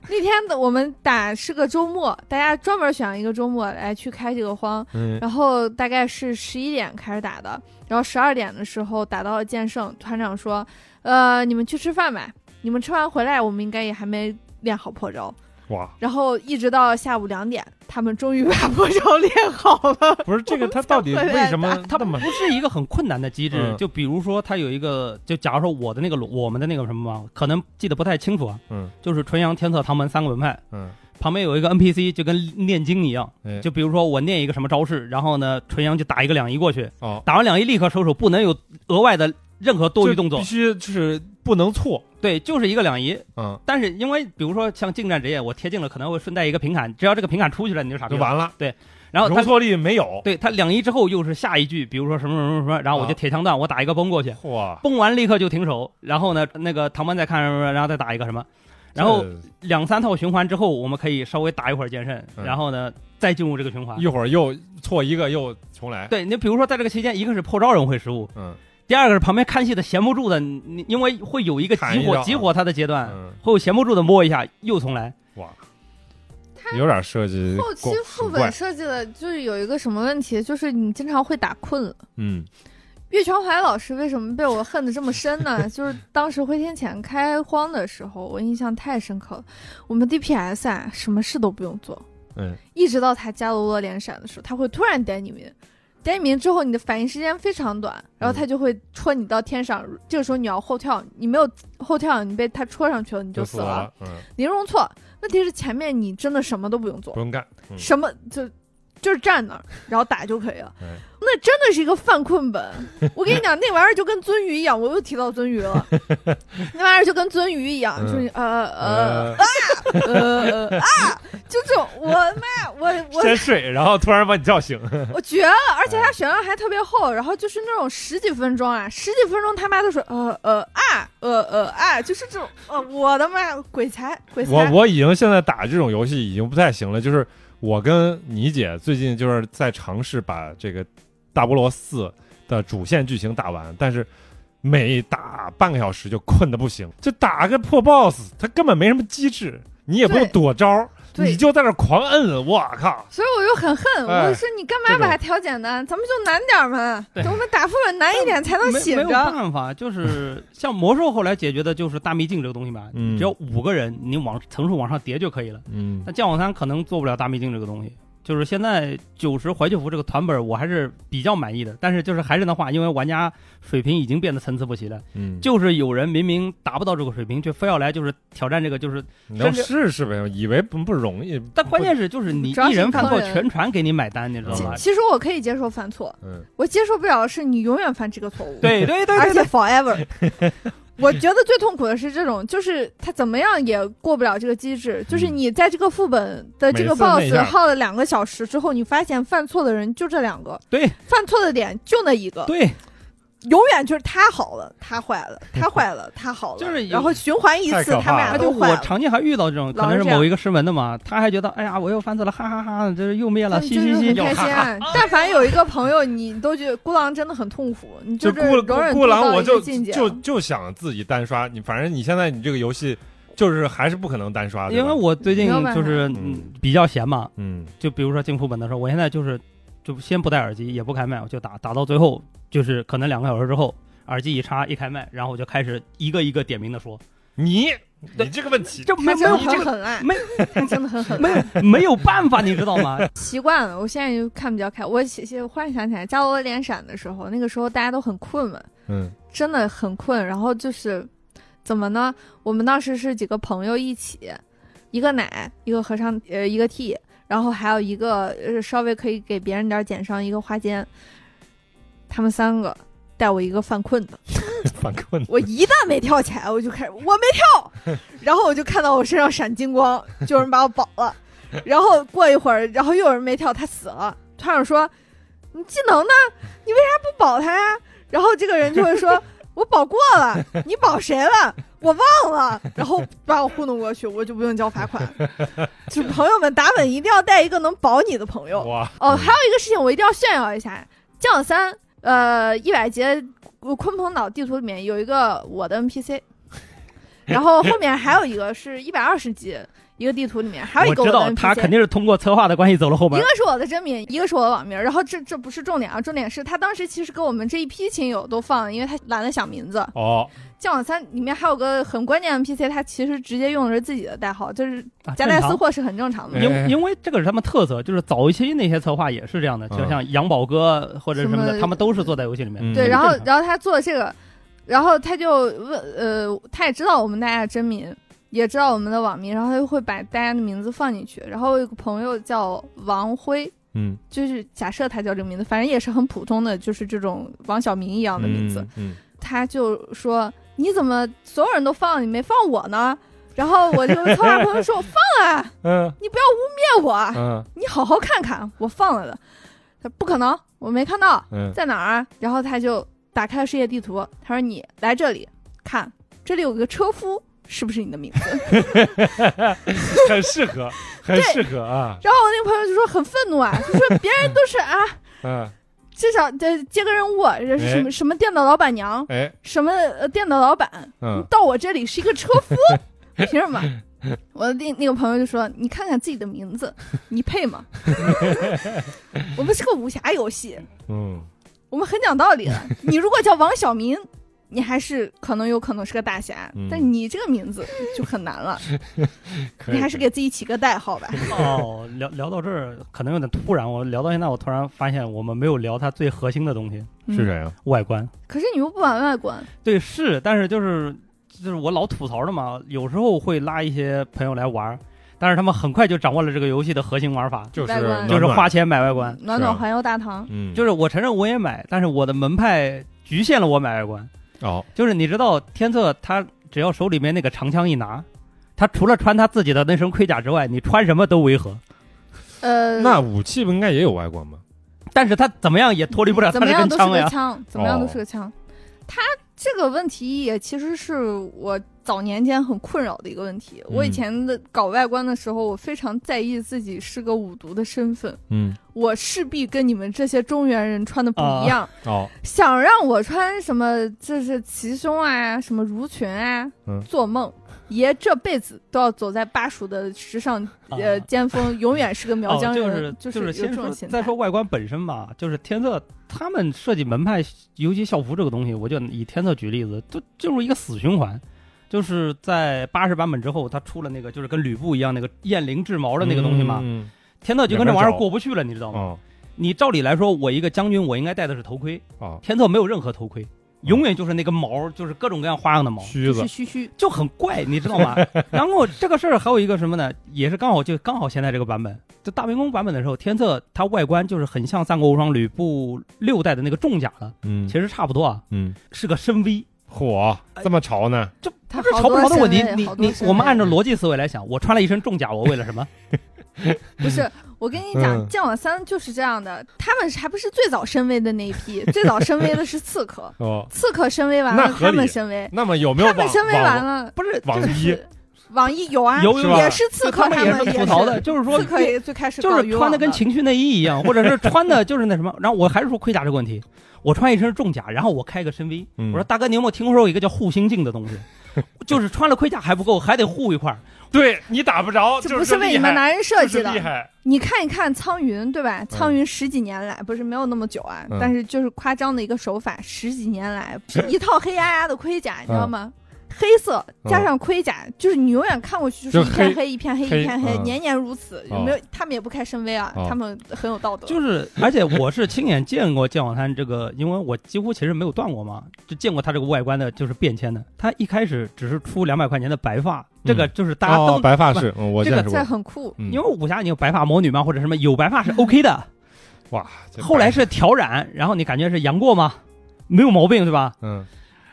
S3: 那天的我们打是个周末，大家专门选了一个周末来去开这个荒，
S1: 嗯
S3: 然后大概是十一点开始打的，然后十二点的时候打到了剑圣，团长说：“呃，你们去吃饭吧，你们吃完回来，我们应该也还没练好破招。
S1: 哇”
S3: 然后一直到下午两点，他们终于把破招练好了。
S1: 不是这个他到底为什么那么
S2: 不是一个很困难的机制。
S1: 嗯
S2: 就比如说，它有一个，就假如说我的那个逻我们的那个什么嘛，可能记得不太清楚啊。
S1: 嗯
S2: 就是纯阳、天策、唐门三个门派
S1: 嗯
S2: 旁边有一个 NPC，就跟念经一样
S1: 哎。
S2: 就比如说我念一个什么招式，然后呢，纯阳就打一个两仪过去，
S1: 哦
S2: 打完两仪立刻收手，不能有额外的任何多余动作
S1: 必。须就是不能错
S2: 对，就是一个两仪。
S1: 嗯
S2: 但是因为比如说像近战职业，我贴近了可能会顺带一个平砍，只要这个平砍出去了，你就傻逼
S1: 就
S2: 了。
S1: 完了
S2: 然后他
S1: 容错率没有
S2: 对他两仪之后又是下一句，比如说什么什么什么什么，然后我就
S1: 啊
S2: 铁枪断，我打一个崩过去。
S1: 哇
S2: 崩完立刻就停手，然后呢，那个唐班再看什么，然后再打一个什么，然后两三套循环之后，我们可以稍微打一会儿剑圣，
S1: 嗯
S2: 然后呢再进入这个循环
S1: 一。会儿又错一个又重来
S2: 对你比如说在这个期间，一个是破招人会失误，
S1: 嗯
S2: 第二个是旁边看戏的闲不住的，你你因为会有一个
S1: 砍
S2: 集
S1: 一刀
S2: 火
S1: 啊
S2: 集火他的阶段，
S1: 嗯
S2: 会有闲不住的摸一下又重来。
S1: 哇有点设计
S3: 后期副
S1: 怪
S3: 本设计的就是有一个什么问题，就是你经常会打困了。
S1: 嗯
S3: 岳全怀老师为什么被我恨得这么深 呢？就是当时回天谴开荒的时候，我印象太深刻了。我们 DPS 啊，什么事都不用做，
S1: 嗯
S3: 一直到他加罗罗连闪的时候，他会突然点你名，点你名之后，你的反应时间非常短，然后他就会戳你到天上。这个时候你要后跳，你没有后跳，你被他戳上去了，你就死
S1: 死
S3: 了。
S1: 了嗯
S3: 零容错，问题是前面你真的什么都不用做
S1: 不，用干嗯
S3: 什么就就是站那儿，然后打就可以了
S1: 哎。
S3: 那真的是一个犯 困本，我跟你讲，那玩意儿就跟鳟鱼一样，我又提到鳟 鱼了，那玩意儿就跟鳟鱼一样，
S1: 嗯
S3: 就是呃 呃呃呃啊，就这种，我妈，我我
S1: 先睡然后突然把你叫醒
S3: 我绝了，而且他血量还特别厚，然后就是那种十几分钟啊，十几分钟他妈都说呃呃啊呃呃啊，就是这种，呃我的妈，鬼才鬼才，
S1: 我我已经现在打这种游戏已经不太行了，就是我跟你姐最近就是在尝试把这个大菠萝四的主线剧情打完，但是每打半个小时就困得不行，就打个破 boss，它根本没什么机制，你也不用
S3: 对
S1: 躲招，
S3: 对
S1: 你就在那儿狂摁，我靠！
S3: 所以我就很恨，
S1: 哎
S3: 我就说你干嘛把它调简单？咱们就难点儿嘛，
S2: 对
S3: 等我们打副本难一点才能
S2: 没
S3: 写
S2: 没有
S3: 着。
S2: 办法，就是像魔兽后来解决的就是大秘境这个东西嘛，
S1: 嗯
S2: 只要五个人，你往层数往上叠就可以了。
S1: 嗯
S2: 但剑网三可能做不了大秘境这个东西。就是现在九十怀旧服这个团本，我还是比较满意的。但是就是还是那话，因为玩家水平已经变得参差不齐了。
S1: 嗯，
S2: 就是有人明明达不到这个水平，却非要来就是挑战这个，就是
S1: 你要
S2: 甚至
S1: 试试呗，以为不不容易，
S2: 但关键是就是你
S3: 主要
S2: 一
S3: 是
S2: 人犯错，
S3: 坑人
S2: 全船给你买单，你知道
S1: 办
S2: 吗
S1: 法
S3: 其其实我可以接受犯错，
S1: 嗯
S3: 我接受不了的是你永远犯这个错误，，
S2: 对对对
S3: 而
S2: 对
S3: 且
S2: 对，
S3: forever。我 觉得最痛苦的是这种，就是他怎么样也过不了这个机
S2: 嗯
S3: 制，就是你在这个副本的这个
S1: 每次那一
S3: boss
S1: 下
S3: 耗了两个小时之后，你发现犯错的人就这两个，
S2: 对，
S3: 犯错的点就那一个，
S2: 对
S4: 永远就是他好了，他坏了，他坏了，他好了，
S2: 就是有
S4: 然后循环一
S1: 太
S4: 次，
S1: 可
S4: 他们
S1: 怕
S4: 俩
S1: 了
S4: 都
S2: 就
S4: 坏
S2: 我
S4: 了。
S2: 常年还遇到这种，可能是某一个失文的嘛，他还觉得哎呀我又犯错了，哈哈哈，就是又灭了，
S3: 但
S2: 嘻
S3: 真
S2: 嘻
S3: 的
S2: 嘻，
S3: 很
S2: 就
S3: 开
S2: 哈
S3: 心
S2: 哈。
S3: 啊。但凡有一个朋友，你都觉得孤狼真的很痛苦，你
S1: 就是孤
S3: 容忍
S1: 孤
S3: 度
S1: 狼，
S3: 到
S1: 我
S3: 一个
S1: 就
S3: 境界
S1: 就就想自己单刷你，反正你现在你这个游戏就是还是不可能单刷的，
S2: 因为我最近
S3: 没有办法
S2: 就是
S1: 嗯
S2: 嗯比较闲嘛，
S1: 嗯
S2: 就比如说进副本的时候，我现在就是就先不戴耳机，也不开麦，我就打打到最后，就是可能两个小时之后，耳机一插一开麦，然后我就开始一个一个点名的说，
S1: 你你这个问题
S2: 这没
S3: 他
S2: 没
S3: 真
S2: 有
S3: 的
S2: 这
S3: 很
S2: 个
S3: 狠啊，
S2: 没
S3: 他真的很狠啊，
S2: 没有 没有办法，你知道吗？
S3: 习惯了，我现在就看比较开。我写写，忽然想起来，伽罗连闪的时候，那个时候大家都很困嘛，
S1: 嗯
S3: 真的很困。然后就是怎么呢？我们当时是几个朋友一起，一个奶，一个和尚，呃，一个 T，然后还有一个呃稍微可以给别人点儿减伤，一个花间。他们三个带我一个犯困的，
S1: 反困
S4: 我一旦没跳起来，我就开始我没跳，然后我就看到我身上闪金光，就有人把我保了。然后过一会儿，然后又有人没跳，他死了。团长说：“你技能呢？你为啥不保他呀？”然后这个人就会说：“我保过了，你保谁了？我忘了。”然后把我糊弄过去，我就不用交罚款。就是朋友们打本一定要带一个能保你的朋友。
S1: 哇
S2: 嗯
S3: 哦， 还有一个事情我一定要炫耀一下，《降三》呃一百节呃鲲鹏岛地图里面有一个我 的 NPC，然后后面还有一个是一百二十级一个地图里面还有一个
S2: 我知
S3: 的
S2: 道
S3: NPC，
S2: 他肯定是通过策划的关系走了后
S3: 一
S2: 门
S3: 个。是我的真名，一个是我的网名。然后这这不是重点啊，重点是他当时其实给我们这一批亲友都放，因为他懒得想名字。
S1: 哦，
S3: 降网三里面还有个很关键的 NPC，他其实直接用的是自己的代号，就是
S2: 啊
S3: 夹
S2: 正
S3: 带私
S2: 常
S3: 货是很正常的。
S1: 哎
S2: 因因为这个是他们特色，就是早期那些策划也是这样的，
S1: 嗯
S2: 就像杨宝哥或者什么
S3: 什么
S2: 的，他们都是坐在游戏里面
S1: 嗯
S2: 的。
S3: 对，
S1: 这
S3: 然后
S2: 正常
S3: 然后他做这个，然后他就问呃，他也知道我们大家的真名，也知道我们的网名，然后他就会把大家的名字放进去。然后我有个朋友叫王辉，
S1: 嗯
S3: 就是假设他叫这个名字，反正也是很普通的，就是这种王小明一样的名字。
S1: 嗯
S3: 他就说：“你怎么所有人都放了，你没放我呢？”然后我这个策划朋友说：“ 我放啊，
S1: 嗯
S3: 骗我啊，
S1: 嗯
S3: 你好好看看，我放了的。”他说不可能，我没看到。
S1: 嗯
S3: 在哪儿啊？然后他就打开了世界地图，他说：“你来这里看，这里有个车夫，是不是你的名字
S1: 很适 合，很适合啊？”
S3: 然后我那个朋友就说很愤怒啊，就说别人都是啊，
S1: 嗯
S3: 至少得接个任务，啊这是什么什么店的老板娘，
S1: 哎
S3: 什么呃店的老板，你
S1: 嗯
S3: 到我这里是一个车夫，凭什么？ 我的那那个朋友就说：“你看看自己的名字，你配吗？ 我们是个武侠游戏，
S1: 嗯
S3: 我们很讲道理 的。你如果叫王小明，你还是可能有可能是个大侠，
S1: 嗯
S3: 但你这个名字就很难 了。
S1: 可以，
S4: 你还是给自己起个代号吧。
S2: 哦，聊聊到这儿可能有点突然，我聊到现在，我突然发现我们没有聊它最核心的东西
S3: 嗯
S1: 是谁呀？
S2: ——
S1: 啊
S2: 外观。
S3: 可是你又不玩外观，
S2: 对，是，但是就是就是我老吐槽的嘛，有时候会拉一些朋友来玩儿，但是他们很快就掌握了这个游戏的核心玩法，
S1: 就是
S3: 外观
S1: 暖
S2: 就是
S1: 暖
S2: 花钱买外观。
S3: 暖
S1: 是啊
S3: 暖环游大唐，
S1: 嗯
S2: 就是我承认我也买，但是我的门派局限了我买外观。
S1: 哦
S2: 就是你知道天策他只要手里面那个长枪一拿，他除了穿他自己的那身盔甲之外，你穿什么都违和。
S3: 呃，
S1: 那武器不应该也有外观吗？
S2: 但是他怎么样也脱离不了他
S3: 嗯怎么
S2: 那根
S3: 样都是
S2: 枪
S3: 个
S2: 呀。
S3: 枪，怎么样都
S1: 哦
S3: 是个枪。他这个问题也其实是我早年间很困扰的一个问题。我以
S1: 嗯
S3: 前的搞外观的时候，我非常在意自己是个五毒的身份，
S1: 嗯
S3: 我势必跟你们这些中原人穿的不一样。
S1: 哦
S3: 想让我穿什么，就是齐胸啊，什么襦裙啊，
S1: 嗯
S3: 做梦！爷这辈子都要走在巴蜀的时尚、呃
S2: 啊
S3: 尖 峰，永远是个苗
S2: 哦，
S3: 疆
S2: 就
S3: 人，
S2: 是
S3: 就是有
S2: 先
S3: 这
S2: 说
S3: 种心态。
S2: 再说外观本身吧，就是天策他们设计门派，尤其校服这个东西，我就以天策举例子，就进入一个死循环。就是在八十版本之后，他出了那个就是跟吕布一样那个雁翎制矛的那个东西嘛，
S1: 嗯
S2: 天策就跟这
S1: 两
S2: 玩意儿
S1: 边找
S2: 过不去了，你知道吗？
S1: 哦
S2: 你照理来说，我一个将军，我应该戴的是头盔，
S1: 哦
S2: 天策没有任何头盔，永远就是那个毛，就是各种各样花样的毛，
S1: 须
S3: 就
S1: 子
S3: 是 虚虚，
S2: 就很怪，你知道吗？然后这个事儿还有一个什么呢？也是刚好就刚好现在这个版本，就大明宫版本的时候，天策它外观就是很像三国无双吕布六代的那个重甲了，
S1: 嗯
S2: 其实差不多啊，
S1: 嗯
S2: 是个深 V。
S1: 火这么潮呢？
S2: 这
S3: 他
S2: 不是
S3: 好
S2: 潮不
S3: 多
S2: 潮的问题
S3: 身，位
S2: 你
S3: 好多
S2: 你
S3: 身
S2: 我们按照
S3: 位
S2: 逻辑思维来想，我穿了一身重甲，我为了什么？
S5: 不是，
S3: 我跟你讲，
S1: 嗯
S3: 剑网三就是这样的，他们还不是最早升威的那一批，最早升威的是刺客，
S1: 哦，
S3: 刺客升威完了
S1: 那，合
S3: 他
S1: 理
S3: 们升威，
S1: 那么有没有
S3: 他
S1: 网
S3: 们升威完
S1: 网
S3: 了，
S2: 不是
S1: 网一
S3: 网易有啊，
S2: 有有
S1: 有
S3: 也是 刺客，
S2: 他们也
S3: 们也
S2: 是吐槽的，就是说
S3: 刺客也最开始
S2: 就是穿的跟
S3: 秦，
S2: 情趣内衣一样，或者是穿的就是那什么。然后我还是说盔甲这个问题，我穿一身重甲，然后我开个深 V，
S1: 嗯
S2: 我说大哥，你有没有听说过一个叫护心镜的东西？ 就是穿了盔甲还不够，还得护一块儿。
S1: 对你打不着，
S3: 这
S1: 就
S3: 不是为你们
S1: 厉害
S3: 男人设计
S1: 就是厉
S3: 的。
S1: 害，
S3: 你看一看苍云，对吧？苍云十几年来不是没有那么久啊
S1: 嗯，
S3: 但是就是夸张的一个手法，十几年 来是一套黑压压的盔
S1: 嗯
S3: 甲，你知道吗？黑色加上盔甲，就是你永远看过去就是一
S1: 就黑
S3: 片黑一片黑
S1: 黑
S3: 一片黑，
S1: 嗯
S3: 年年如此。有没有？他们也不开深 V 啊
S1: 哦，
S3: 他们很有道德。
S2: 就是，而且我是亲眼见过剑网滩这个，因为我几乎其实没有断过嘛，就见过它这个外观的，就是变迁的。它一开始只是出两百块钱的白发，这个就是大家都、
S1: 哦，白发是，嗯我
S3: 这
S1: 见
S3: 个
S1: 识
S3: 这
S1: 过，
S3: 很酷，
S1: 嗯
S2: 因为武侠你有白发魔女嘛，或者什么有白发是 OK 的。
S1: 哇，这
S2: 后来
S1: 白
S2: 是调染，然后你感觉是杨过吗？没有毛病是吧？
S1: 嗯，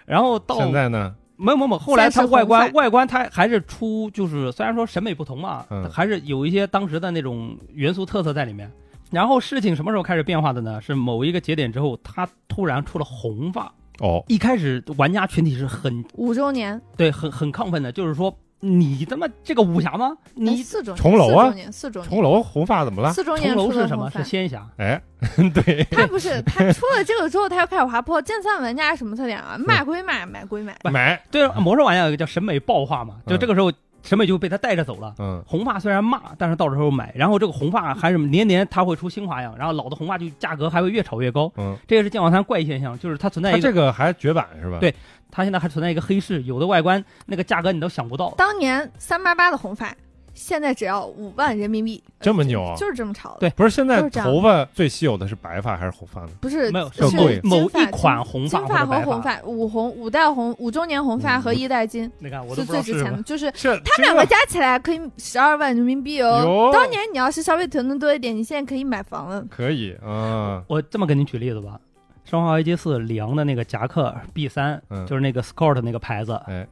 S2: 然后到
S1: 现在呢，
S2: 没有没有没有，后来它
S3: 现在是
S2: 外观
S3: 红
S2: 外观它还是出，就是虽然说审美不同嘛，
S1: 嗯
S2: 还是有一些当时的那种元素特色在里面。然后事情什么时候开始变化的呢？是某一个节点之后，它突然出了红发。
S1: 哦，
S2: 一开始玩家群体是很
S3: 五周年，
S2: 对很很亢奋的，就是说你他妈这个武侠吗？
S3: 哎
S2: 你
S3: 四周年，
S1: 重楼啊
S3: 四周年，四周年
S1: 重，楼啊红发怎么了？
S3: 四周
S2: 重
S3: 年
S2: 楼
S3: 出
S2: 是
S3: 的
S2: 什么？
S3: 红
S2: 是
S3: 番
S2: 仙侠。
S1: 哎， 对，
S3: 他不是他出了这个之后，他又开始滑坡。剑三玩家什么特点
S1: 嗯
S3: 啊？骂归骂，买归买。
S2: 不
S1: 买，
S2: 对，啊魔兽玩家有一个叫审美爆化嘛，就
S1: 嗯
S2: 这个时候审美就被他带着走了。
S1: 嗯，
S2: 红发虽然骂，但是到时候买，然后这个红发还是年年它会出新花样，然后老的红发就价格还会越炒越高。
S1: 嗯，
S2: 这也是剑网三怪异现象，就是它存在
S1: 他
S2: 一个，
S1: 这个还绝版是吧？
S2: 对它现在还存在一个黑市，有的外观那个价格你都想不到。
S3: 当年三八八的红发，现在只要五万人民币，
S1: 这么牛啊
S3: 就是这么炒的。
S2: 对
S1: 不是现在
S3: 都是这样
S1: 头发最稀有的是白发还是红发呢？
S3: 不是
S2: 没有，
S3: 是
S1: 是贵
S3: 金
S2: 某
S3: 发
S2: 一款红
S3: 金
S2: 发
S3: 金
S2: 或
S3: 发
S2: 者
S3: 和
S2: 白
S3: 红
S2: 发，
S3: 发，五红五代红五周年红发和一代金
S2: 你嗯看我都不
S3: 是
S2: 知道是
S3: 最值
S2: 什
S3: 钱的，
S2: 么。
S3: 就是
S1: 这
S3: 他们两个加起来可以十二万人民币哦
S1: 哟。
S3: 当年你要是稍微囤的多一点，你现在可以买房了。
S1: 可以啊，
S2: 我这么给你举例子吧，《生化危机四》里昂的那个夹克 B 三，
S1: 嗯
S2: 就是那个 Scott 那个牌子，
S1: 哎，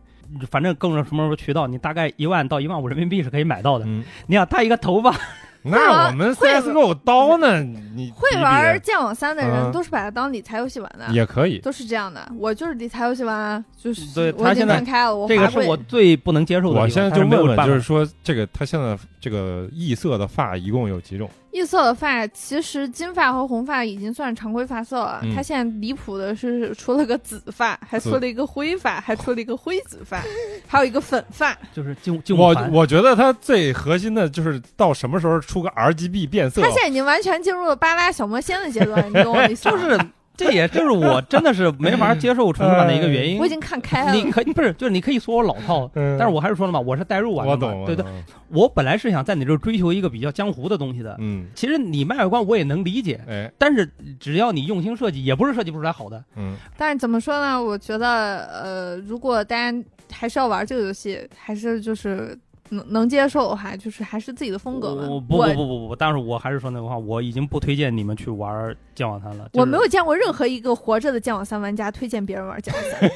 S2: 反正各种什么什么渠道，你大概一万到一万五人民币是可以买到的。
S1: 嗯，
S2: 你想它一个头发，
S1: 那我们
S3: 会玩
S1: CSGO 刀呢？你
S3: 会
S1: 比比
S3: 玩剑网三的
S1: 嗯
S3: 人都是把它当理财游戏玩的，
S1: 也可以，
S3: 都是这样的。我就是理财游戏玩啊，就是
S2: 对
S3: 我
S2: 他
S3: 已经
S2: 现在
S3: 看开了，我
S2: 这个
S3: 划
S2: 是我
S3: 过。
S2: 最不能接受的地方。
S1: 我现在
S2: 但
S1: 就是
S2: 没有
S1: 问问，
S2: 办
S1: 就
S2: 法
S1: 是说这个他现在这个异色的发一共有几种？
S3: 异色的发，其实金发和红发已经算常规发色了。
S1: 嗯
S3: 他现在离谱的是，出了个紫发，还
S1: 紫
S2: 嗯
S3: 出了一个灰发，还出了一个灰紫发，还有一个粉发。
S2: 就是进进
S1: 我我觉得它最核心的就是到什么时候出个 RGB 变色
S3: 他，现在已经完全进入了巴拉小魔仙的阶段，你懂我意思
S2: 就
S3: 吗？
S2: 是这也就是我真的是没法接受重版的一个原因。
S3: 我已经看开了。
S2: 你可以不是就是你可以说我老套，
S1: 嗯
S2: 但是我还是说了嘛，我是代入玩
S1: 我
S2: 的嘛，
S1: 懂，我
S2: 对对，
S1: 懂
S2: 我本来是想在你这儿追求一个比较江湖的东西的。
S1: 嗯，
S2: 其实你卖外观我也能理解，
S1: 哎，
S2: 但是只要你用心设计，也不是设计不出来好的。
S1: 嗯，
S3: 但是怎么说呢？我觉得，呃，如果大家还是要玩这个游戏，还是就是能能接受的话，就是还是自己的风格吧。
S2: 我
S3: 我
S2: 不不不不不，但是我还是说那句话，我已经不推荐你们去玩剑网三了。就是
S3: 我没有见过任何一个活着的剑网三玩家推荐别人玩剑网三。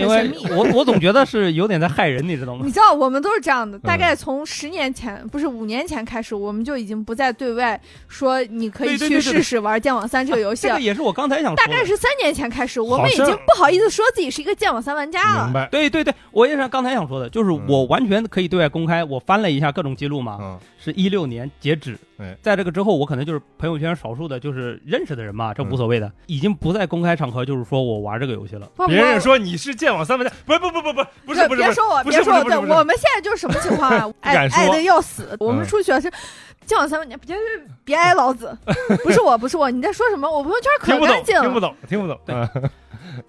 S2: 因为我我总觉得是有点在害人，你知道 吗
S3: 你？知道，我们都 是这啊样的。大
S1: 嗯
S3: 概从十年前，不是五年前开始，我们就已经不再对外说你可以
S2: 对对对
S3: 去
S2: 对对
S3: 试试玩剑网三这个游戏
S2: 这
S3: 了
S1: 哎
S2: 个。也是我刚才想说
S3: 大
S2: 的。
S3: 概是三年前开始，我
S1: 好
S3: 们已
S1: 像
S3: 经不好意思说自己是一个剑网三玩家
S1: 明
S3: 了。
S1: 白，
S2: 对对对，我也是刚才想说的，就是
S1: 嗯
S2: 我完全可以对外公开。我翻了一下各种记录嘛，
S3: 啊
S1: 嗯，
S2: 是一六年截止
S1: 哎。
S2: 在这个之后，我可能就是朋友圈少数的，就是认识的人嘛，这无所谓
S1: 嗯
S2: 的，已经不在公开场合就是说我玩这个游戏了。
S3: 不
S1: 别
S3: 不
S1: 人说你是剑网三玩家，不不不不不，不是不是不
S3: 别
S1: 是，
S3: 说我，
S1: 不是
S3: 别说我，
S1: 不是
S3: 对，
S1: 不是
S3: 我们现在就是什么情况 啊？爱
S1: 敢说
S3: 爱的要死，我
S1: 嗯
S3: 们出去是剑网三万年，别别挨老 子，不是我，不是我，你在说什么？我朋友圈
S1: 听
S3: 可
S1: 不
S3: 干
S1: 懂，
S3: 净
S1: 听不
S3: 了，
S1: 懂，听不懂，
S2: 对
S1: 嗯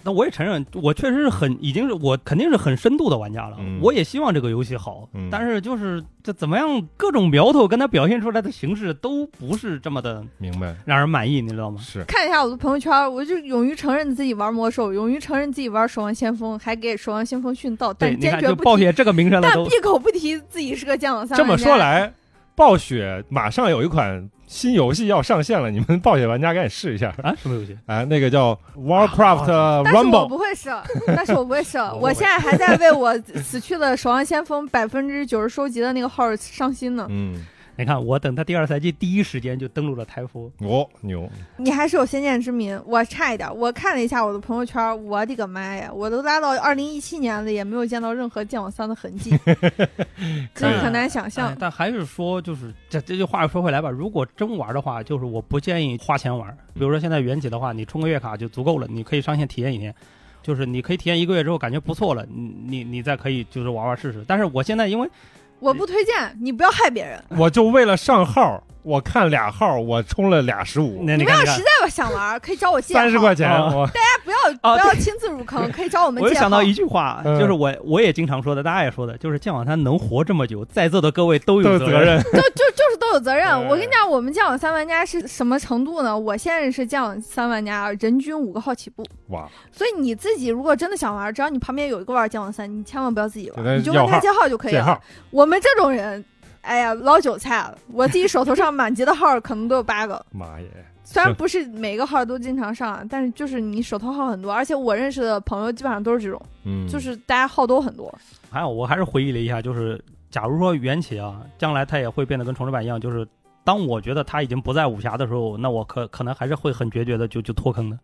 S2: 那我也承认，我确实是很已经是我肯定是很深度的玩家了，
S1: 嗯
S2: 我也希望这个游戏好，
S1: 嗯
S2: 但是就是这怎么样，各种苗头跟它表现出来的形式都不是这么的
S1: 明白，
S2: 让人满意，你知道吗？
S1: 是，
S3: 看一下我的朋友圈，我就勇于承认自己玩魔兽，勇于承认自己玩守望先锋，还给守望先锋训道，
S2: 对，
S3: 但
S2: 你
S3: 坚
S2: 看
S3: 决
S2: 就
S3: 不
S2: 暴
S3: 提，
S2: 雪这个名声了
S3: 但
S2: 都。
S3: 闭口不提自己是个剑网三。
S1: 这么说，来，暴雪马上有一款新游戏要上线了，你们暴雪玩家赶紧试一下。
S2: 啊，什么游戏？
S1: 啊，那个叫 Warcraft
S3: 但是我
S1: Rumble，
S3: 不会射，但是我不 会射，
S1: 我
S3: 我现在还在为我死去的守望先锋百分之九十收集的那个号伤心呢。
S1: 嗯，
S2: 你看，我等他第二赛季第一时间就登录了台服，
S1: 哦，牛，
S3: 你还是有先见之明，我差一点。我看了一下我的朋友圈，我的个妈呀！我都拉到二零一七年了，也没有见到任何剑网三的痕 迹，真的很难想象
S2: 哎。但还是说，就是这这句话又说回来吧，如果真玩的话，就是我不建议花钱玩。比如说现在元起的话，你充个月卡就足够了，你可以上线体验一天，就是你可以体验一个月之后感觉不错了，你你你再可以就是玩玩试试。但是我现在因为
S3: 我不推荐，你不要害别人。
S1: 我就为了上号，我看俩号，我充了俩十五，
S2: 那
S3: 你
S2: 你
S3: 们
S2: 看
S3: 要
S2: 你
S3: 实
S2: 看，
S3: 在想玩，可以找我借号。哦
S1: 三十块钱，
S2: 啊
S1: 我
S3: 大家不要
S2: 啊
S3: 不要亲自入坑，可以找我们
S2: 我又
S3: 借
S2: 想
S3: 号。
S2: 到一句话，
S1: 嗯
S2: 就是我我也经常说的，大家也说的，就是剑网三能活这么久，在座的各位 都
S1: 都有
S2: 有
S1: 责
S2: 任。
S1: 任。
S3: 就就就是都有责任。
S1: 对
S3: 我跟你讲，我们剑网三玩家是什么程度呢？我现在是剑网三玩家，人均五个号起步。
S1: 哇，
S3: 所以你自己如果真的想玩，只要你旁边有一个玩剑网三，你千万不要自己
S1: 给他
S3: 玩，你就问
S1: 要号
S3: 他借号就可以
S1: 借
S3: 了
S1: 号。，
S3: 我们这种人，哎呀，老韭菜了。我自己手头上满级的号可能都有八个，
S1: 妈耶，
S3: 虽
S1: 是
S3: 然不是每个号都经常上啊，但是就是你手头号很多，而且我认识的朋友基本上都是这种，
S1: 嗯，
S3: 就是大家号都很多。
S2: 还有，我还是回忆了一下，就是假如说缘起啊，将来它也会变得跟重置版一样，就是当我觉得它已经不在武侠的时候，那我可可能还是会很决绝的就就脱坑的。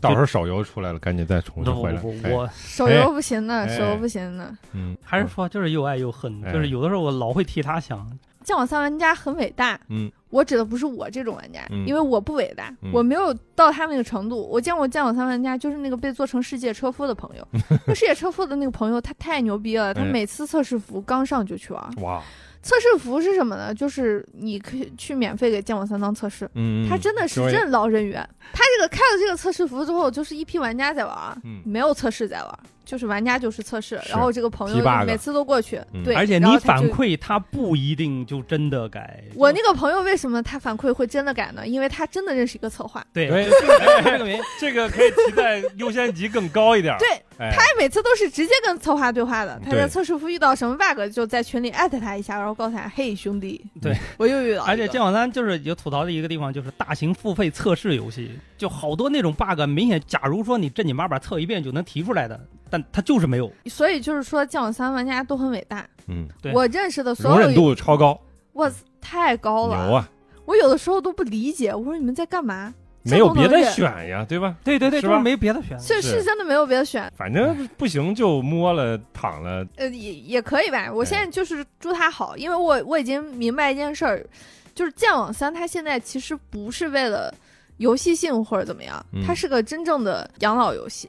S1: 到时候手游出来了，赶紧再重新回来。
S2: 我
S1: 哎
S2: 我
S3: 手游不行的，
S1: 哎
S3: 手游不行的。
S1: 嗯，
S2: 还是说就是又爱又恨，
S1: 哎
S2: 就是有的时候我老会替他想。
S3: 剑网三玩家很伟大，
S1: 嗯，
S3: 我指的不是我这种玩家，
S1: 嗯
S3: 因为我不伟大，
S1: 嗯
S3: 我没有到他那个程度。我见过剑网三玩家，就是那个被做成世界车夫的朋 友，那世界车夫的那个朋友他太牛逼了，他
S1: 哎
S3: 每次测试服刚上就去玩。
S1: 嗯哇，
S3: 测试服是什么呢？就是你可以去免费给剑网三当测试。
S1: 嗯，
S3: 他真的是
S1: 对
S3: 任劳任怨，他这个开了这个测试服之后，就是一批玩家在玩啊，
S1: 嗯
S3: 没有测试在玩，就是玩家就是测试，
S1: 是
S3: 然后这个朋
S1: 提
S3: 友
S1: bug
S3: 每次都过去，
S1: 嗯
S3: 对，
S2: 而且
S3: 然
S2: 你
S3: 后他
S2: 反
S3: 就
S2: 馈他不一定就真的改。
S3: 我那个朋友为什么他反馈会真的改呢？因为他真的认识一个策划，
S2: 对
S1: 对
S2: 这个名
S1: 哎这个可以期待优先级更高一点。
S3: 对
S1: 哎
S3: 他，每次都是直接跟策划对话的。他
S1: 嗯对
S3: 在测试服遇到什么 bug，就在群里艾特他一下，然后告诉他：“嘿，兄弟，
S2: 对
S3: 我又 遇到一个。”
S2: 而且剑网三就是有吐槽的一个地方，就是大型付费测试游戏，就好多那种 bug，明显假如说你正经八百测一遍就能提出来的，但它就是没有。
S3: 所以就是说，剑网三玩家都很伟大。
S1: 嗯，
S2: 对
S3: 我认识的
S1: 容
S3: 所
S1: 忍
S3: 有，
S1: 度超高，
S3: 哇塞，太高了！
S1: 牛啊！
S3: 我有的时候都不理解，我说你们在干嘛？
S1: 没有别
S3: 这么多
S1: 的
S3: 人
S1: 选呀，对吧？
S2: 对对对，
S1: 是
S2: 就
S1: 吧
S2: 是没别的选。
S3: 是
S1: 是
S3: 是真的没有别的选，
S1: 反
S3: 哎
S1: 正不行就摸了、躺了，
S3: 呃，也也可以
S1: 哎
S3: 吧。我现在就是祝他好，因为我我已经明白一件事儿，就是《剑网三》它现在其实不是为了游戏性或者怎么样，
S1: 嗯
S3: 它是个真正的养老游戏，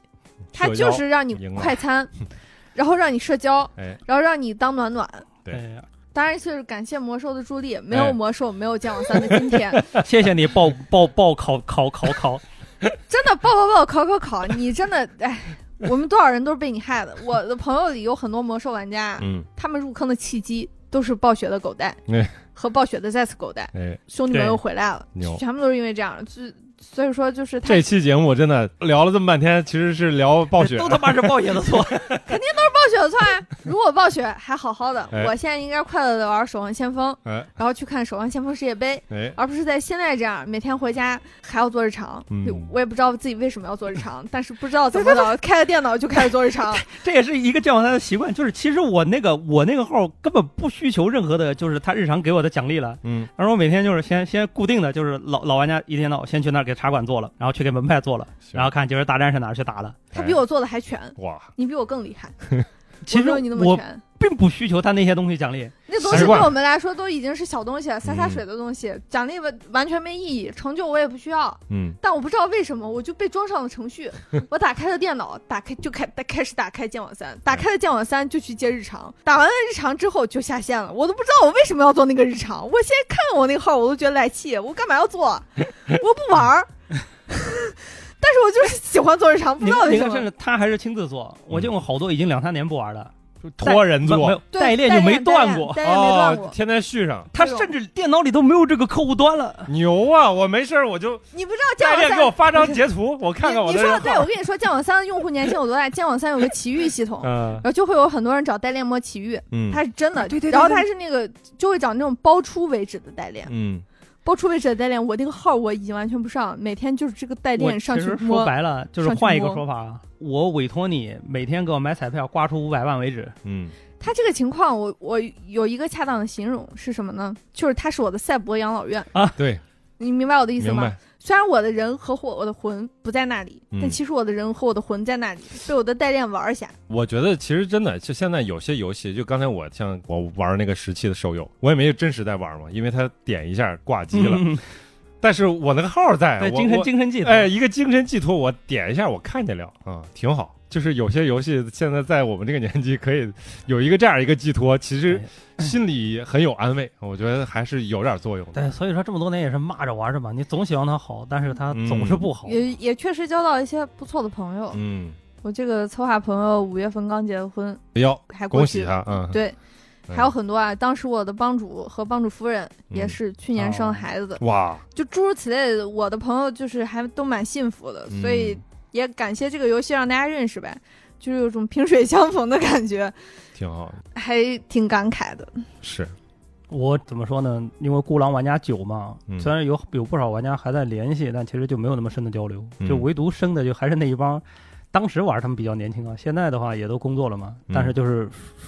S3: 它
S1: 社交
S3: 就是让你
S1: 赢了
S3: 快 餐，然后让你社交，
S1: 哎，
S3: 然后让你当暖暖。
S1: 对
S2: 对，
S3: 当然就是感谢魔兽的助力，没
S1: 哎
S3: 有魔兽，没有《剑网三》的今天，
S2: 谢谢你报报报考考考考，
S3: 真的爆爆爆，考考考，你真的哎。我们多少人都是被你害的。 我的朋友里有很多魔兽玩家，
S1: 嗯，
S3: 他们入坑的契机都是暴雪的狗带
S1: 哎
S3: 和暴雪的再次狗带，
S1: 哎，
S3: 兄弟们
S2: 对
S3: 又回来了
S1: 牛，
S3: 全部都是因为这样，就所以说就是他
S1: 这期节目真的聊了这么半天，其实是聊暴雪
S2: 都，他妈是暴雪的错。
S3: 暴雪的错啊。如果暴雪还好好的
S1: 哎，
S3: 我现在应该快乐的玩《守望先锋》，
S1: 哎
S3: 然后去看《守望先锋》世界杯，
S1: 哎，
S3: 而不是在现在这样每天回家还要做日常。
S1: 嗯
S3: 我也不知道自己为什么要做日常，但是不知道怎 么的，开了电脑就开始做日常。
S2: 这也是一个剑网三的习惯，就是其实我那个我那个号根本不需求任何的，就是他日常给我的奖励了。
S1: 嗯，
S2: 而我每天就是先先固定的就是老老玩家一天到晚先去那儿给茶馆做了，然后去给门派做了，
S1: 行
S2: 然后看今儿大战是哪儿去打的。
S3: 他比我做的还全，
S1: 哇，
S3: 你比我更厉害，
S2: 其
S3: 我没
S2: 实
S3: 有你那么
S2: 我
S3: 全。
S2: 并不需求他那些东西奖励，
S3: 那东西
S1: 习
S3: 对
S1: 惯
S3: 我们来说都已经是小东西了，洒洒
S1: 嗯
S3: 水的东西，奖励完完全没意义，成就我也不需要。
S1: 嗯，
S3: 但我不知道为什么，我就被装上了 程序。我打开了电脑，打开就开开始打开剑网三，
S2: 嗯
S3: 打开了剑网三就去接日常，打完了日常之后就下线了。我都不知道我为什么要做那个日常。我现在看我那个号，我都觉得来气，我干嘛要做？我不 玩儿。但是我就是喜欢做日常，不
S2: 你
S3: 知道
S2: 看
S3: 为
S2: 你
S3: 什
S2: 看，甚
S3: 么
S2: 至。他还是亲自做。我见过好多已经两三年不玩的，
S1: 托人
S2: 没
S1: 嗯做
S2: 有，
S3: 对
S2: 代练就没断过，
S3: 代练代练没断
S1: 哦
S3: 过，。
S1: 天天续上，
S2: 他甚至电脑里都没有这个客户端了。
S1: 牛啊！我没事儿我 就
S3: 你不知道剑
S1: 教
S3: 网
S1: 练
S3: 三
S1: 给我发张截图，我看看我
S3: 你
S1: 的
S3: 你说
S1: 人
S3: 的对，我
S1: 号，
S3: 跟你说，剑网三的用户年薪有多大？剑网三有个奇遇系统，然
S1: 嗯
S3: 后就会有很多人找代练摸奇遇，
S1: 嗯
S3: 它是真的，
S2: 对对对
S3: 然后
S2: 对
S3: 它是那个就会找那种包出为止的代练，
S1: 嗯，
S3: 包出位置的代练，我那个号我已经完全不上，每天就是这个代
S2: 我
S3: 练上
S2: 其
S3: 去
S2: 实说
S3: 摸。
S2: 白了，就是
S3: 上去
S2: 换一个
S3: 摸
S2: 说法啊，我委托你每天给我买彩票，刮出五百万为止。
S1: 嗯
S3: 他这个情况我，我有一个恰当的形容是什么呢？就是他是我的赛博养老院。
S1: 对，
S3: 你明白我的意思
S1: 啊明
S3: 吗？
S1: 白，
S3: 虽然我的人和我我的魂不在那里，
S1: 嗯
S3: 但其实我的人和我的魂在那里，被我的代练玩儿一下。
S1: 我觉得其实真的，就现在有些游戏，就刚才我像我玩那个石器的手游，我也没有真实在玩嘛，因为它点一下挂机了。
S2: 嗯
S1: 但是我那个号在，
S2: 对，
S1: 我
S2: 精神
S1: 我
S2: 精神寄托。
S1: 哎，一个精神寄托，我点一下，我看见了啊、挺好。就是有些游戏现在在我们这个年纪，可以有一个这样一个寄托，其实心里很有安慰，我觉得还是有点作用的。
S2: 对，所以说这么多年也是骂着玩着嘛，你总希望它好，但是它总是不好。
S3: 也也确实交到一些不错的朋友。
S1: 哦嗯，
S3: 我这个策划朋友五月份刚结的婚，
S1: 哟，
S3: 还过
S1: 恭
S3: 去
S1: 喜他，嗯，
S3: 对，
S1: 嗯嗯
S3: 还有很多啊。当时我的帮主和帮主夫人也是去年
S1: 哦
S3: 生孩子的，
S1: 哇，
S3: 就诸如此类的。我的朋友就是还都蛮幸福的，所以
S1: 嗯
S3: 也感谢这个游戏让大家认识呗，就是有种萍水相逢的感觉，
S1: 挺好的，
S3: 还挺感慨的。
S1: 是，
S2: 我怎么说呢？因为孤狼玩家九嘛，
S1: 嗯
S2: 虽然有有不少玩家还在联系，但其实就没有那么深的交流。
S1: 嗯
S2: 就唯独深的就还是那一帮，当时玩他们比较年轻啊，现在的话也都工作了嘛。
S1: 嗯
S2: 但是就是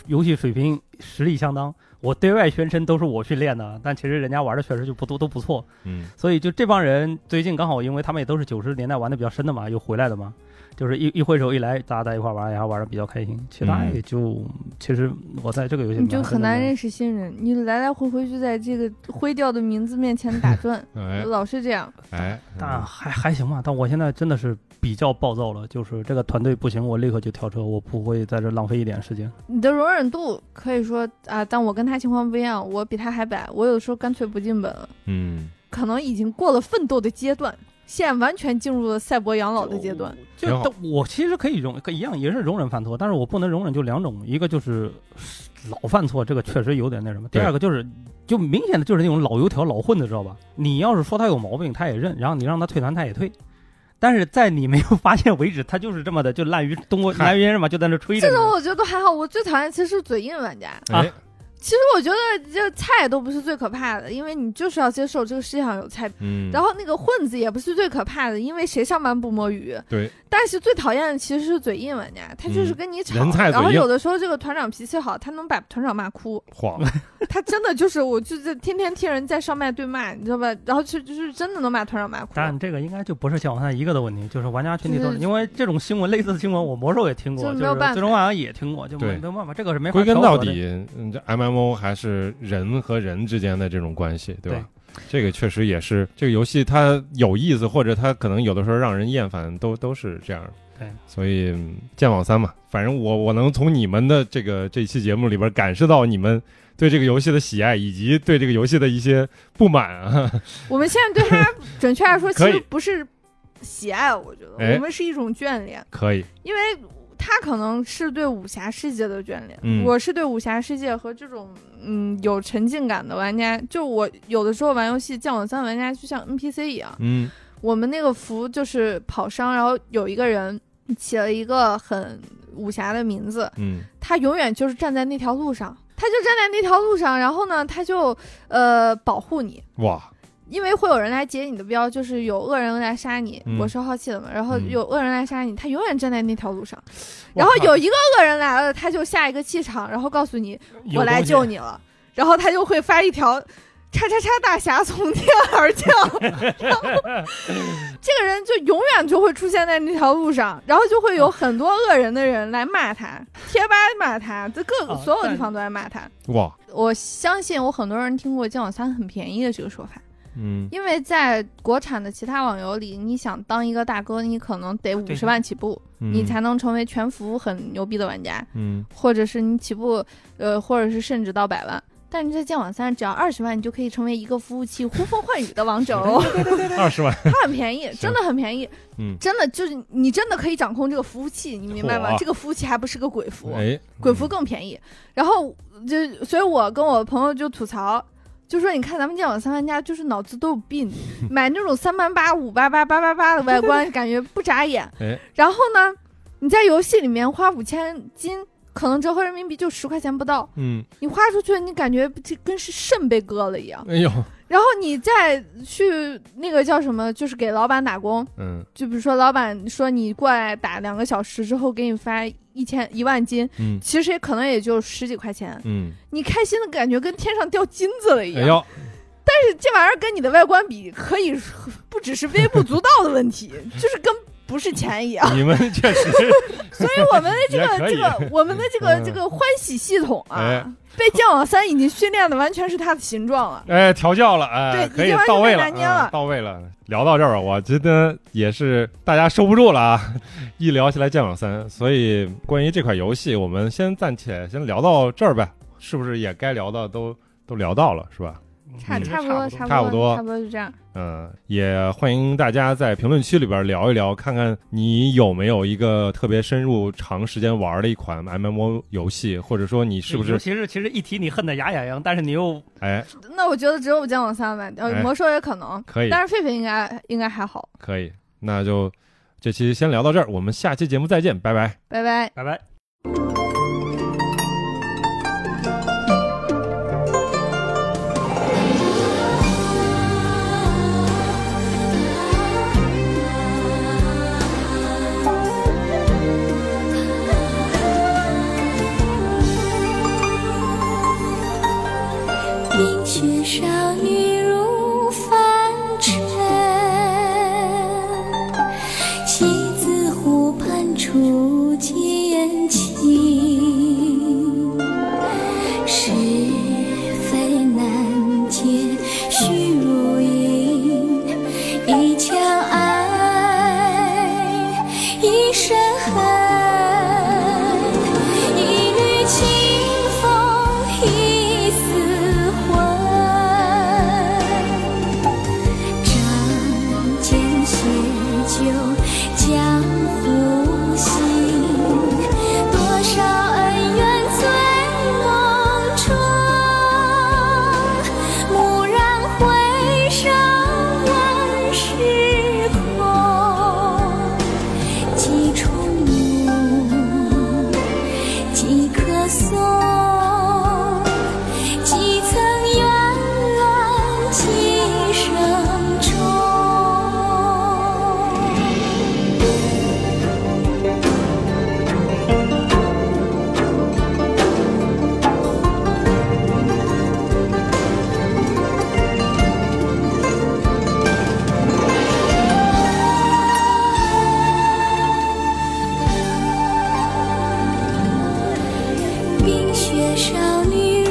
S2: 游戏水平实力相当，我对外宣称都是我去练的，啊但其实人家玩的确实就不都都不错。
S1: 嗯
S2: 所以就这帮人最近刚好，因为他们也都是九十年代玩的比较深的嘛，又回来的嘛，就是一一挥手一来，大家在一块玩，然后玩的比较开心。其他
S1: 嗯
S2: 也就、其实我在这个游戏里
S3: 你
S2: 面
S3: 嗯就
S2: 还真
S3: 很
S2: 的
S3: 难
S2: 没有
S3: 认识新人，你来来回回就在这个灰调的名字面前 打转，
S1: 哎
S3: 老是这样。
S1: 哎，
S2: 但还还行吧，但我现在真的是比较暴躁了，就是这个团队不行，我立刻就跳车，我不会在这浪费一点时间。
S3: 你的容忍度可以说啊，但我跟他情况不一样，我比他还白，我有的时候干脆不进本了，
S1: 嗯，
S3: 可能已经过了奋斗的阶段，现在完全进入了赛博养老的阶段。
S2: 就
S1: 挺好
S2: 但我其实可以容可以一样，也是容忍犯错，但是我不能容忍就两种，一个就是 老犯错，这个确实有点那什么；第
S1: 对
S2: 二个就是就明显的就是那种老油条、老混的，知道吧？你要是说他有毛病，他也认，然后你让他退团，他也退。但是在你没有发现为止，他就是这么的，就滥竽东郭
S1: 嗨
S2: 滥竽充数嘛，就在那吹着
S3: 这
S2: 呢。
S3: 种我觉得都还好，我最讨厌其实是嘴硬玩家。
S2: 啊
S1: 哎，
S3: 其实我觉得这菜都不是最可怕的，因为你就是要接受这个世界上有菜。
S1: 嗯，
S3: 然后那个混子也不是最可怕的，因为谁上班不摸鱼？
S1: 对，
S3: 但是最讨厌的其实是嘴硬玩家，他就是
S1: 嗯
S3: 跟你吵，
S1: 人菜嘴
S3: 然后
S1: 硬
S3: 有的时候这个团长脾气好，他能把团长骂哭，
S1: 晃，
S3: 他真的就是我就是天天听人在上麦对骂，你知道吧？然后就就是真的能把团长骂哭。
S2: 但这个应该就不是小黄菜一个的问题，就是玩家群体都
S3: 就是是
S2: 因为这种新闻类似的新闻，我魔兽也听过，
S3: 就是
S2: 就
S3: 没有
S2: 是
S3: 办法
S2: 最终幻想也听过，就没
S1: 对
S2: 没有办法，这个是没法
S1: 归根
S2: 调
S1: 到
S2: 和的。
S1: 底，嗯，这 MMO 还是人和人之间的这种关系，对吧？这个确实也是这个游戏它有意思，或者它可能有的时候让人厌烦，都都是这样的。
S2: 对，
S1: 所以嗯剑网三嘛，反正我我能从你们的这个这期节目里边感受到你们对这个游戏的喜爱，以及对这个游戏的一些不满啊。
S3: 我们现在对他准确来说其
S1: 可以
S3: 实不是喜爱，我觉得
S1: 哎
S3: 我们是一种眷恋，
S1: 可以，
S3: 因为他可能是对武侠世界的眷恋，
S1: 嗯
S3: 我是对武侠世界和这种嗯有沉浸感的玩家，就我有的时候玩游戏《降网三》玩家就像 NPC 一样，
S1: 嗯
S3: 我们那个服就是跑商，然后有一个人起了一个很武侠的名字，
S1: 嗯
S3: 他永远就是站在那条路上，他就站在那条路上，然后呢，他就呃保护你。
S1: 哇，
S3: 因为会有人来截你的标，就是有恶人来杀你，
S1: 嗯
S3: 我是好奇的嘛。然后
S1: 嗯
S3: 有恶人来杀你，他永远站在那条路上。
S1: 我
S3: 然后
S1: 靠
S3: 有一个恶人来了，他就下一个气场，然后告诉你
S2: 有
S3: 我来
S2: 东西
S3: 救，你了，然后他就会发一条。叉叉叉大侠从天而降，然后这个人就永远就会出现在那条路上，然后就会有很多恶人的人来骂 他，贴吧骂他，在各个
S2: 啊
S3: 所有
S2: 但
S3: 地方都在骂他。
S1: 哇，
S3: 我相信有很多人听过“剑网三很便宜”的这个说法，
S1: 嗯
S3: 因为在国产的其他网游里，你想当一个大哥，你可能得五
S2: 对
S3: 十万起步，
S1: 啊嗯，
S3: 你才能成为全服很牛逼的玩家。
S1: 嗯
S3: 或者是你起步，呃，或者是甚至到百万。但是在剑网三，只要二十万，你就可以成为一个服务器呼风唤雨的王者哦，
S1: 二十万，
S3: 它很便 宜，真的很便宜，
S1: 嗯，
S3: 真的就是你真的可以掌控这个服务器，你明白吗
S1: 火？啊
S3: 这个服务器还不是个鬼服，
S1: 哎，
S3: 鬼服更便宜。然后就，所以我跟我朋友就吐槽，就说你看咱们剑网三玩家就是脑子都有病，买那种三八八、五八八、八八八的外观，感觉不眨眼
S1: 哎。
S3: 然后呢，你在游戏里面花五千金，可能折合人民币就十块钱不到，
S1: 嗯，
S3: 你花出去，你感觉这跟是肾被割了一样，
S1: 哎呦，
S3: 然后你再去那个叫什么，就是给老板打工，
S1: 嗯
S3: 就比如说老板说你过来打两个小时之后给你发一千一万斤，
S1: 嗯
S3: 其实也可能也就十几块钱，
S1: 嗯，
S3: 你开心的感觉跟天上掉金子了一
S1: 哎
S3: 样。
S1: 呦，
S3: 但是这玩意儿跟你的外观比，可以说不只是微不足道的 问题，就是跟不是钱一样。
S1: 你们确实，
S3: 所以我们的这
S1: 也可
S3: 个
S1: 以
S3: 这个我们的这个
S1: 嗯
S3: 这个欢喜系统啊，
S1: 哎
S3: 被剑网三已经训练的完全是它的形状了。
S1: 哎，调教了，哎，
S3: 对
S1: 可以
S3: 已经完
S1: 到位
S3: 全
S1: 了，
S3: 拿捏了
S1: 嗯到位了。聊到这儿，我觉得也是大家收不住了啊！ 一聊起来《剑网三》，所以关于这款游戏，我们先暂且先聊到这儿呗，是不是也该聊的都都聊到了，是吧？
S3: 差
S1: 嗯
S3: 差不多，差
S1: 差不
S3: 不
S1: 多
S3: 差不多就这样。
S1: 嗯，也欢迎大家在评论区里边聊一聊，看看你有没有一个特别深入、长时间玩的一款 MMO 游戏，或者说你是不
S2: 尤
S1: 是
S2: 其是其实一提你恨得牙痒痒，但是你又
S1: 哎
S3: 那我觉得只有剑网三吧，呃，
S1: 哎
S3: 魔兽也可能，
S1: 可以
S3: 但是狒狒应该应该还好。
S1: 可以，那就这期先聊到这儿，我们下期节目再见，拜拜。
S3: 拜拜。
S2: 拜拜。
S6: 冰雪少女入凡尘，西子湖畔初见情，是非难解虚如影，一腔爱，一身恨。一缕清风，一丝魂。仗剑携酒，江湖行。多少恩怨醉梦中，蓦然回首，万事空。几重梦。几棵松，几层远岸，几生愁。冰雪少女